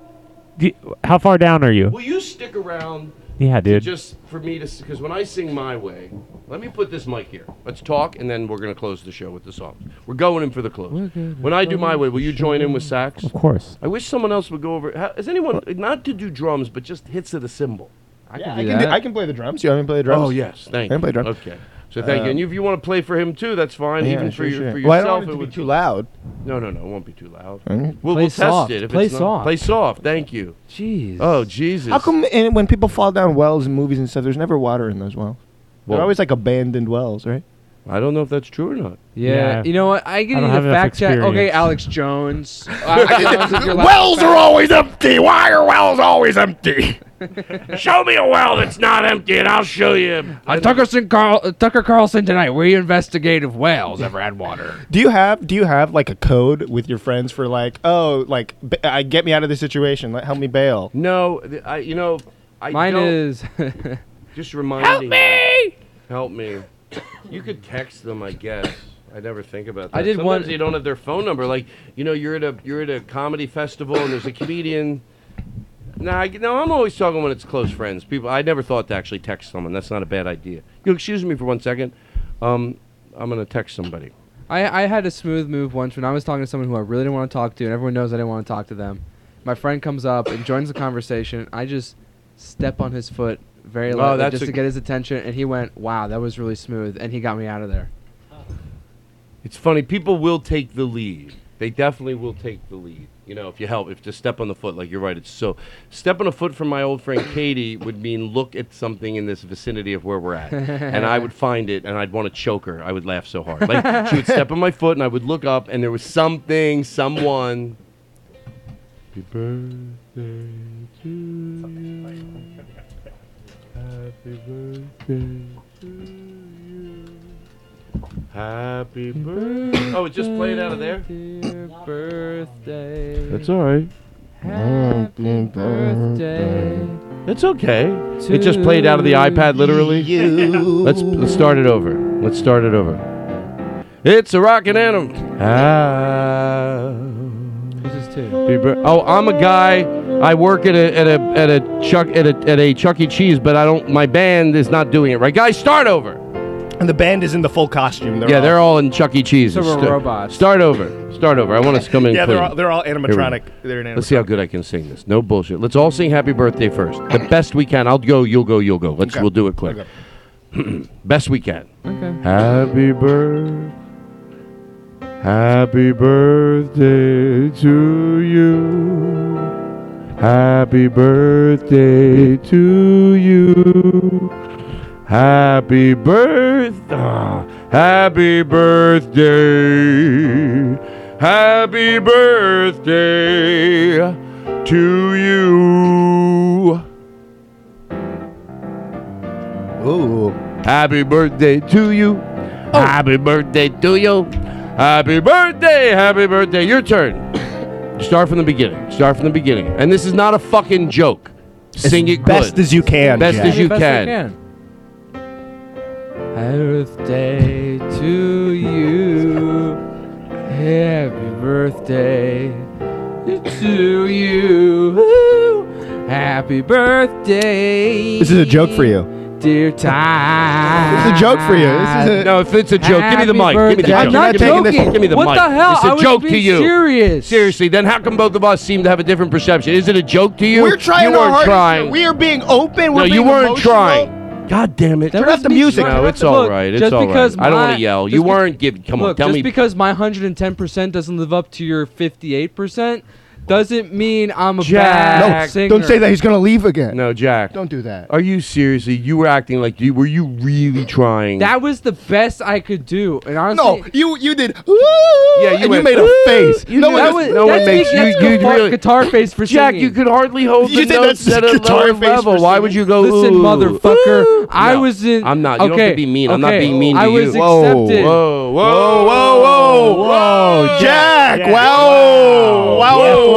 Speaker 9: do you- how far down are you?
Speaker 2: Will you stick around?
Speaker 9: Yeah,
Speaker 2: to
Speaker 9: dude.
Speaker 2: Just for me to, because when I sing my way, let me put this mic here. Let's talk, and then we're gonna close the show with the songs. We're going in for the close. When I do my way, will you join in with sax? Of
Speaker 9: course.
Speaker 2: I wish someone else would go over. ha- Is anyone not to do drums, but just hits of the cymbal? I
Speaker 6: Yeah, I can, do, I can play the drums. You want me to play the drums?
Speaker 2: Oh yes, thank
Speaker 6: I can
Speaker 2: you.
Speaker 6: play drums. Uh,
Speaker 2: Okay. So thank you. And if you want to play for him too, that's fine.
Speaker 6: Yeah,
Speaker 2: Even
Speaker 6: sure,
Speaker 2: for, your,
Speaker 6: sure.
Speaker 2: for yourself,
Speaker 6: Well, I don't want it to be
Speaker 2: would
Speaker 6: too loud.
Speaker 2: No, no, no, it won't be too loud.
Speaker 6: Mm.
Speaker 2: We'll,
Speaker 6: Play
Speaker 2: we'll
Speaker 6: soft.
Speaker 2: test it. If
Speaker 6: Play
Speaker 2: it's not-
Speaker 6: soft.
Speaker 2: play soft. Thank you.
Speaker 5: Jeez.
Speaker 2: Oh Jesus.
Speaker 6: How come and when people fall down wells in movies and stuff, there's never water in those wells?
Speaker 2: Well-
Speaker 6: They're always like abandoned wells, right?
Speaker 2: I don't know if that's true or not.
Speaker 5: Yeah. You know what? I
Speaker 6: I
Speaker 5: can
Speaker 6: don't
Speaker 5: need
Speaker 6: have
Speaker 5: a
Speaker 6: enough
Speaker 5: fact check. Okay,
Speaker 6: experience.
Speaker 5: Alex
Speaker 8: [laughs]
Speaker 5: Jones. Alex Jones if you're loud
Speaker 8: wells
Speaker 5: and
Speaker 8: are
Speaker 5: proud.
Speaker 8: always empty. Why are wells always empty?
Speaker 5: [laughs]
Speaker 8: show me a well that's not empty, and I'll show you.
Speaker 5: Uh, Tucker, Sin- Carl- uh, Tucker Carlson tonight. We investigate if whales ever had water.
Speaker 6: Do you have Do you have like a code with your friends for like, oh, like b- I get me out of this situation, like, help me bail?
Speaker 2: No, th- I, you know, I
Speaker 5: Mine
Speaker 2: don't-
Speaker 5: is.
Speaker 6: [laughs]
Speaker 2: just reminding. Help me! Help me. [coughs] You could text them, I guess. I never think about that.
Speaker 5: I did
Speaker 2: Sometimes
Speaker 5: one-
Speaker 2: They don't have their phone number. Like you know, you're at a you're at a comedy festival and there's a comedian. Nah, I, no, I'm always talking when it's close friends. People, I never thought to actually text someone. That's not a bad idea. You'll excuse me for one second. Um, I'm gonna text somebody.
Speaker 5: I, I had a smooth move once when I was talking to someone who I really didn't want to talk to, and everyone knows I didn't want to talk to them. My friend comes up and joins the conversation. I just step on his foot very
Speaker 2: Oh,
Speaker 5: lightly
Speaker 2: that's
Speaker 5: just
Speaker 2: a-
Speaker 5: to get his attention, and he went, "Wow, that was really smooth," and he got me out of there.
Speaker 2: It's funny. People will take the lead. they definitely will take the lead. You know, if you help, if just step on the foot, like you're right, it's so step on a foot from my old friend Katie would mean look at something in this vicinity of where we're at, and I would find it and I'd want to choke her. I would laugh so hard. Like she would step on my foot and I would look up and there was something, someone. Happy birthday to you. Happy birthday. Happy birthday. Oh, it just played out of there?
Speaker 5: birthday.
Speaker 2: That's all right.
Speaker 5: Happy birthday.
Speaker 2: It's okay. It just played out of the iPad, literally. Let's let's start it over. Let's start it over. It's a rockin' anthem. Who's
Speaker 5: this
Speaker 2: Happy bir- oh, I'm a guy. I work at a at a at a Chuck at a at a Chuck E. Cheese, but I don't. My band is not doing it right. Guys, start over.
Speaker 6: And the band is in the full costume. They're
Speaker 2: yeah,
Speaker 6: all-
Speaker 2: they're all in Chuck E. Cheese.
Speaker 6: So we're
Speaker 2: Sta-
Speaker 6: robots.
Speaker 2: Start over. Start over. I want us to come in.
Speaker 6: Yeah, they're
Speaker 2: clean.
Speaker 6: all- they're all
Speaker 2: Here we go.
Speaker 6: animatronic. They're in
Speaker 2: Let's see how good I can sing this. No bullshit. Let's all sing Happy Birthday first, the best we can. I'll go. You'll go. You'll go. Let's.
Speaker 6: Okay.
Speaker 2: We'll do it quick. [clears throat] best we can.
Speaker 5: Okay.
Speaker 2: Happy birthday. Happy birthday to you. Happy birthday to you. Happy birthday. happy birthday. Happy birthday to you. Ooh. Happy birthday to you.
Speaker 6: Oh.
Speaker 2: Happy birthday to you. Happy birthday. Happy birthday. Your turn. Start from the beginning. Start from the beginning. And this is not a fucking joke. Sing it
Speaker 6: best
Speaker 2: good.
Speaker 6: as you can,
Speaker 2: Best
Speaker 6: Jack.
Speaker 2: as you
Speaker 6: Best
Speaker 2: can.
Speaker 5: Birthday to you. Happy birthday to you. Happy birthday.
Speaker 6: This is a joke for you.
Speaker 5: Dear time.
Speaker 6: This is a joke for you. This is a-
Speaker 2: [laughs] No, if it's a joke, give me the mic. Give me the
Speaker 5: Happy birthday.
Speaker 2: joke.
Speaker 5: I'm not
Speaker 2: give me the-
Speaker 5: joking.
Speaker 2: Give me the
Speaker 5: What
Speaker 2: mic.
Speaker 5: the hell?
Speaker 2: It's a
Speaker 5: I was
Speaker 2: joke to
Speaker 5: being
Speaker 2: you.
Speaker 5: serious.
Speaker 2: Seriously, then how come both of us seem to have a different perception? Is it a joke to you?
Speaker 6: We're trying
Speaker 2: you
Speaker 6: our
Speaker 2: weren't
Speaker 6: hardest.
Speaker 2: trying.
Speaker 6: here. We are being open. We're
Speaker 2: no, you
Speaker 6: being
Speaker 2: weren't
Speaker 6: emotional.
Speaker 2: trying. God damn it!
Speaker 5: That was me trying.
Speaker 2: No,
Speaker 5: Look,
Speaker 2: it's all right. It's
Speaker 5: just
Speaker 2: all right.
Speaker 5: because
Speaker 2: I don't
Speaker 5: my-
Speaker 2: want to yell.
Speaker 5: just
Speaker 2: You
Speaker 5: be-
Speaker 2: weren't giving. Come
Speaker 5: look,
Speaker 2: on, tell
Speaker 5: just
Speaker 2: me.
Speaker 5: because my 110% doesn't live up to your 58% doesn't mean I'm a
Speaker 2: Jack.
Speaker 5: bad
Speaker 2: No,
Speaker 5: singer.
Speaker 2: don't say
Speaker 12: that he's gonna leave again.
Speaker 2: No, Jack.
Speaker 12: Don't do that.
Speaker 2: Are you seriously? You were acting like you were. You really trying?
Speaker 5: That was the best I could do. And honestly,
Speaker 12: No, you you did.
Speaker 2: yeah, you,
Speaker 12: and you
Speaker 2: went,
Speaker 12: made a
Speaker 2: "Ooh."
Speaker 12: face.
Speaker 2: You
Speaker 12: No
Speaker 2: did.
Speaker 12: one
Speaker 2: That
Speaker 12: does-
Speaker 2: was-
Speaker 12: no one
Speaker 2: that's
Speaker 12: makes-
Speaker 2: because
Speaker 12: you-
Speaker 2: that's
Speaker 12: you
Speaker 2: guitar-
Speaker 12: really-
Speaker 5: guitar face for
Speaker 2: Jack,
Speaker 5: singing.
Speaker 2: you could hardly hold
Speaker 5: You
Speaker 2: the
Speaker 5: did
Speaker 2: notes
Speaker 5: that's
Speaker 2: at a
Speaker 5: guitar
Speaker 2: lower
Speaker 5: face for
Speaker 2: level. Why would you go?
Speaker 5: Listen,
Speaker 2: "Ooh,
Speaker 5: motherfucker,
Speaker 2: ooh"?
Speaker 5: I
Speaker 2: No,
Speaker 5: was in.
Speaker 2: I'm not.
Speaker 5: Okay,
Speaker 2: You don't have to be mean. I'm not
Speaker 5: okay,
Speaker 2: being mean to
Speaker 5: I
Speaker 2: you.
Speaker 5: was
Speaker 2: whoa,
Speaker 5: accepted.
Speaker 2: whoa, whoa, whoa, whoa, whoa,
Speaker 12: Jack!
Speaker 2: Yeah.
Speaker 12: Wow! Wow!
Speaker 2: Whoa!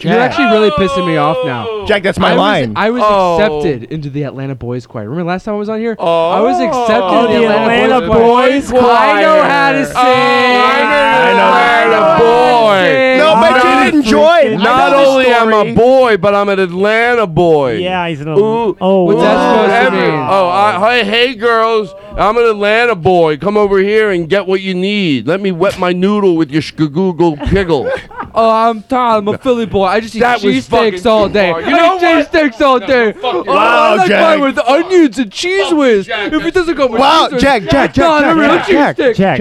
Speaker 5: You're actually really pissing me off now.
Speaker 6: Jack, that's my
Speaker 5: I was-
Speaker 6: line.
Speaker 5: I was
Speaker 6: Oh.
Speaker 5: accepted into the Atlanta Boys Choir. Remember last time I was on here? Oh. I was accepted
Speaker 6: Oh,
Speaker 5: into the
Speaker 6: the
Speaker 5: Atlanta,
Speaker 6: Atlanta
Speaker 5: Boys,
Speaker 6: Boys
Speaker 5: Choir. I know how to
Speaker 6: Choir.
Speaker 5: sing.
Speaker 6: Oh, I know
Speaker 2: Atlanta boy.
Speaker 6: No, but you
Speaker 2: Not-
Speaker 6: didn't join. I
Speaker 2: Not
Speaker 6: know this
Speaker 2: only am I a boy, but I'm an Atlanta boy.
Speaker 9: Yeah, he's an
Speaker 2: Ooh,
Speaker 9: oh,
Speaker 2: what's that
Speaker 9: wow.
Speaker 2: supposed to
Speaker 9: Every-
Speaker 2: mean? Oh, I, hey, hey, girls, I'm an Atlanta boy. Come over here and get what you need. Let me wet my noodle with your skagoogle piggle.
Speaker 5: Oh, I'm tired. I'm a Philly boy. I just eat
Speaker 2: That was fucking
Speaker 5: cheesesteaks all
Speaker 2: too
Speaker 5: day.
Speaker 2: far. You
Speaker 5: I
Speaker 2: know
Speaker 5: eat cheesesteaks all day. Oh, I
Speaker 12: Wow,
Speaker 5: like
Speaker 12: Jack.
Speaker 5: mine with onions and cheese whiz. If it doesn't go with
Speaker 12: Wow,
Speaker 5: cheese whiz,
Speaker 12: Jack, Jack, Jack,
Speaker 5: it's not a real
Speaker 12: Jack, Jack,
Speaker 5: cheesesteak.
Speaker 12: Jack,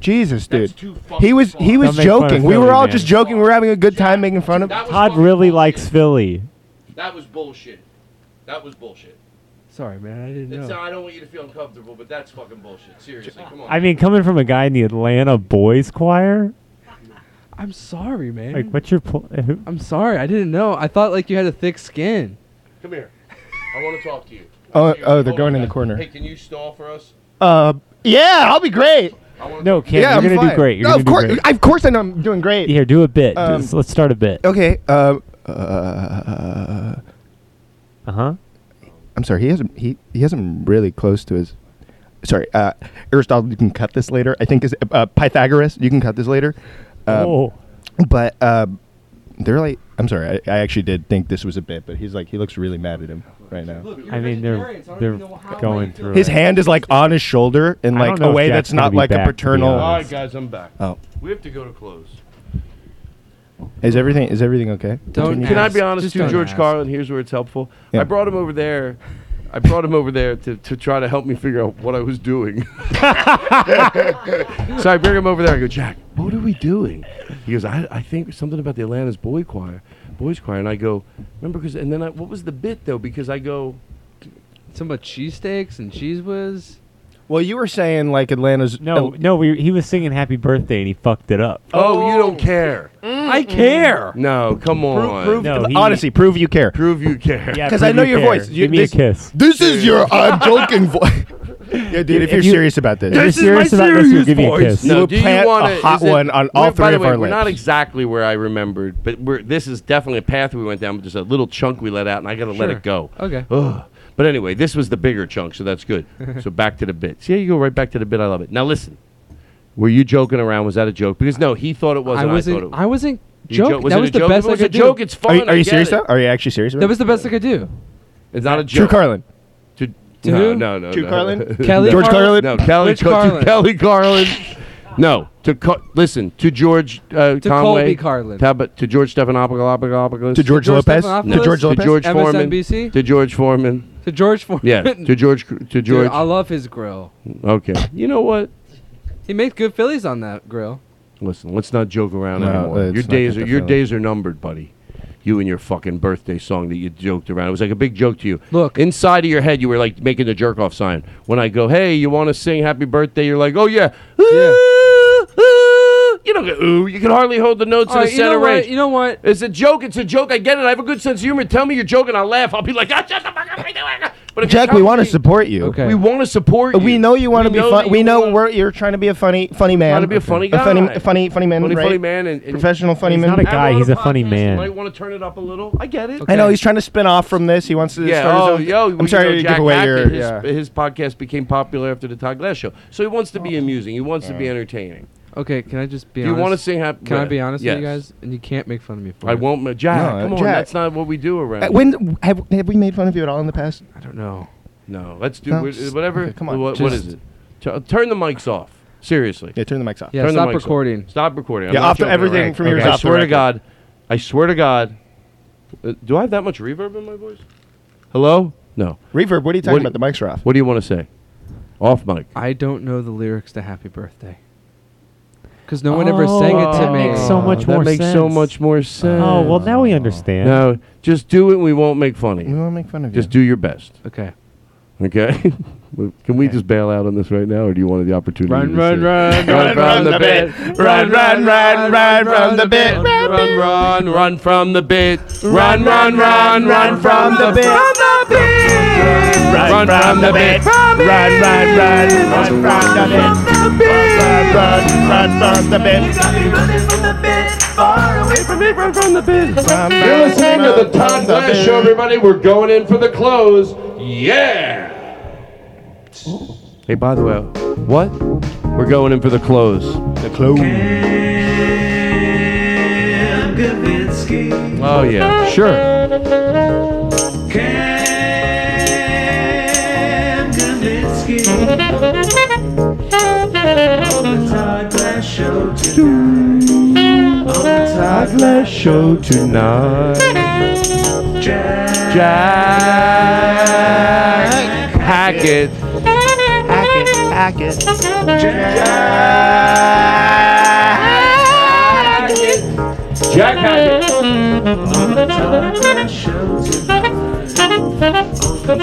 Speaker 12: Jesus, dude. He was he was
Speaker 9: Don't make fun of
Speaker 12: joking. We were
Speaker 9: Philly,
Speaker 12: all
Speaker 9: man.
Speaker 12: just joking. We were having a good time making fun of.
Speaker 9: Todd really likes Philly.
Speaker 2: That was bullshit. That was bullshit.
Speaker 5: Sorry, man. I didn't
Speaker 2: It's-
Speaker 5: know.
Speaker 2: I don't want you to feel uncomfortable, but that's fucking bullshit. Seriously, come on.
Speaker 9: I mean, coming from a guy in the Atlanta Boys Choir,
Speaker 5: I'm sorry, man.
Speaker 9: like, what's your pl- who-
Speaker 5: I'm sorry. I didn't know. I thought like you had a thick skin.
Speaker 2: Come here. I want to talk to you.
Speaker 6: Oh, oh, they're going in the
Speaker 2: Hey,
Speaker 6: corner.
Speaker 2: can you stall for us?
Speaker 6: Uh, yeah, I'll be great.
Speaker 9: No, Cam,
Speaker 6: Yeah,
Speaker 9: you're
Speaker 6: I'm
Speaker 9: gonna
Speaker 6: fine.
Speaker 9: do great.
Speaker 6: no,
Speaker 9: You're gonna
Speaker 6: of
Speaker 9: do
Speaker 6: course,
Speaker 9: great.
Speaker 6: of course, I know I'm doing great.
Speaker 9: Here, do a bit.
Speaker 6: Um,
Speaker 9: Just- let's start a bit.
Speaker 6: Okay. Um. Uh.
Speaker 9: Uh huh.
Speaker 6: I'm sorry. He hasn't. He he hasn't really close to his. Sorry, uh, Aristotle. You can cut this later. I think is uh, Pythagoras. You can cut this later. Um,
Speaker 9: Oh.
Speaker 6: But um, they're like. I'm sorry. I, I actually did think this was a bit, but he's like. He looks really mad at him right now.
Speaker 9: I mean, they're they're going through.
Speaker 6: His
Speaker 9: it.
Speaker 6: hand is like on his shoulder in
Speaker 9: I don't
Speaker 6: like
Speaker 9: know
Speaker 6: a
Speaker 9: if
Speaker 6: way that's
Speaker 9: Jack's gonna
Speaker 6: not
Speaker 9: be
Speaker 2: Oh,
Speaker 6: like
Speaker 9: back,
Speaker 6: a
Speaker 9: to be
Speaker 6: paternal.
Speaker 9: honest.
Speaker 2: guys, I'm back.
Speaker 6: Oh.
Speaker 2: We have to go to close.
Speaker 6: Is everything is everything okay? Continue.
Speaker 2: Can I be honest too, George Carlin? Here's where it's helpful.
Speaker 6: Yeah.
Speaker 2: I brought him over there. I brought him over there to, to try to help me figure out what I was doing. so I bring him over there. I go, Jack, what are we doing? He goes, I, I think something about the Atlanta's boy choir, boys choir. And I go, remember? Because and then I, what was the bit though? Because I go,
Speaker 5: something about cheesesteaks and cheese whiz.
Speaker 6: Well, you were saying like Atlanta's
Speaker 9: No, no, we, he was singing "Happy Birthday" and he fucked it up.
Speaker 2: Oh, you don't care.
Speaker 9: I care.
Speaker 2: No, come on.
Speaker 6: prove- honestly, prove you care.
Speaker 2: Prove you care.
Speaker 9: Yeah,
Speaker 6: Because I
Speaker 9: prove
Speaker 6: know
Speaker 9: you
Speaker 6: your
Speaker 9: care.
Speaker 6: voice. You-
Speaker 9: Give me a
Speaker 6: this-
Speaker 9: kiss.
Speaker 6: This is your [laughs] I'm joking
Speaker 2: [laughs]
Speaker 6: voice. Yeah, dude, if, you're serious about this,
Speaker 2: If you're This is serious my about this, we'll serious
Speaker 9: give you a voice. kiss.
Speaker 6: No,
Speaker 2: No,
Speaker 6: we'll
Speaker 2: do you
Speaker 6: plant
Speaker 2: want
Speaker 6: a hot one on all three
Speaker 2: by the
Speaker 6: of
Speaker 2: way,
Speaker 6: our
Speaker 2: We're
Speaker 6: lips.
Speaker 2: not exactly where I remembered, but we're this is definitely a path we went down. But there's a little chunk we let out, and I got to let
Speaker 5: Sure.
Speaker 2: it go.
Speaker 5: Okay.
Speaker 2: Ugh. But anyway, this was the bigger chunk, so
Speaker 6: [laughs]
Speaker 2: that's good. so back to the bit. See, how you go right back to the bit. I love it. Now listen, were you joking around? Was that a joke? Because no, he thought it was.
Speaker 5: I
Speaker 2: and
Speaker 5: wasn't.
Speaker 2: I thought it was.
Speaker 5: I wasn't
Speaker 2: You
Speaker 5: joking.
Speaker 2: joke- was
Speaker 5: that
Speaker 2: it
Speaker 5: was
Speaker 2: a
Speaker 5: the
Speaker 2: joke?
Speaker 5: best
Speaker 2: If it
Speaker 5: I
Speaker 2: was a
Speaker 5: could do.
Speaker 2: joke, it's
Speaker 6: Are
Speaker 2: fun.
Speaker 6: you, are
Speaker 2: I
Speaker 6: you
Speaker 2: get
Speaker 6: serious
Speaker 2: it.
Speaker 6: though? Are you actually serious? About
Speaker 5: That was the best I could do.
Speaker 2: It's not a
Speaker 6: True
Speaker 2: joke.
Speaker 6: Carlin.
Speaker 2: To,
Speaker 6: To
Speaker 2: no,
Speaker 6: who?
Speaker 2: no, no,
Speaker 6: To
Speaker 2: no. [laughs]
Speaker 6: Carlin?
Speaker 2: No.
Speaker 6: Kelly George Carlin?
Speaker 2: No, Kelly,
Speaker 6: Which
Speaker 2: Co- to
Speaker 6: Carlin?
Speaker 2: Kelly Carlin. No, to Car- listen to George uh,
Speaker 5: To
Speaker 2: Conway.
Speaker 5: Colby Carlin.
Speaker 2: To, but to George
Speaker 6: To
Speaker 2: Stephanopoulos.
Speaker 6: George To George Lopez?
Speaker 5: Stephanopoulos?
Speaker 2: No.
Speaker 5: To George
Speaker 2: To
Speaker 5: Lopez?
Speaker 2: George Foreman.
Speaker 5: MSNBC?
Speaker 2: To George Foreman.
Speaker 5: To George Foreman. [laughs]
Speaker 2: Yeah. To George. To
Speaker 5: Dude,
Speaker 2: George.
Speaker 5: I love his grill.
Speaker 2: okay. You know what?
Speaker 5: He makes good Phillies on that grill.
Speaker 2: Listen, let's not joke around
Speaker 6: No,
Speaker 2: anymore.
Speaker 6: let's
Speaker 2: Your
Speaker 6: not
Speaker 2: days
Speaker 6: get
Speaker 2: are
Speaker 6: that
Speaker 2: your
Speaker 6: feeling.
Speaker 2: days are numbered, buddy. You and your fucking birthday song that you joked around. It was like a big joke to you.
Speaker 5: Look.
Speaker 2: Inside of your head you were like making the jerk off sign. When I go, Hey, you wanna sing happy birthday? You're like, Oh yeah. You don't go, ooh, you can hardly hold the notes in
Speaker 5: Alright,
Speaker 2: a
Speaker 5: you
Speaker 2: center
Speaker 5: know what?
Speaker 2: range.
Speaker 5: You know what?
Speaker 2: It's a joke, it's a joke. I get it. I have a good sense of humor. Tell me you're joking, I'll laugh. I'll be like, [laughs] ah, shut the fuck up, what are you doing?" But if you
Speaker 6: Jack,
Speaker 2: tell
Speaker 6: we
Speaker 2: me-
Speaker 6: want to support you. Okay.
Speaker 2: We want to support you.
Speaker 6: We know you want to
Speaker 2: We
Speaker 6: be
Speaker 2: know
Speaker 6: fun.
Speaker 2: that
Speaker 6: We
Speaker 2: you
Speaker 6: know we're, you're trying to be a funny, funny man.
Speaker 2: Trying to be a funny guy.
Speaker 6: A funny, funny, funny man.
Speaker 2: Funny,
Speaker 6: right?
Speaker 2: funny man and- and-
Speaker 6: professional funny
Speaker 2: He's
Speaker 6: man.
Speaker 2: not a guy,
Speaker 9: he's a funny man.
Speaker 2: Might want to turn it up a little. I get it.
Speaker 6: I know he's trying to spin off from this. He wants to
Speaker 2: Yeah.
Speaker 6: start
Speaker 2: Oh,
Speaker 6: his own.
Speaker 2: yo. well,
Speaker 6: I'm sorry
Speaker 2: you know,
Speaker 6: to
Speaker 2: Jack
Speaker 6: give away
Speaker 2: Hackett,
Speaker 6: your.
Speaker 2: His,
Speaker 6: yeah.
Speaker 2: his podcast became popular after the Todd Glass show, so he wants to be amusing. He wants to be entertaining.
Speaker 5: Okay, can I just be
Speaker 2: You
Speaker 5: honest?
Speaker 2: wanna sing hap-
Speaker 5: Can I
Speaker 2: yeah,
Speaker 5: be honest with you
Speaker 2: yes.
Speaker 5: guys? And you can't make fun of me for
Speaker 2: I
Speaker 5: it.
Speaker 2: won't, ma- Jack.
Speaker 6: No,
Speaker 2: come on,
Speaker 6: Jack.
Speaker 2: that's not what we do around.
Speaker 6: Uh,
Speaker 2: here.
Speaker 6: When have have we made fun of you at all in the past?
Speaker 5: I don't know.
Speaker 2: No, let's do
Speaker 6: No,
Speaker 2: we're-
Speaker 6: just-
Speaker 2: whatever.
Speaker 6: okay, come on,
Speaker 2: What, what
Speaker 6: just-
Speaker 2: is it? Tu- turn the mics off. Seriously.
Speaker 6: Yeah, turn the mics off.
Speaker 5: Yeah,
Speaker 2: Turn the
Speaker 5: stop
Speaker 2: mics off.
Speaker 5: recording.
Speaker 2: Stop recording. I'm
Speaker 6: Yeah,
Speaker 2: not
Speaker 6: off the-
Speaker 2: joking
Speaker 6: everything
Speaker 2: around.
Speaker 6: from yours
Speaker 2: I
Speaker 6: off the
Speaker 2: swear to
Speaker 6: record.
Speaker 2: God. I swear to God. Uh, do I have that much reverb in my voice? Hello? No.
Speaker 6: Reverb. What are you talking
Speaker 2: What do-
Speaker 6: about? The mics are off.
Speaker 2: What do you want to say? Off mic.
Speaker 5: I don't know the lyrics to Happy Birthday. Because no one ever sang it to
Speaker 9: Oh, that
Speaker 5: me.
Speaker 9: Makes so much
Speaker 2: Oh. that
Speaker 9: more
Speaker 2: makes
Speaker 9: sense.
Speaker 2: so much more sense.
Speaker 9: Oh well, now we understand.
Speaker 2: No, just do it. and We won't make fun of
Speaker 6: We
Speaker 2: you.
Speaker 6: won't make fun of
Speaker 2: Just
Speaker 6: you.
Speaker 2: do your best.
Speaker 5: Okay.
Speaker 2: Okay. [laughs] Can we just bail out on this right now, or do you want the opportunity?
Speaker 5: Run,
Speaker 2: to
Speaker 5: run,
Speaker 2: say-
Speaker 5: [laughs] run,
Speaker 2: run from the bit.
Speaker 6: Run, run, run, run from the bit.
Speaker 2: Run, run, run from the bit. Run, run, run, run from the bit.
Speaker 6: Run from the bit. Run, run, run, run from the bit. Run, run, run from the bit.
Speaker 2: You're listening to the Todd Glass Show, everybody. We're going in for the close. Yeah. Hey, by the way, what? We're going in for the close.
Speaker 6: The close.
Speaker 1: Cam Gavinsky.
Speaker 2: Oh yeah, sure.
Speaker 1: Cam Gavinsky. On the Todd Glass Show tonight. On the Todd
Speaker 2: Todd Glass Show tonight.
Speaker 1: Jack
Speaker 2: Jack Hackett.
Speaker 6: Hackett,
Speaker 2: Jack Hackett.
Speaker 1: on the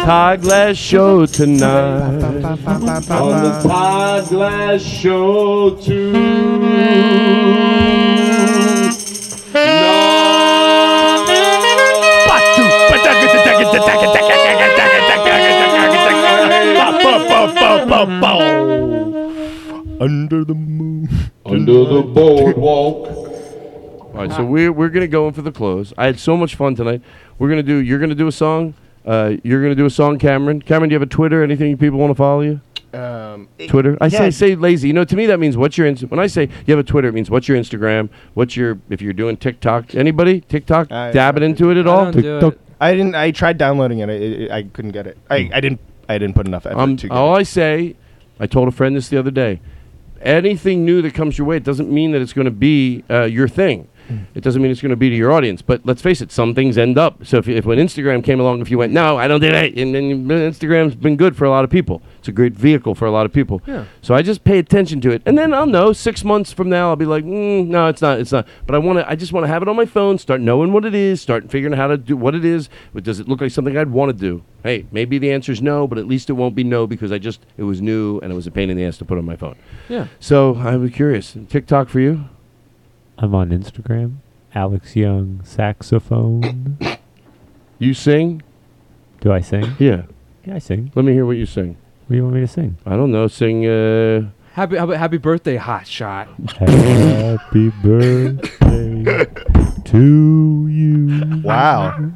Speaker 1: Todd Glass Show tonight.
Speaker 2: Todd Glass Show tonight. On the
Speaker 6: Hackett.
Speaker 2: Todd Glass Show tonight.
Speaker 6: Under the moon.
Speaker 2: Under the boardwalk. All right, so we're, we're gonna go in for the close. I had so much fun tonight. We're gonna do. You're gonna do a song. Uh, you're gonna do a song, Cameron. Cameron, do you have a Twitter? Anything people want to follow you?
Speaker 6: Um,
Speaker 2: Twitter. I
Speaker 6: yeah.
Speaker 2: say say lazy. You know, to me that means what's your Insta- when I say you have a Twitter, it means what's your Instagram? What's your if you're doing TikTok? Anybody TikTok?
Speaker 6: I-
Speaker 2: dabbing into it at all?
Speaker 6: I didn't. I tried downloading it. I, I, I couldn't get it. I, I didn't. I didn't put enough effort
Speaker 2: Um,
Speaker 6: to. Get
Speaker 2: all I say, I told a friend this the other day. Anything new that comes your way, it doesn't mean that it's going to be uh, your thing. It doesn't mean it's going to be to your audience. But let's face it, some things end up. So if, if when Instagram came along, if you went, no, I don't do that, and then you- Instagram's been good for a lot of people. It's a great vehicle for a lot of people.
Speaker 8: Yeah.
Speaker 2: So I just pay attention to it, and then I'll know six months from now I'll be like, mm, no, it's not, it's not. But I want to, I just want to have it on my phone, start knowing what it is, start figuring out how to do what it is. But does it look like something I'd want to do? Hey, maybe the answer's no, but at least it won't be no because I just it was new and it was a pain in the ass to put on my phone.
Speaker 5: Yeah.
Speaker 2: So I was curious. TikTok for you?
Speaker 9: I'm on Instagram. Alex Young saxophone.
Speaker 2: You sing?
Speaker 9: Do I sing?
Speaker 2: Yeah.
Speaker 9: Yeah, I sing.
Speaker 2: Let me hear what you sing.
Speaker 9: What do you want me to sing?
Speaker 2: I don't know. Sing. Uh,
Speaker 5: Happy, happy, happy birthday, hot shot.
Speaker 9: Happy birthday to you.
Speaker 12: Wow.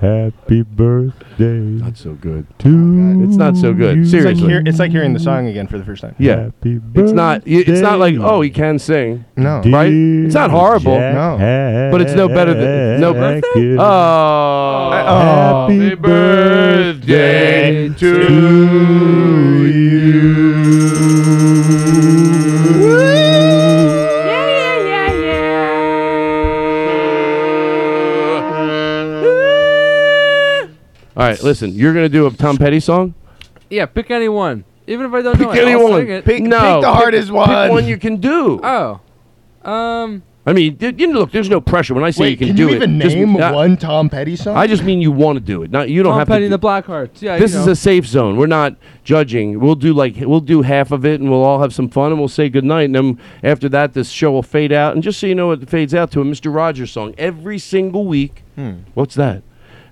Speaker 9: Happy birthday. Not
Speaker 2: so good.
Speaker 9: To
Speaker 6: It's
Speaker 2: not so good.
Speaker 9: you.
Speaker 6: It's like, hear- it's like hearing the song again for the first time.
Speaker 2: Yeah. it's not. y- It's not like oh, he can sing.
Speaker 6: No.
Speaker 2: right? It's not horrible.
Speaker 6: Jack No.
Speaker 2: but it's no better than no.
Speaker 6: Hackett.
Speaker 2: Oh,
Speaker 4: Uh,
Speaker 8: Happy birthday to
Speaker 2: All right, listen. You're gonna do a Tom Petty song.
Speaker 5: Yeah, pick any one. Even if I don't know
Speaker 2: Pick
Speaker 5: it,
Speaker 2: any
Speaker 5: I'll
Speaker 2: one.
Speaker 5: sing it.
Speaker 2: Pick- No. pick the hardest
Speaker 5: pick
Speaker 2: one. one you can do.
Speaker 5: Oh. Um.
Speaker 2: I mean, d- you know, look. There's no pressure. When I say
Speaker 5: Wait,
Speaker 2: you can,
Speaker 5: can
Speaker 2: do
Speaker 5: you
Speaker 2: it,
Speaker 5: even
Speaker 2: just-
Speaker 5: name
Speaker 2: I-
Speaker 6: One Tom Petty song.
Speaker 2: I just mean you want to do it. Not you don't
Speaker 5: Tom
Speaker 2: have
Speaker 5: Petty
Speaker 2: to.
Speaker 5: and the Blackhearts. Yeah.
Speaker 2: this
Speaker 5: you
Speaker 2: is
Speaker 5: know.
Speaker 2: a safe zone. We're not judging. We'll do like we'll do half of it, and we'll all have some fun, and we'll say goodnight. And then after that, this show will fade out. And just so you know, it fades out to a Mister Rogers song every single week. What's that?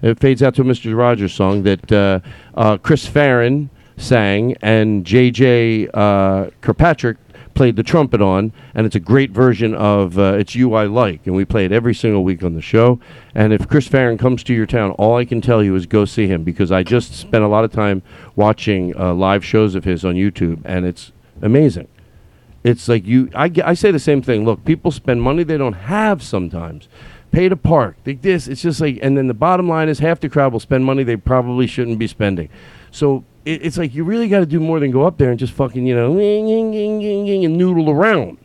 Speaker 2: It fades out to a Mister Rogers song that uh, uh, Chris Farron sang and J.J. Uh, Kirkpatrick played the trumpet on, and it's a great version of uh, "It's You I Like," and we play it every single week on the show. And if Chris Farron comes to your town, all I can tell you is go see him because I just spent a lot of time watching uh, live shows of his on YouTube, and it's amazing. It's like you, I, ge- I say the same thing. Look, people spend money they don't have sometimes. Pay to park, like this. It's just like, and then the bottom line is half the crowd will spend money they probably shouldn't be spending. So it, it's like you really got to do more than go up there and just fucking, you know, and noodle around.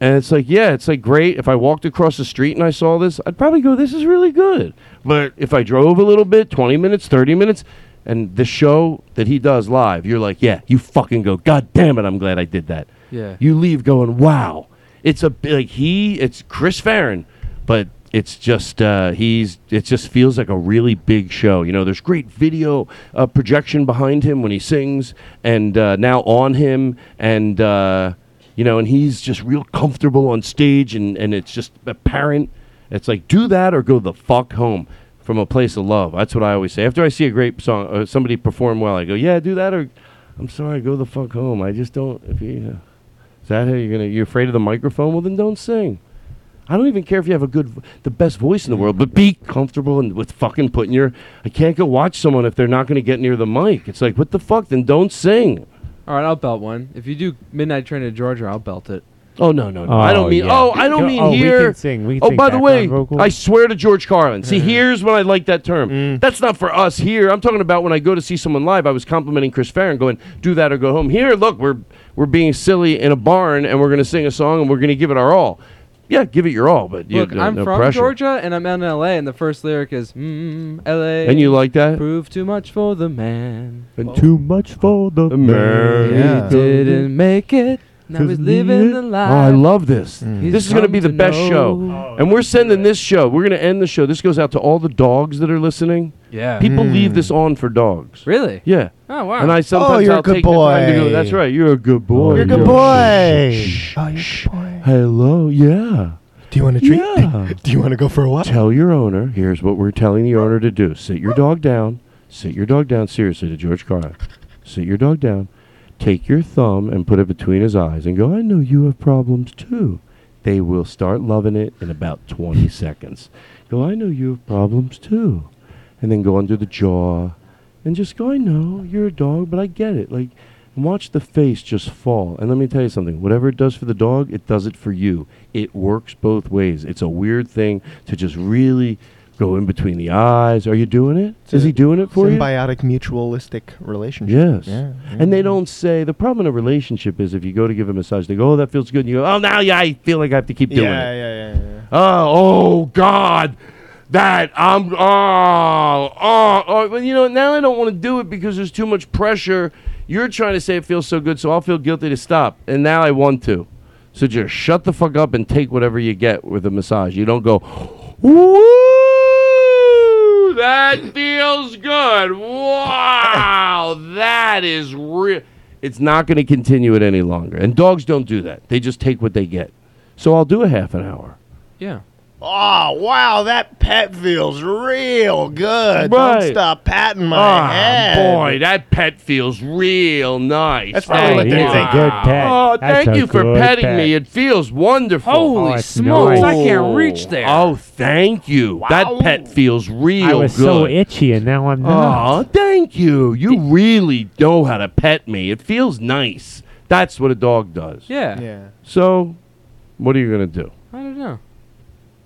Speaker 2: And it's like, yeah, it's like great. If I walked across the street and I saw this, I'd probably go, this is really good. But if I drove a little bit, 20 minutes, 30 minutes, and the show that he does live, you're like, yeah, you fucking go, God damn it, I'm glad I did that.
Speaker 5: Yeah.
Speaker 2: You leave going, wow. It's a, bi- like, he, it's Chris Farron, but it's just, uh, he's, it just feels like a really big show. You know, there's great video uh, projection behind him when he sings and uh, now on him and, uh, you know, and he's just real comfortable on stage, and, and it's just apparent. It's like do that or go the fuck home from a place of love. That's what I always say. After I see a great song, uh, somebody perform well, I go, yeah, do that or I'm sorry, go the fuck home. I just don't. If you, is that how you're gonna? You're afraid of the microphone? Well, then don't sing. I don't even care if you have a good, vo- the best voice in the world, but be comfortable and with fucking putting your. I can't go watch someone if they're not gonna get near the mic. It's like what the fuck? Then don't sing.
Speaker 5: All right, I'll belt one. If you do Midnight Train to Georgia, I'll belt it.
Speaker 2: Oh no no no! I don't mean. Oh, I don't mean here. oh, by the way, I swear to George Carlin. See, here's when I like that term. That's not for us here. I'm talking about when I go to see someone live. I was complimenting Chris Farron, going, "Do that or go home." Here, look, we're we're being silly in a barn, and we're going to sing a song, and we're going to give it our all. Yeah, give it your all, but you-
Speaker 5: Look,
Speaker 2: no-
Speaker 5: I'm
Speaker 2: no
Speaker 5: from
Speaker 2: pressure.
Speaker 5: Georgia, and I'm in LA, and the first lyric is mm, LA.
Speaker 2: And you like that?
Speaker 5: Prove too much for the man.
Speaker 9: Too much for the
Speaker 2: man.
Speaker 5: He didn't make it. Now
Speaker 2: Cause
Speaker 5: he's
Speaker 2: he-
Speaker 5: living the life.
Speaker 2: Oh, I love this.
Speaker 5: He's
Speaker 2: This is going to
Speaker 5: come
Speaker 2: be the
Speaker 5: to
Speaker 2: best
Speaker 5: know.
Speaker 2: show. And we're sending this show. We're going to end the show. This goes out to all the dogs that are listening.
Speaker 5: Yeah.
Speaker 2: People leave this on for dogs.
Speaker 5: Really?
Speaker 2: Yeah.
Speaker 5: Oh, wow.
Speaker 2: And I sometimes
Speaker 5: you're a
Speaker 2: I'll
Speaker 5: good
Speaker 2: take the time to go.
Speaker 5: boy.
Speaker 2: That's right. You're a good boy.
Speaker 5: you're a good
Speaker 12: boy.
Speaker 2: Oh, you're a good boy. Hello. Yeah.
Speaker 12: Do you want a treat?
Speaker 2: Yeah.
Speaker 12: Do you want to go for a walk?
Speaker 2: Tell your owner. Here's what we're telling the owner to do: sit your dog down. Sit your dog down seriously to George Carlin. Sit your dog down. Take your thumb and put it between his eyes and go. I know you have problems too. They will start loving it in about 20 seconds. Go. I know you have problems too. And then go under the jaw, and just go. I know you're a dog, but I get it. Like. and Watch the face just fall. And let me tell you something. Whatever it does for the dog, it does it for you. It works both ways. It's a weird thing to just really
Speaker 4: Go in between the eyes. Are you doing it? Is he doing it for you?
Speaker 6: Symbiotic mutualistic relationship.
Speaker 4: Yes.
Speaker 6: Yeah.
Speaker 4: And they don't say the problem in a relationship is if you go to give a massage, they go, "Oh, that feels good," and you go, "Oh, now yeah, I feel like I have to keep doing
Speaker 6: Yeah,
Speaker 4: it."
Speaker 6: yeah,
Speaker 4: yeah, yeah. Oh, oh God, that I'm oh oh oh. Well, you know, now I don't want to do it because there's too much pressure. You're trying to say it feels so good, so I'll feel guilty to stop, and now I want to. So just shut the fuck up and take whatever you get with a massage. You don't go, Woo! That feels good. Wow, that is real. It's not going to continue it any longer. And dogs don't do that. They just take what they get. So I'll do a half an hour.
Speaker 5: Yeah.
Speaker 2: Oh, wow, that pet feels real good. Don't
Speaker 4: Right.
Speaker 2: stop patting my
Speaker 4: Ah,
Speaker 2: head.
Speaker 4: boy, that pet feels real nice.
Speaker 2: That's probably
Speaker 4: Thank
Speaker 2: what they
Speaker 4: you.
Speaker 2: think. Good pet.
Speaker 4: Oh,
Speaker 2: That's
Speaker 4: thank
Speaker 2: a
Speaker 4: you for
Speaker 2: good
Speaker 4: petting
Speaker 2: pet.
Speaker 4: me. It feels wonderful.
Speaker 5: Holy Oh, it's smokes, I can't
Speaker 4: nice.
Speaker 5: reach there.
Speaker 4: Oh, thank you. That pet feels real
Speaker 9: I was
Speaker 4: good.
Speaker 9: so itchy, and now I'm not.
Speaker 4: Oh, thank you. You really know how to pet me. It feels nice. That's what a dog does.
Speaker 5: Yeah. Yeah.
Speaker 4: So, what are you going to do?
Speaker 5: I don't know.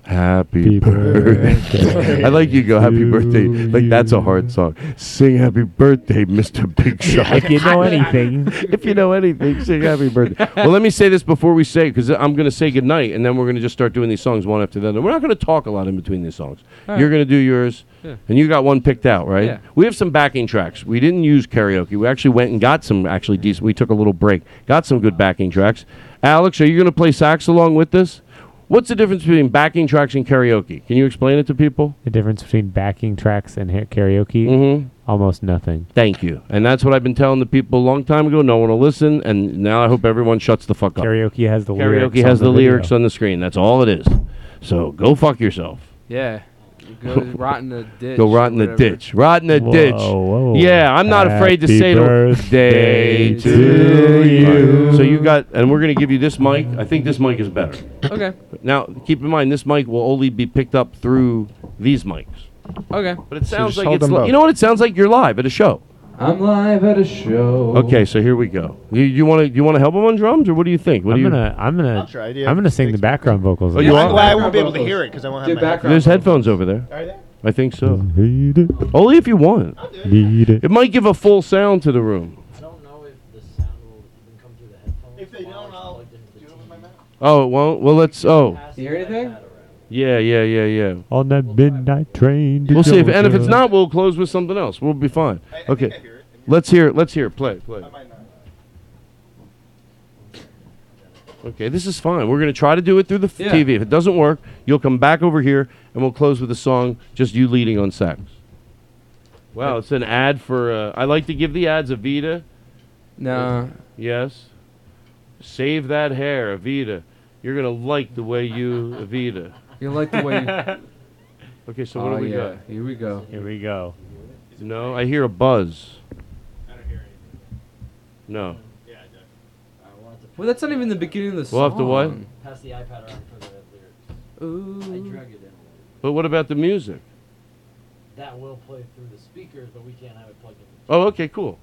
Speaker 4: Happy birthday. [laughs] I like you go, happy birthday. Like, that's a hard song. Sing happy birthday, Mr. Big Shot.
Speaker 9: If
Speaker 4: [laughs]
Speaker 9: you
Speaker 2: [laughs]
Speaker 9: know anything.
Speaker 4: if you know anything, sing happy birthday. well, let me say this before we say, because I'm going to say goodnight, and then we're going to just start doing these songs one after the other. We're not going to talk a lot in between these songs.
Speaker 18: All right.
Speaker 4: You're going to do yours,
Speaker 18: Yeah.
Speaker 4: and you got one picked out, right?
Speaker 18: Yeah.
Speaker 4: We have some backing tracks. We didn't use karaoke. We actually went and got some actually decent. We took a little break, got some good backing tracks. Alex, are you going to play sax along with this? What's the difference between backing tracks and karaoke? Can you explain it to people? Mm-hmm.
Speaker 9: The difference between backing tracks and ha- karaoke,
Speaker 2: Mm-hmm.
Speaker 9: almost nothing.
Speaker 4: Thank you. And that's what I've been telling the people a long time ago. No one will listen, and now I hope everyone shuts the fuck up.
Speaker 9: Karaoke has the lyrics
Speaker 4: Karaoke has
Speaker 9: on
Speaker 4: the,
Speaker 9: the video.
Speaker 4: lyrics on the screen. That's all it is. So go fuck yourself.
Speaker 5: Yeah.
Speaker 4: [laughs]
Speaker 5: Go rot in the ditch.
Speaker 4: Go rot in
Speaker 5: or
Speaker 4: the
Speaker 5: whatever.
Speaker 4: ditch. Rot in the
Speaker 9: Whoa,
Speaker 4: ditch.
Speaker 9: whoa.
Speaker 4: Yeah, I'm not afraid to
Speaker 9: Happy
Speaker 4: say
Speaker 9: birthday
Speaker 4: birthday
Speaker 9: to you.
Speaker 4: So you got, and we're gonna give you this mic. I think this mic is better.
Speaker 5: Okay.
Speaker 4: Now keep in mind, this mic will only be picked up through these mics.
Speaker 5: Okay.
Speaker 4: But it sounds like it's li- you know what it sounds like. You're live at a show.
Speaker 5: I'm live at a show.
Speaker 4: Okay, so here we go. You, you want to you want to help him on drums, or what do you think? What
Speaker 9: I'm
Speaker 4: do you?
Speaker 9: gonna, I'm gonna,
Speaker 6: try, do you
Speaker 9: I'm gonna sing the background vocals.
Speaker 4: Oh, you
Speaker 6: I,
Speaker 4: are?
Speaker 6: well, I won't be able to hear it because I won't have my
Speaker 4: There's headphones over there. Are there? I think so. Only if you want.
Speaker 9: Need it.
Speaker 4: It might give a full sound to the room. Oh, it won't. Well, let's. Oh,
Speaker 5: Do you hear anything?
Speaker 4: yeah, yeah, yeah, yeah.
Speaker 9: On that midnight train. to
Speaker 4: We'll see if, and if
Speaker 9: Georgia.
Speaker 4: it's not, we'll close with something else. We'll be fine. Okay, let's hear. it. Let's hear. it. Play, play. Okay, this is fine. We're gonna try to do it through the f-
Speaker 18: Yeah.
Speaker 4: TV. If it doesn't work, you'll come back over here, and we'll close with a song. Just you leading on sax. Wow, it's an ad for. Uh, I like to give the ads Avita.
Speaker 5: No.
Speaker 4: Yes. Save that hair, Avita. You're gonna like the way you, Avita.
Speaker 5: You like the [laughs] way you.
Speaker 4: Okay, so what
Speaker 5: Oh,
Speaker 4: do we
Speaker 5: yeah.
Speaker 4: got?
Speaker 5: Here we go.
Speaker 9: Here we go.
Speaker 4: No, I hear a buzz. No.
Speaker 5: Well, that's not even the beginning of the song.
Speaker 4: We'll have to what?
Speaker 1: Pass the iPad around for the lyrics.
Speaker 5: Ooh.
Speaker 1: I drug it in.
Speaker 4: But what about the music?
Speaker 1: That will play through the speakers, but we can't have it plugged in.
Speaker 4: Oh, okay, cool.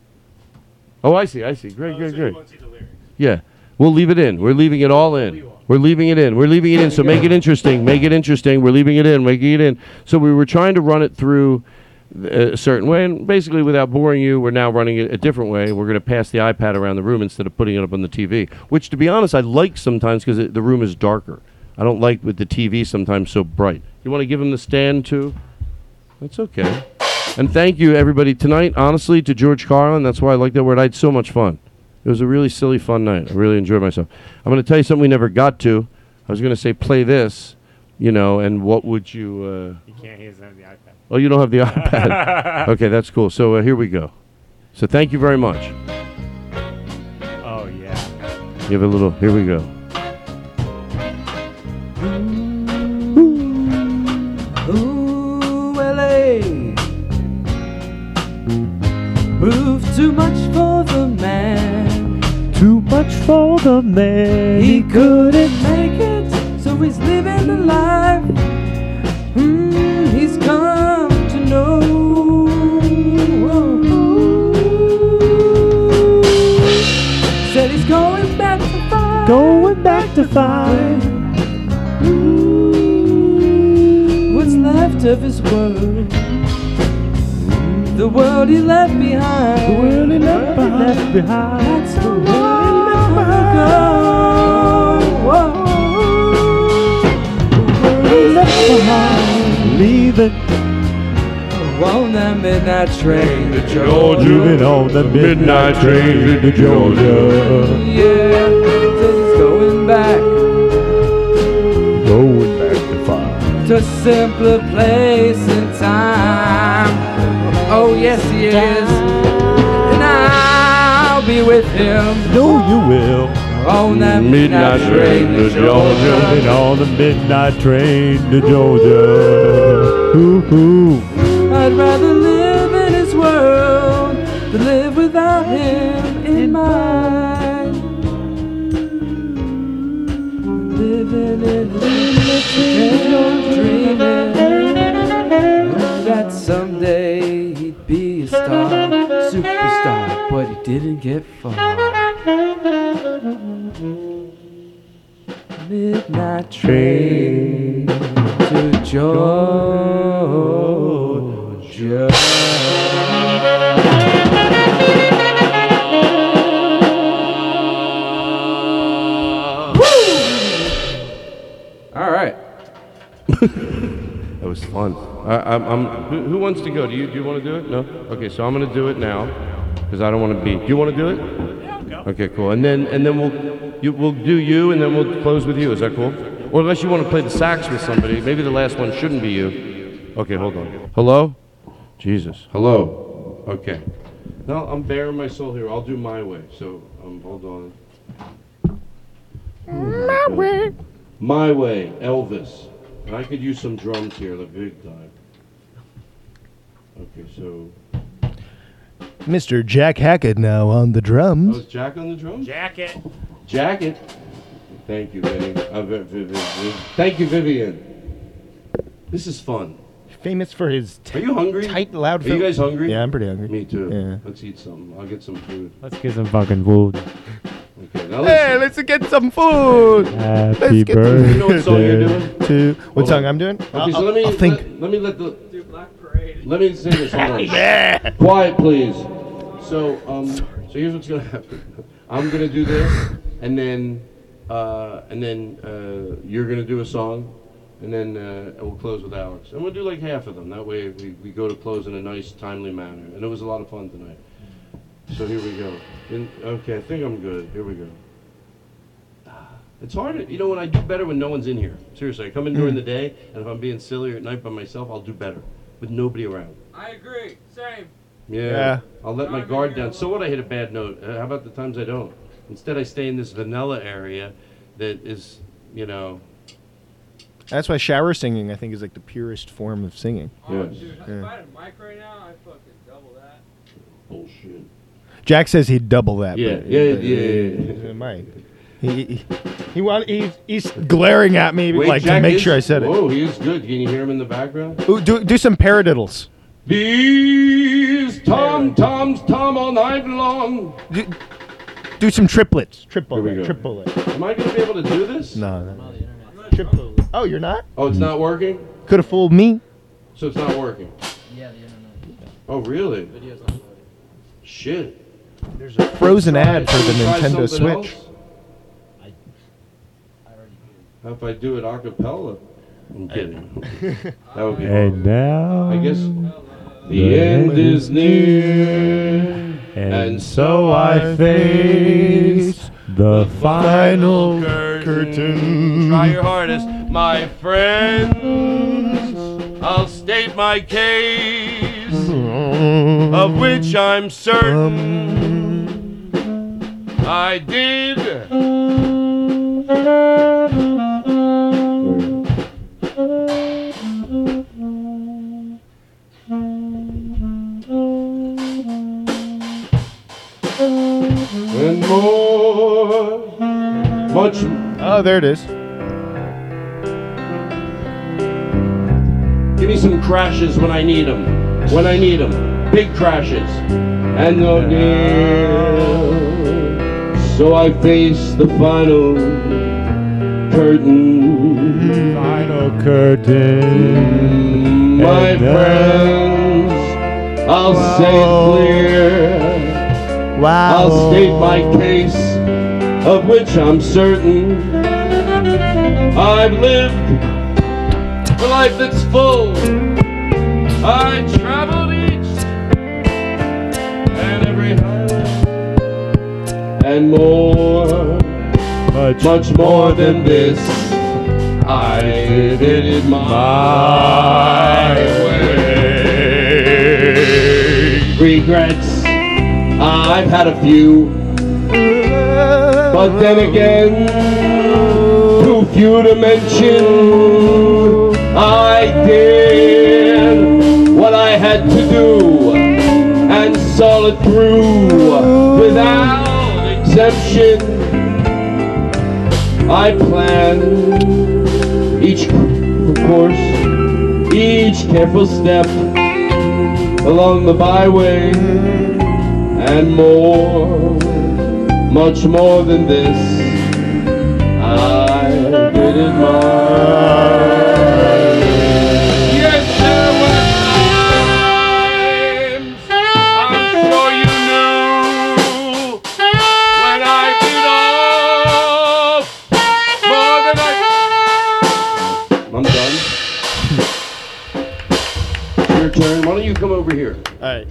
Speaker 4: Oh, I see, I see. Great, great,
Speaker 1: Oh, so you
Speaker 4: great.
Speaker 1: won't see the
Speaker 4: Yeah, we'll leave it in. We're leaving it all in. We're leaving it in. We're leaving it in. So make it interesting. Make it interesting. We're leaving it in. Making it in. So we were trying to run it through uh, a certain way, and basically, without boring you, we're now running it a different way. We're going to pass the iPad around the room instead of putting it up on the TV. Which, to be honest, I like sometimes because the room is darker. I don't like with the TV sometimes so bright. You want to give him the stand too? That's okay. And thank you, everybody, tonight, honestly, to George Carlin. That's why I like that word. I had so much fun. It was a really silly, fun night. I really enjoyed myself. I'm going to tell you something we never got to. I was going to say, play this, you know, and what would you. Uh,
Speaker 9: You can't hear the iPad.
Speaker 4: oh, you don't have the [laughs] iPad. okay, that's cool. So uh, here we go. So thank you very much.
Speaker 9: Oh yeah.
Speaker 4: Give it a little. Here we go.
Speaker 19: Ooh, LA.
Speaker 5: Move too much for the man.
Speaker 9: Too much for the man.
Speaker 5: He couldn't make it, so he's living the life. Mm, he's come to know. Said he's going back to fight.
Speaker 9: Going back to five.
Speaker 5: What's left of his world. The world he left behind. The world he left behind. That's the world he left behind. The world he left behind. Leave it. On that midnight train to Georgia.
Speaker 9: Moving on the midnight train to Georgia.
Speaker 5: Yeah, just going back
Speaker 20: Going back to five.
Speaker 5: to a simpler place and time. Oh, yes, he is. And I'll be with him
Speaker 9: No, you will.
Speaker 5: on that
Speaker 9: Midnight train to Georgia. Moving on the midnight train to Georgia. Ooh, ooh.
Speaker 5: I'd rather live in his world than live without him in mine. Living in his dreaming that someday he'd be a star, superstar, but he didn't get far. Midnight train to Georgia. All right.
Speaker 2: That was fun. I, I'm, I'm, who, who wants to go? Do you, do you want to do it? No? Okay, so I'm going to do it now because I don't want to be. Do you want to do it? Yeah, Okay, cool. And then, and then we'll, you, we'll do you and then we'll close with you. Is that cool? Or unless you want to play the sax with somebody. Maybe the last one shouldn't be you. Okay, hold on. Hello? Jesus. Hello? Okay. No, I'm bearing my soul here. I'll do my way. So, um, hold on. My way. My way, Elvis. I could use some drums here, the big time. Okay, so
Speaker 6: Mr. Jack Hackett now on the
Speaker 2: that
Speaker 6: drums.
Speaker 2: was Jack on the drums. Jacket. Jacket. Thank you, Vinny. Uh, Vi- Vi- Vi- Vi- Thank you, Vivian. This is fun.
Speaker 6: Famous for his
Speaker 2: Are you hungry?
Speaker 6: tight, loud.
Speaker 2: Are you guys hungry?
Speaker 6: [laughs] Yeah, I'm pretty hungry.
Speaker 2: Me too.
Speaker 6: Yeah.
Speaker 2: Let's eat some. I'll get some food.
Speaker 9: Let's get some fucking food.
Speaker 2: Okay, now listen.
Speaker 6: let's get some food.
Speaker 9: Happy
Speaker 6: Let's get
Speaker 9: birthday.
Speaker 2: You know what song
Speaker 6: [laughs]
Speaker 2: you're doing?
Speaker 6: to what
Speaker 2: Hold
Speaker 6: song
Speaker 2: on.
Speaker 6: I'm doing?
Speaker 2: Okay,
Speaker 6: I'll-
Speaker 2: so
Speaker 6: I'll-
Speaker 2: let me
Speaker 6: I'll think.
Speaker 2: Let, let me let the do Black Parade. Let me say
Speaker 6: [laughs]
Speaker 2: this. Hold on. Quiet, please. So, um, so here's what's gonna happen. [laughs] I'm gonna do this, and then, uh, and then uh, you're gonna do a song, and then uh, we'll close with Alex. And we'll do like half of them. That way, we, we go to close in a nice, timely manner. And it was a lot of fun tonight. So here we go. In, okay, I think I'm good. Here we go. Ah, It's hard, to- you know, when I do better when no one's in here. Seriously, I come in during the day, and if I'm being silly or at night by myself, I'll do better with nobody around.
Speaker 21: I agree. Same.
Speaker 2: Yeah.
Speaker 6: Yeah.
Speaker 2: I'll let my guard down. So what? I hit a bad note. Uh, how about the times I don't? Instead, I stay in this vanilla area that is, you know,
Speaker 6: That's why shower singing, I think, is like the purest form of singing. Yeah.
Speaker 21: had a mic right now, I'd fucking double that.
Speaker 2: bullshit.
Speaker 6: Jack says he'd double that.
Speaker 2: Yeah,
Speaker 6: but-
Speaker 2: yeah,
Speaker 6: but-
Speaker 2: yeah, yeah, yeah.
Speaker 6: Mike. He, he, he want, he's, he's glaring at me
Speaker 2: Wait,
Speaker 6: like to
Speaker 2: Jack
Speaker 6: make
Speaker 2: is-
Speaker 6: sure I said
Speaker 2: Whoa, he is good. Can you hear him in the background?
Speaker 6: it. Ooh, do, do some paradiddles.
Speaker 2: These tom toms tom all night long.
Speaker 6: Do, do some triplets. Triple.
Speaker 2: Here we go.
Speaker 6: Triple.
Speaker 2: Am I gonna be able to do this?
Speaker 6: No, no. Triple. Oh, you're not?
Speaker 2: Oh, it's not working.
Speaker 6: Could have fooled me.
Speaker 2: So it's not working.
Speaker 22: Yeah, the internet.
Speaker 2: Oh, really? Shit. There's
Speaker 6: a frozen ad for the
Speaker 2: Try
Speaker 6: Nintendo
Speaker 2: something
Speaker 6: Switch.
Speaker 2: else? How if I do it a cappella? I'm
Speaker 6: [laughs]
Speaker 2: kidding. that would be.
Speaker 9: And now
Speaker 2: I guess the end is near,
Speaker 9: and so I face the final
Speaker 2: curtain. Try your hardest, my friends. I'll state my case, of which I'm certain I did. And more, much.
Speaker 6: Oh, there it is.
Speaker 2: Give me some crashes when I need them. When I need them. Big crashes. And no deal. So I face the final curtain.
Speaker 9: curtain.
Speaker 4: my friends. I'll say clear. Wow. I'll state my case, of which I'm certain. I've lived a life that's full. I traveled each and every and more, much, more than this. I did it my way. Regrets, Uh, I've had a few, but then again, too few to mention. I did what I had to do and saw it through without exemption. I plan each course, each careful step along the byway, and more, much more than this. I did it my way. Yes, there were times I'm sure you knew when I beat off more than I. I'm done. Your turn. Why don't you come over here? All right.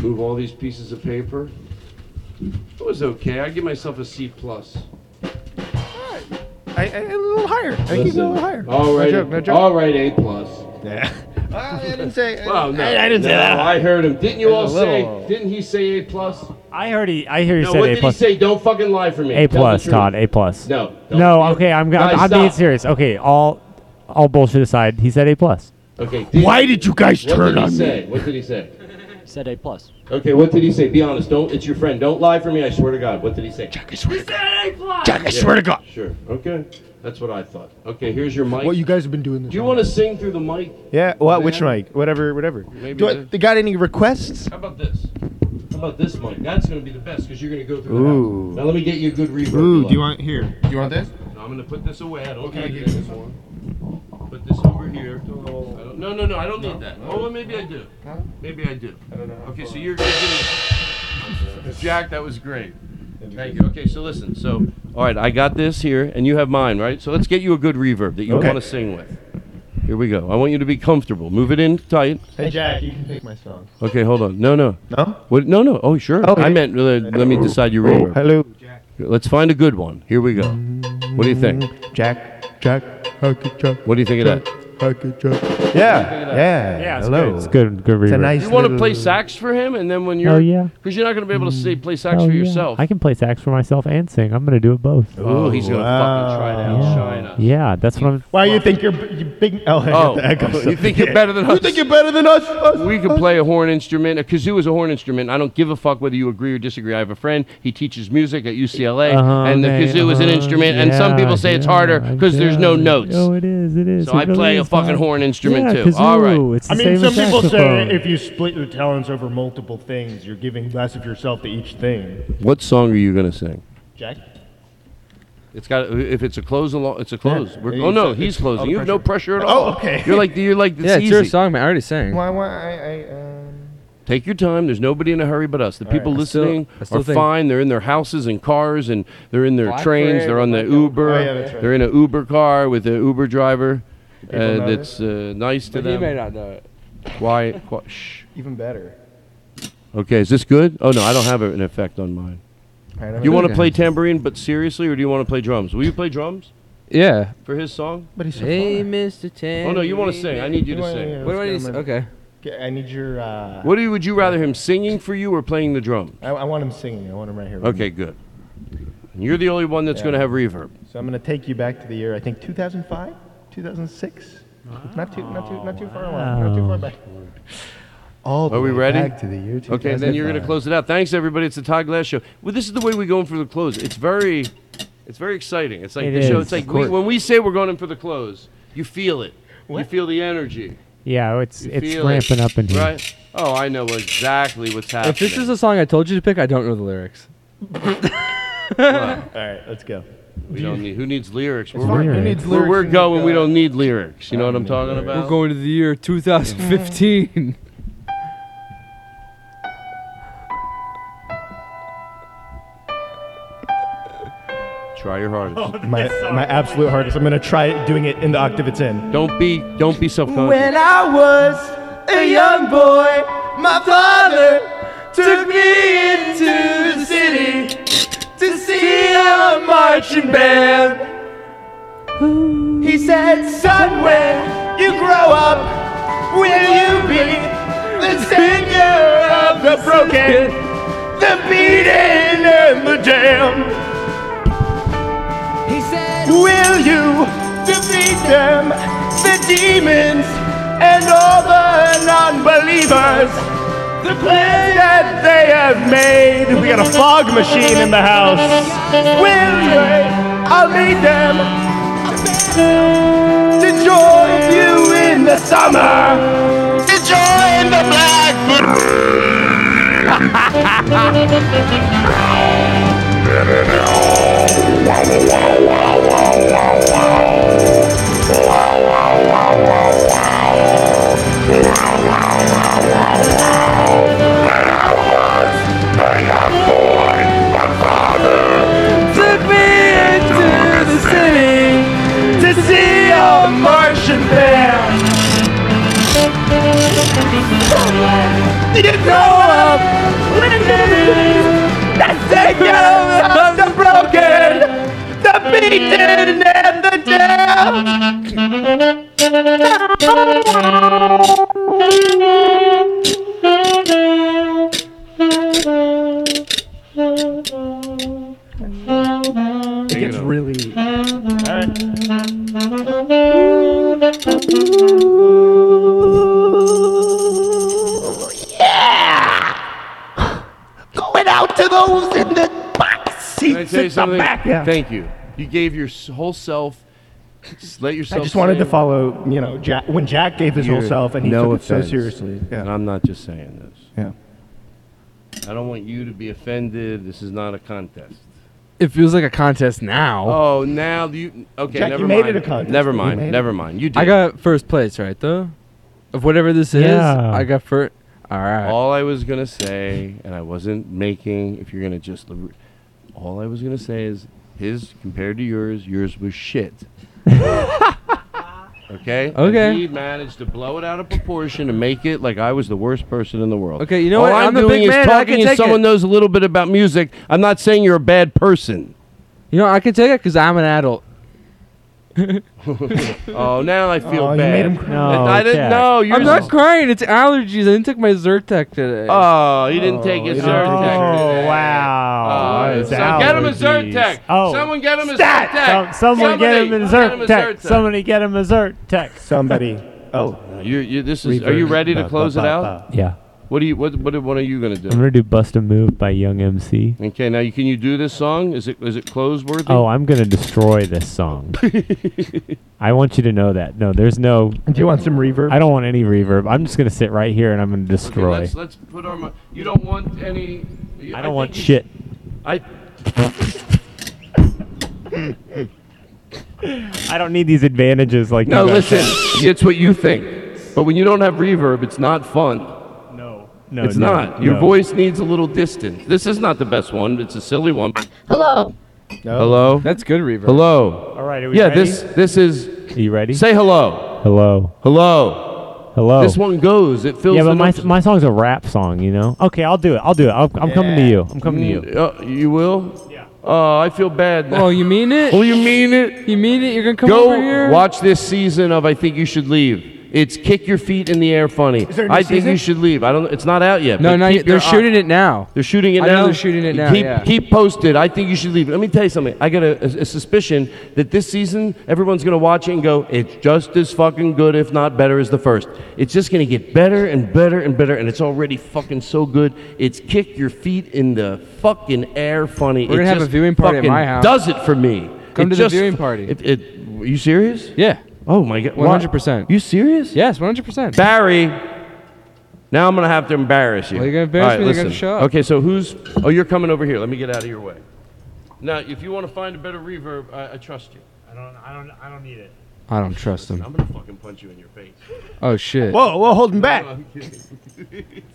Speaker 4: Move all these pieces of paper. It was okay. I give myself a C plus.
Speaker 6: I, I, a little higher. I think he's a little higher.
Speaker 4: All right.
Speaker 6: No joke, no joke.
Speaker 4: All right, A plus. Yeah.
Speaker 6: I didn't say.
Speaker 4: Well, no,
Speaker 6: I, I didn't say
Speaker 4: no,
Speaker 6: that.
Speaker 4: I heard him. Didn't you
Speaker 6: It's
Speaker 4: all
Speaker 6: a
Speaker 4: say?
Speaker 6: little- uh,
Speaker 4: Didn't he say A plus?
Speaker 9: I heard he. I hear he
Speaker 4: no,
Speaker 9: said
Speaker 4: what
Speaker 9: A
Speaker 4: did
Speaker 9: plus.
Speaker 4: he say? Don't fucking lie for me.
Speaker 9: A
Speaker 4: Tell the
Speaker 9: plus,
Speaker 4: truth.
Speaker 9: Todd. A plus.
Speaker 4: No. don't.
Speaker 9: No. Okay. I'm.
Speaker 4: Guys,
Speaker 9: I'm, I'm being
Speaker 4: stop.
Speaker 9: serious. Okay. All. All bullshit aside, he said A plus.
Speaker 4: Okay. did-
Speaker 9: Why did you guys
Speaker 4: what did
Speaker 9: turn
Speaker 4: he
Speaker 9: on me?
Speaker 4: say? What did he say?
Speaker 23: Said A plus.
Speaker 4: Okay, what did he say? Be honest. Don't. It's your friend. Don't lie for me. I swear to God. What did he say? Jack, I swear to God.
Speaker 6: Jack, [laughs] I swear to God.
Speaker 4: Sure. Okay. That's what I thought. Okay, here's your mic.
Speaker 6: What you guys have been doing
Speaker 4: Do
Speaker 6: this?
Speaker 4: you want to sing through the mic?
Speaker 6: Yeah. What? Which
Speaker 4: Man.
Speaker 6: mic? Whatever. Whatever.
Speaker 4: Maybe
Speaker 6: Do I,
Speaker 4: the-
Speaker 6: they got any requests?
Speaker 4: How about this? How about this mic? That's going to be the best because you're going to go through.
Speaker 6: Ooh.
Speaker 4: The house. Now let me get you a good reverb.
Speaker 6: Ooh, do you
Speaker 4: Eli.
Speaker 6: want- here. Do you want this?
Speaker 4: No, I'm going to put this away. I don't okay, need this one. Put this over here. I don't, no, no, no. I don't need that. Oh, well, maybe I do. Maybe I do. I don't know. Okay, so you're. you're doing- Jack, that was great. Thank you. Okay, so listen. So, all right, I got this here, and you have mine, right? So let's get you a good reverb that you
Speaker 6: Okay.
Speaker 4: want to sing with. Here we go. I want you to be comfortable. Move it in tight.
Speaker 6: Hey Jack, you can pick my song.
Speaker 4: Okay, hold on. No, no.
Speaker 6: No? Oh,
Speaker 4: What, no, no. Oh, sure.
Speaker 6: Okay.
Speaker 4: I meant, uh, let me decide your reverb.
Speaker 6: Hello.
Speaker 4: Let's find a good one. Here we go. What do you think?
Speaker 6: Jack. Jack. Hucky Jack.
Speaker 4: What do you think of that?
Speaker 6: Hucky Jack. Yeah. Yeah.
Speaker 4: Yeah, it's
Speaker 6: Hello.
Speaker 4: good. It's
Speaker 9: good- good
Speaker 6: It's a
Speaker 9: reverb.
Speaker 6: nice.
Speaker 4: You want to
Speaker 6: little-
Speaker 4: play sax for him, and then when you're,
Speaker 9: Oh, yeah.
Speaker 4: because you're not going to be able to see, play sax
Speaker 9: Oh,
Speaker 4: for
Speaker 9: yeah.
Speaker 4: yourself.
Speaker 9: I can play sax for myself and sing. I'm gonna do it both.
Speaker 4: Oh, he's gonna fucking try to outshine us.
Speaker 9: Yeah, that's what I'm.
Speaker 6: Why you think you're b- you big? Oh, [laughs] I got
Speaker 4: Oh,
Speaker 6: the echo
Speaker 4: you
Speaker 6: stuff. [laughs]
Speaker 4: think you're
Speaker 6: Yeah.
Speaker 4: better than us?
Speaker 6: You think you're better than us?
Speaker 4: We can play a horn instrument. A kazoo is a horn instrument. I don't give a fuck whether you agree or disagree. I have a friend. He teaches music at UCLA,
Speaker 9: Uh-huh,
Speaker 4: and the
Speaker 9: okay,
Speaker 4: kazoo is an
Speaker 9: uh-huh,
Speaker 4: instrument. and some
Speaker 9: yeah,
Speaker 4: people say it's
Speaker 9: yeah,
Speaker 4: harder because there's no notes.
Speaker 9: Oh, it is. It is.
Speaker 4: So
Speaker 9: it
Speaker 4: I play
Speaker 9: really
Speaker 4: a
Speaker 9: is
Speaker 4: fucking
Speaker 9: hard.
Speaker 4: horn instrument,
Speaker 9: Yeah,
Speaker 4: too. All right.
Speaker 9: kazoo, It's the
Speaker 2: I mean,
Speaker 9: same
Speaker 2: some
Speaker 9: as
Speaker 2: people
Speaker 9: saxophone.
Speaker 2: say if you split your talents over multiple things, you're giving less of yourself to each thing.
Speaker 4: What song are you gonna sing?
Speaker 2: Jack?
Speaker 4: It's got if it's a close along, it's a close.
Speaker 6: Yeah.
Speaker 4: We're,
Speaker 6: Yeah,
Speaker 4: oh
Speaker 6: you
Speaker 4: no,
Speaker 6: said
Speaker 4: he's
Speaker 6: it's
Speaker 4: closing.
Speaker 6: all
Speaker 4: You have no pressure
Speaker 6: pressure.
Speaker 4: at
Speaker 6: Oh,
Speaker 4: all.
Speaker 6: okay.
Speaker 4: You're like you're like
Speaker 5: yeah, it's your
Speaker 4: easy.
Speaker 5: song, man. I already sang.
Speaker 6: Why? Why? I. I uh...
Speaker 4: Take your time. There's nobody in a hurry but us. The people
Speaker 5: I still-
Speaker 4: listening
Speaker 5: I still
Speaker 4: are
Speaker 5: think-
Speaker 4: fine. They're in their houses and cars, and they're in their
Speaker 5: Well, I
Speaker 4: trains.
Speaker 5: pray
Speaker 4: They're
Speaker 5: that
Speaker 4: on
Speaker 5: my
Speaker 4: the
Speaker 5: dog-
Speaker 4: Uber.
Speaker 5: Oh, yeah, that's right.
Speaker 4: They're in an Uber car with an Uber driver.
Speaker 6: people
Speaker 4: Uh,
Speaker 6: know
Speaker 4: that's uh, nice to
Speaker 5: But he
Speaker 4: them.
Speaker 5: may not know it.
Speaker 4: Quiet. qui- shh.
Speaker 6: [laughs] Even better.
Speaker 4: Okay, is this good? Oh no, I don't have an effect on mine.
Speaker 6: All right, I'm
Speaker 4: You want to
Speaker 6: gonna-
Speaker 4: play tambourine, but seriously, or do you want to play drums? Will you play drums?
Speaker 5: Yeah.
Speaker 4: For his song?
Speaker 6: But he's so
Speaker 5: Hey,
Speaker 6: far.
Speaker 5: Mr. Tan.
Speaker 4: Oh no, you want to sing? I need you to
Speaker 6: Yeah, yeah,
Speaker 4: sing.
Speaker 6: yeah,
Speaker 5: What do I need
Speaker 6: let's
Speaker 5: to
Speaker 6: get
Speaker 5: s- okay.
Speaker 6: Okay, I need your. Uh,
Speaker 4: What do you, would you rather him singing for you or playing the drum?
Speaker 6: I, I want him singing. I want him right here.
Speaker 4: Okay, good. You're the only one that's
Speaker 6: Yeah.
Speaker 4: going to have reverb.
Speaker 6: So I'm gonna take you back to the year I think 2005, 2006. Not too, not too, not too far away. Not too far back. All the
Speaker 4: Are we
Speaker 6: way
Speaker 4: ready?
Speaker 6: back to the year
Speaker 4: okay, then you're going to
Speaker 6: 2005.
Speaker 4: close it out. Thanks, everybody. It's the Todd Glass Show. Well, this is the way we go in for the close. It's very, it's very exciting. It's like
Speaker 9: It
Speaker 4: the show.
Speaker 9: is,
Speaker 4: It's like
Speaker 9: of
Speaker 4: we,
Speaker 9: course.
Speaker 4: when we say we're going in for the close, you feel it. You feel the energy.
Speaker 9: Yeah, oh, it's
Speaker 4: You
Speaker 9: it's
Speaker 4: feel
Speaker 9: ramping
Speaker 4: it,
Speaker 9: up in here.
Speaker 4: Right? Oh, I know exactly what's happening.
Speaker 5: If this is a song I told you to pick, I don't know the lyrics.
Speaker 6: All right, let's go.
Speaker 4: We
Speaker 24: Do
Speaker 4: don't
Speaker 24: you-
Speaker 4: need. Who needs lyrics?
Speaker 24: It's fine. Who
Speaker 4: we're,
Speaker 24: needs
Speaker 4: we're-
Speaker 24: lyrics
Speaker 4: We're
Speaker 24: when we
Speaker 4: going. We
Speaker 24: go?
Speaker 4: don't need lyrics. You know what I'm talking about?
Speaker 5: We're going to
Speaker 4: [laughs]
Speaker 5: the year 2015.
Speaker 4: Try your hardest.
Speaker 7: my my absolute hardest. I'm gonna try doing it in the octave it's in.
Speaker 4: Don't be don't be self
Speaker 6: When I was a young boy, my father took me into the city to see a marching band. He said, Son, when you grow up, will you be the savior of the broken, the beaten, and the damned? He said, Will you defeat them, the demons, and all the non believers? The plan that they have made.
Speaker 7: We got a fog machine in the house.
Speaker 6: Will you? I'll lead them to join you in the summer, to join the black. took me into the city to see a Martian band. You grow up living the singer of the broken, the beaten, and the damned. It gets really.
Speaker 4: Going out to those in the back
Speaker 6: seats in the back, yeah.
Speaker 4: Thank you. You gave your s- whole self. s- Let
Speaker 7: I
Speaker 4: yourself.
Speaker 7: just wanted to
Speaker 4: sing.
Speaker 7: follow, you know, Jack when Jack gave his whole
Speaker 4: You're-
Speaker 7: self and he
Speaker 4: no
Speaker 7: took it so
Speaker 4: offense.
Speaker 7: seriously.
Speaker 4: And I'm not just saying this.
Speaker 7: Yeah.
Speaker 4: I don't want you to be offended. This is not a contest.
Speaker 2: It feels like a contest now.
Speaker 4: Oh, now do you. Okay,
Speaker 2: Jack, you
Speaker 4: never
Speaker 2: made it
Speaker 4: mind.
Speaker 2: a contest.
Speaker 4: Never
Speaker 2: You
Speaker 4: mind.
Speaker 2: made it.
Speaker 4: Never mind. You did.
Speaker 5: I got first place, right, though? Of whatever this is,
Speaker 4: Yeah.
Speaker 5: I got first. All right.
Speaker 4: All I was gonna say, and I wasn't making. If you're gonna just, l- all I was gonna say is his compared to yours, yours was shit. okay. And
Speaker 5: Okay.
Speaker 4: he managed to blow it out of proportion and make it like I was the worst person in the world.
Speaker 5: Okay, you know
Speaker 4: all
Speaker 5: what?
Speaker 4: I'm,
Speaker 5: I'm a
Speaker 4: doing
Speaker 5: big
Speaker 4: is
Speaker 5: man, I
Speaker 4: talking
Speaker 5: can
Speaker 4: to
Speaker 5: take
Speaker 4: someone
Speaker 5: it.
Speaker 4: knows a little bit about music. I'm not saying you're a bad person.
Speaker 5: You know, I can take it because I'm an adult.
Speaker 4: Oh, now I feel
Speaker 5: Oh, you
Speaker 4: bad.
Speaker 5: made him cry.
Speaker 4: And I didn't know. You're
Speaker 5: I'm not crying. It's allergies. I didn't take my Zyrtec today.
Speaker 4: Oh, he didn't take his Zyrtec. today.
Speaker 9: Oh, wow.
Speaker 4: Oh,
Speaker 9: It's
Speaker 4: so get him a
Speaker 9: allergies.
Speaker 4: Zyrtec.
Speaker 9: Oh.
Speaker 4: Someone get him a
Speaker 9: Stat!
Speaker 4: Zyrtec.
Speaker 9: Some- someone get him
Speaker 4: Somebody-
Speaker 9: a
Speaker 4: get him
Speaker 9: Zyrtec. Somebody get him a Zyrtec.
Speaker 7: Somebody. Oh.
Speaker 4: You, you, this is. Are you ready to
Speaker 9: Ba,
Speaker 4: close
Speaker 9: ba,
Speaker 4: it
Speaker 9: ba,
Speaker 4: out?
Speaker 9: ba. Yeah.
Speaker 4: What do you? What? What, what are you gonna
Speaker 9: I'm
Speaker 4: do?
Speaker 9: gonna do "Bust a Move" by Young MC.
Speaker 4: Okay, now you, can you do this song? Is it is it close worthy?
Speaker 9: Oh, I'm gonna destroy
Speaker 4: [laughs]
Speaker 9: this song. I want you to know that. No, there's no. Do
Speaker 7: you want some reverb?
Speaker 9: I don't want any reverb. I'm just gonna sit right here and I'm gonna destroy.
Speaker 4: Let's let's put our. mo- You don't want any. I
Speaker 9: don't want shit.
Speaker 4: I.
Speaker 9: I don't need these advantages like.
Speaker 4: No,
Speaker 9: you guys
Speaker 4: listen.
Speaker 9: have.
Speaker 4: it's what you think. But when you don't have reverb, it's not fun. No.
Speaker 9: no,
Speaker 4: it's
Speaker 9: Uh, no,
Speaker 4: not. Your
Speaker 9: no.
Speaker 4: voice needs a little distance. This is not the best one. It's a silly one. but-
Speaker 25: Hello.
Speaker 4: Hello.
Speaker 5: That's good reverb.
Speaker 4: Hello.
Speaker 9: All right, are we
Speaker 4: yeah.
Speaker 9: ready?
Speaker 4: This this is.
Speaker 9: Are you ready?
Speaker 4: Say hello.
Speaker 9: Hello.
Speaker 4: Hello.
Speaker 9: Hello.
Speaker 4: This one goes. It fills.
Speaker 9: yeah, but
Speaker 4: the
Speaker 9: my,
Speaker 4: notes.
Speaker 9: my song's a rap song, you know. Okay, I'll do it. I'll do it. I'll, I'm coming to
Speaker 4: Yeah.
Speaker 9: you. I'm coming to you.
Speaker 4: Mm, uh, you will? Yeah. Oh, I feel bad. Now.
Speaker 5: Oh, you mean it?
Speaker 4: Oh, you mean it?
Speaker 5: You mean it? You're gonna come
Speaker 4: Go
Speaker 5: over here?
Speaker 4: watch this season of I Think You Should Leave. It's kick your feet in the air funny.
Speaker 5: there a new
Speaker 4: I think you
Speaker 5: season?
Speaker 4: should leave. I don't. It's not out yet.
Speaker 5: No,
Speaker 4: but
Speaker 5: not
Speaker 4: keep
Speaker 5: yet. They're
Speaker 4: your
Speaker 5: shooting it now.
Speaker 4: They're shooting it
Speaker 5: I
Speaker 4: now.
Speaker 5: know they're shooting it now,
Speaker 4: Keep,
Speaker 5: yeah.
Speaker 4: keep posted. I think you should leave. Let me tell you something. I got a, a- a suspicion that this season everyone's gonna watch it and go, it's just as fucking good, if not better, as the first. It's just gonna get better and better and better, and it's already fucking so good. It's kick your feet in the fucking air, funny.
Speaker 5: We're
Speaker 4: It
Speaker 5: gonna have a
Speaker 4: just
Speaker 5: viewing party at
Speaker 4: fucking
Speaker 5: my house.
Speaker 4: Does it for me.
Speaker 5: Come
Speaker 4: It
Speaker 5: to the
Speaker 4: just-
Speaker 5: viewing party.
Speaker 4: It, it, are you serious?
Speaker 5: Yeah.
Speaker 4: Oh my god. Why-
Speaker 5: 100%.
Speaker 4: You serious?
Speaker 5: Yes, 100%.
Speaker 4: Barry. Now I'm gonna have to embarrass you.
Speaker 5: Well, you're gonna embarrass
Speaker 4: All
Speaker 5: me, you're gonna
Speaker 4: listen.
Speaker 5: show up.
Speaker 4: Okay, so who's? Oh, you're coming over here. Let me get out of your way.
Speaker 2: Now, if you want to find a better reverb, I, I trust you. I don't. I don't. I don't need it.
Speaker 5: I don't trust him.
Speaker 2: I'm gonna fucking punch you in your
Speaker 6: [laughs]
Speaker 2: face.
Speaker 5: Oh shit.
Speaker 6: Whoa, whoa, hold him
Speaker 2: No,
Speaker 6: back.
Speaker 2: I'm kidding. [laughs]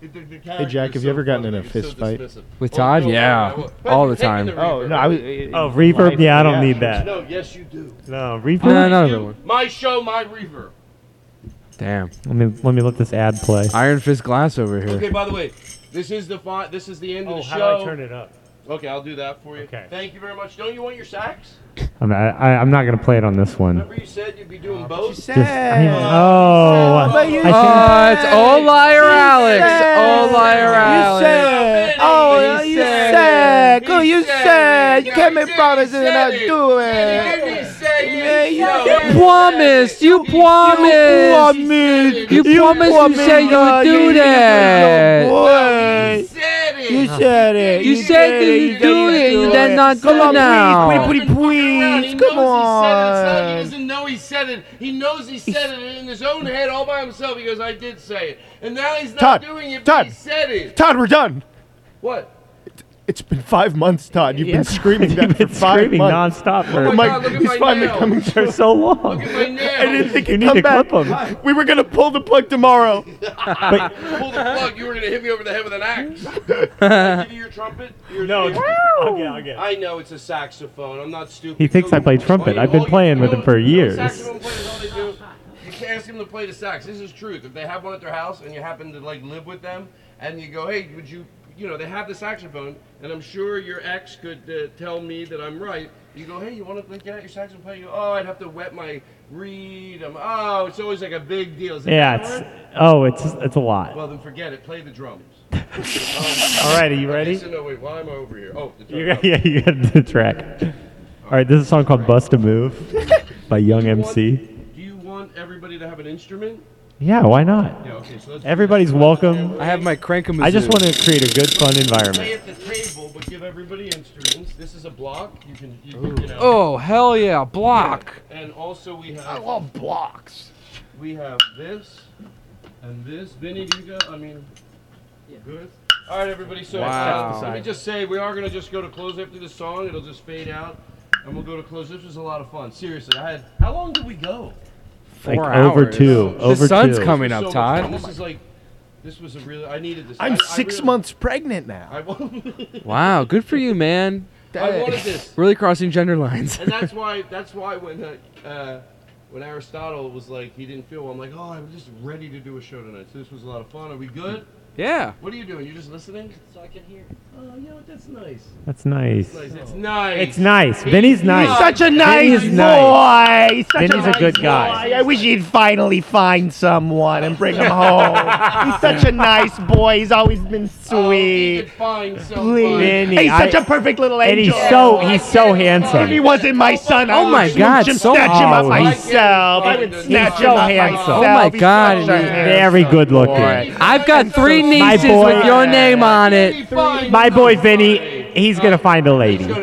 Speaker 2: The- the
Speaker 6: Hey
Speaker 2: character
Speaker 6: Jack,
Speaker 2: is
Speaker 6: have you
Speaker 2: so
Speaker 6: ever gotten in
Speaker 2: funny,
Speaker 6: a
Speaker 2: he's so
Speaker 6: fist fight
Speaker 2: dismissive. Oh,
Speaker 5: With Todd?
Speaker 2: no,
Speaker 5: Yeah.
Speaker 2: I won't.
Speaker 5: All
Speaker 2: But
Speaker 5: the
Speaker 2: taking
Speaker 5: time.
Speaker 2: the
Speaker 6: Oh, no, I was-
Speaker 2: reverb.
Speaker 9: Oh, reverb? Yeah, I don't need that.
Speaker 2: [laughs] No, yes you do.
Speaker 9: No, reverb?
Speaker 5: No, not everyone.
Speaker 2: My show, my
Speaker 6: [laughs]
Speaker 2: reverb.
Speaker 5: Damn.
Speaker 9: Let me let me let this ad play.
Speaker 5: Iron Fist Glass over here.
Speaker 2: Okay, by the way, this is the fi- this is the end of
Speaker 26: Oh,
Speaker 2: the
Speaker 26: how
Speaker 2: show.
Speaker 26: do I turn it up?
Speaker 2: Okay, I'll do that for you. Okay. Thank you very much. Don't you want your sax?
Speaker 9: I'm, I, I- I'm not gonna play it on this one.
Speaker 2: Remember you said you'd be doing
Speaker 6: Uh,
Speaker 2: both.
Speaker 9: Just- I- oh, [laughs]
Speaker 2: But you
Speaker 9: I think-
Speaker 5: Oh, it's old liar Alex. Old liar Alex.
Speaker 27: Oh,
Speaker 5: He
Speaker 27: you
Speaker 5: said
Speaker 27: said.
Speaker 5: it.
Speaker 27: Oh,
Speaker 5: He
Speaker 27: you
Speaker 5: said
Speaker 27: said. You can't make promises and not do it. Yeah, you
Speaker 5: You promised. You promised. You promised you said you would do that.
Speaker 27: You said it.
Speaker 5: You said that you do it. You did not do it now.
Speaker 27: Please, please, please, come
Speaker 2: He
Speaker 27: on.
Speaker 2: doesn't know he said it. He knows he said it in his own head all by himself. He goes, I did say it. And now he's not
Speaker 6: Todd,
Speaker 2: doing it, but
Speaker 6: Todd,
Speaker 2: he said it.
Speaker 6: Todd, we're done.
Speaker 2: What?
Speaker 6: It's been five months, Todd. You've been screaming
Speaker 5: [laughs]
Speaker 6: that for five
Speaker 9: screaming
Speaker 6: months.
Speaker 9: nonstop for- Oh my
Speaker 6: Mike,
Speaker 9: God, look at
Speaker 6: he's
Speaker 9: my
Speaker 6: finally
Speaker 9: nails. [laughs]
Speaker 6: coming
Speaker 9: They're so long.
Speaker 2: Look at my nails.
Speaker 6: I
Speaker 2: [laughs]
Speaker 6: didn't think
Speaker 9: You
Speaker 6: he'd
Speaker 9: need
Speaker 6: come
Speaker 9: to
Speaker 6: back.
Speaker 9: clip 'em.
Speaker 6: We were gonna pull the plug tomorrow.
Speaker 9: But-
Speaker 2: Pull
Speaker 27: [laughs]
Speaker 2: the plug. You were going to hit me over the head with an axe. Can I give you your trumpet? Your,
Speaker 26: No,
Speaker 2: your-
Speaker 26: okay, I'll get it.
Speaker 2: I know it's a saxophone. I'm not stupid.
Speaker 9: He thinks I play trumpet. I've been playing with him for years.
Speaker 2: Saxophone players, all they do, you can ask them to play the sax. This is truth. If they have one at their house and you happen to like live with them, and you go, hey, would you, you know, they have the saxophone, and I'm sure your ex could uh, tell me that I'm right. You go, hey, you want to like, get out your saxophone play? You go, oh, I'd have to wet my reed. Um, oh, it's always like a big deal. Is it
Speaker 9: Yeah,
Speaker 2: that
Speaker 9: it's
Speaker 2: hard?
Speaker 9: oh, it's it's a lot.
Speaker 2: [laughs] Well, then forget it. Play the drums.
Speaker 9: All right, are you ready?
Speaker 2: Okay, so no, wait, why am I over here? Oh, the
Speaker 9: You
Speaker 2: drum.
Speaker 9: got, [laughs] yeah, you got the track. All right, this is a song called "Bust a Move" by Young MC.
Speaker 2: Do you want everybody to have an instrument?
Speaker 9: Yeah, why not?
Speaker 2: Yeah, okay, so let's do
Speaker 9: Everybody's welcome.
Speaker 5: I have my crank
Speaker 9: I just want to create a good, fun
Speaker 2: Play
Speaker 9: environment.
Speaker 2: at the table, but give everybody instruments. This is a block. You can, you, can, you know.
Speaker 5: Oh, hell yeah. Block.
Speaker 2: And also we have. I love blocks. We have this and this. Vinny, do you go? I mean, good. All right, everybody. So uh,
Speaker 5: Wow.
Speaker 2: let me just say we are gonna just go to close after this song. It'll just fade out, and we'll go to close. This was a lot of fun. Seriously, I had. How long did we go?
Speaker 9: Like over two,
Speaker 5: The
Speaker 9: over
Speaker 5: sun's
Speaker 9: two.
Speaker 5: coming
Speaker 2: So
Speaker 5: up,
Speaker 2: much fun.
Speaker 5: Todd.
Speaker 2: This is like. This was a really. I needed this.
Speaker 6: I'm
Speaker 2: I- I
Speaker 6: six
Speaker 2: really-
Speaker 6: months pregnant now.
Speaker 2: I wanted,
Speaker 5: Wow, good for you, man.
Speaker 2: I wanted this.
Speaker 5: Really crossing gender lines. [laughs]
Speaker 2: and that's why that's why when uh, uh, when Aristotle was like he didn't feel well, I'm like, oh, I'm just ready to do a show tonight. So this was a lot of fun. Are we good?
Speaker 5: Yeah.
Speaker 2: What are you doing? You're just listening. So I can hear. Oh, you know what? That's nice.
Speaker 9: That's nice.
Speaker 2: Nice. It's nice.
Speaker 9: It's nice. Vinny's nice.
Speaker 2: Such
Speaker 6: a nice
Speaker 9: Vinny's nice.
Speaker 6: boy. He's such a
Speaker 9: Vinny's a,
Speaker 6: nice
Speaker 9: good guy.
Speaker 6: I, I wish he'd finally find someone and bring him home. He's such a nice boy. He's always been sweet.
Speaker 2: Oh, Find someone.
Speaker 6: Please.
Speaker 9: Vinny,
Speaker 6: he's such
Speaker 9: I-
Speaker 6: a perfect little
Speaker 9: And
Speaker 6: angel.
Speaker 9: he's so he's so
Speaker 6: If he
Speaker 9: handsome.
Speaker 6: wasn't my son, I
Speaker 5: Oh
Speaker 6: would
Speaker 5: my
Speaker 6: sn-
Speaker 5: God,
Speaker 6: just
Speaker 5: so
Speaker 6: snatch him up
Speaker 9: awesome.
Speaker 6: myself. I would
Speaker 9: He's
Speaker 6: snatch
Speaker 9: so
Speaker 6: him up
Speaker 9: handsome.
Speaker 6: myself.
Speaker 9: Oh
Speaker 5: Oh my
Speaker 6: He's
Speaker 5: God,
Speaker 6: such a
Speaker 5: you're
Speaker 9: Very good looking.
Speaker 5: I've got three nieces
Speaker 9: boy-
Speaker 5: with your name on it.
Speaker 9: My boy Vinny, he's gonna find a lady.
Speaker 5: He's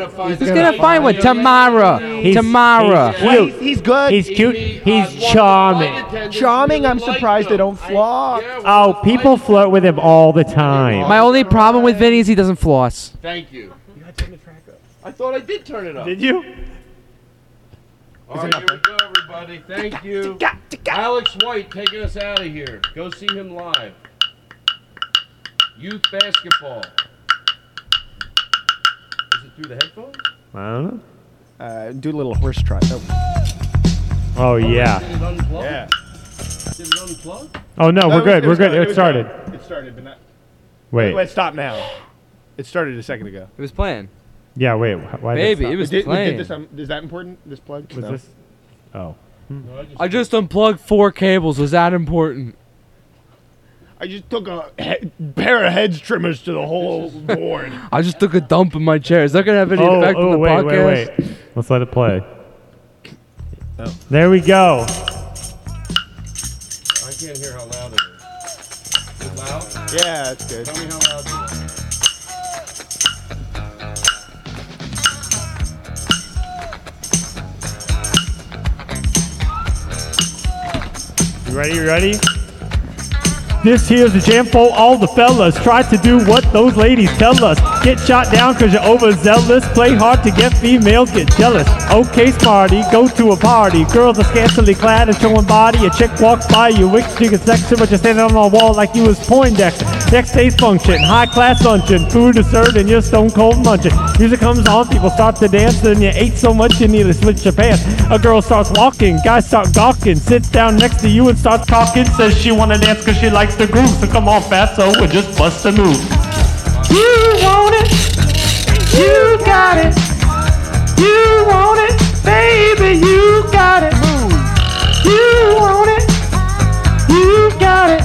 Speaker 5: gonna find one tomorrow.
Speaker 9: He's-
Speaker 5: tomorrow.
Speaker 9: he's cute.
Speaker 6: He's good.
Speaker 9: He's cute. He's charming.
Speaker 6: Charming. I'm surprised they don't flock.
Speaker 9: Oh, people flirt with him all the time.
Speaker 5: My only problem with Vinny is he doesn't floss.
Speaker 2: Thank you. You gotta turn the track up. I thought I did turn it up.
Speaker 9: Did you?
Speaker 2: All right, here we go, everybody. Thank you. Alex White taking us out of here. Go see him live. Youth basketball. Is it through the headphones?
Speaker 9: I don't know.
Speaker 6: Uh, do a little horse trot. Oh,
Speaker 9: Oh yeah.
Speaker 2: Did it unplug? Yeah. Did it unplug?
Speaker 9: Oh no,
Speaker 6: No, it
Speaker 9: we're
Speaker 6: was-
Speaker 9: good.
Speaker 6: it
Speaker 9: We're
Speaker 6: was
Speaker 9: good.
Speaker 6: going, it
Speaker 9: It
Speaker 6: was
Speaker 9: started.
Speaker 6: It started, but not.
Speaker 9: Wait.
Speaker 6: Wait, stop now. It started a second ago.
Speaker 5: It was playing.
Speaker 9: Yeah. Wait. wh- Why? did
Speaker 5: Baby,
Speaker 9: stop?
Speaker 5: it was
Speaker 6: we did, we
Speaker 5: playing.
Speaker 6: did this on, is that important? This plug?
Speaker 9: Was
Speaker 6: No.
Speaker 9: this? Oh.
Speaker 5: I just unplugged four cables. Was that important?
Speaker 6: I just took a he- pair of hedge trimmers to the whole board.
Speaker 5: I just took a dump in my chair. Is that gonna have any
Speaker 9: Oh,
Speaker 5: effect on
Speaker 9: oh,
Speaker 5: the
Speaker 9: wait,
Speaker 5: podcast?
Speaker 9: wait, wait. Let's let it play.
Speaker 2: Oh.
Speaker 9: There we go.
Speaker 2: I can't hear how loud it is. Is it loud?
Speaker 6: Yeah, it's good.
Speaker 2: Tell me how loud it is.
Speaker 9: You ready? You ready? This here's a jam for all the fellas. Try to do what those ladies tell us. Get shot down cause you're overzealous. Play hard to get females, get jealous. Okay, smarty, go to a party. Girls are scantily clad and showing body. A chick walks by you, wicked chicken section, but you're standing on a wall like you was Poindexter. Next day's function, high class luncheon. Food is served and you're stone cold munching. Music comes on, people start to dance, and you ate so much you nearly slit your pants. A girl starts walking, guys start gawking, sits down next to you and starts talking. Says she wanna dance cause she likes the groove, so come on fast, so we just bust a move.
Speaker 28: You want it, you got it. You want it, baby, you got it. You want it, you got it.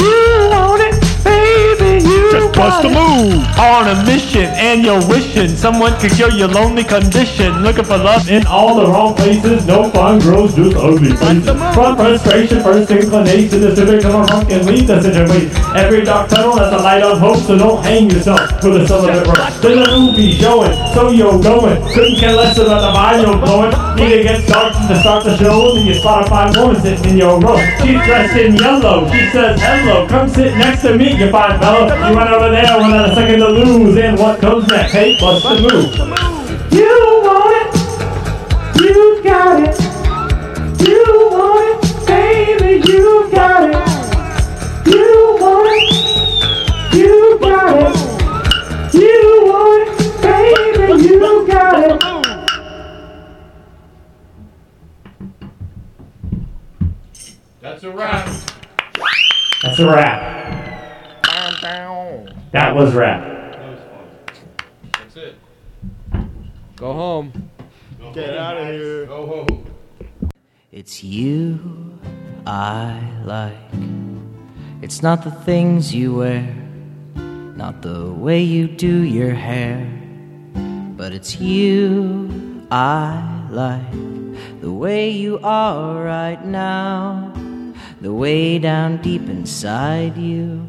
Speaker 28: You want it, baby, you
Speaker 9: Just bust a move on a mission, and you're wishing someone could cure your lonely condition. Looking for love in all the wrong places. No fine girls, just ugly faces. From frustration, first inclination is to become a monk and lead the situation. Every dark tunnel has a light of hope, so don't hang yourself with a celibate rope. There's a movie showing, so you're going. Couldn't care less about the vibe you're blowing. Need to get started to start the show, then you spot a fine woman sitting in your row. She's dressed in yellow. She says hello. Come sit next to me, you fine fellow. You went over there without a second to lose. And what comes next? Hey, bust the move.
Speaker 28: You want it, you got it. You want it, baby, you got it. You want it, you got it. You want it, baby, you got it.
Speaker 29: That's a wrap.
Speaker 9: That's a wrap. That was rap.
Speaker 29: That's it.
Speaker 5: Go home.
Speaker 29: Get out of here. Go home.
Speaker 30: It's you I like. It's not the things you wear, not the way you do your hair, but it's you I like. The way you are right now, the way down deep inside you.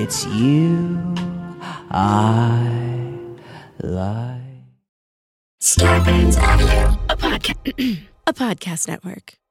Speaker 30: It's you I like.
Speaker 31: Scarpins Avenue, a podcast, a podcast network.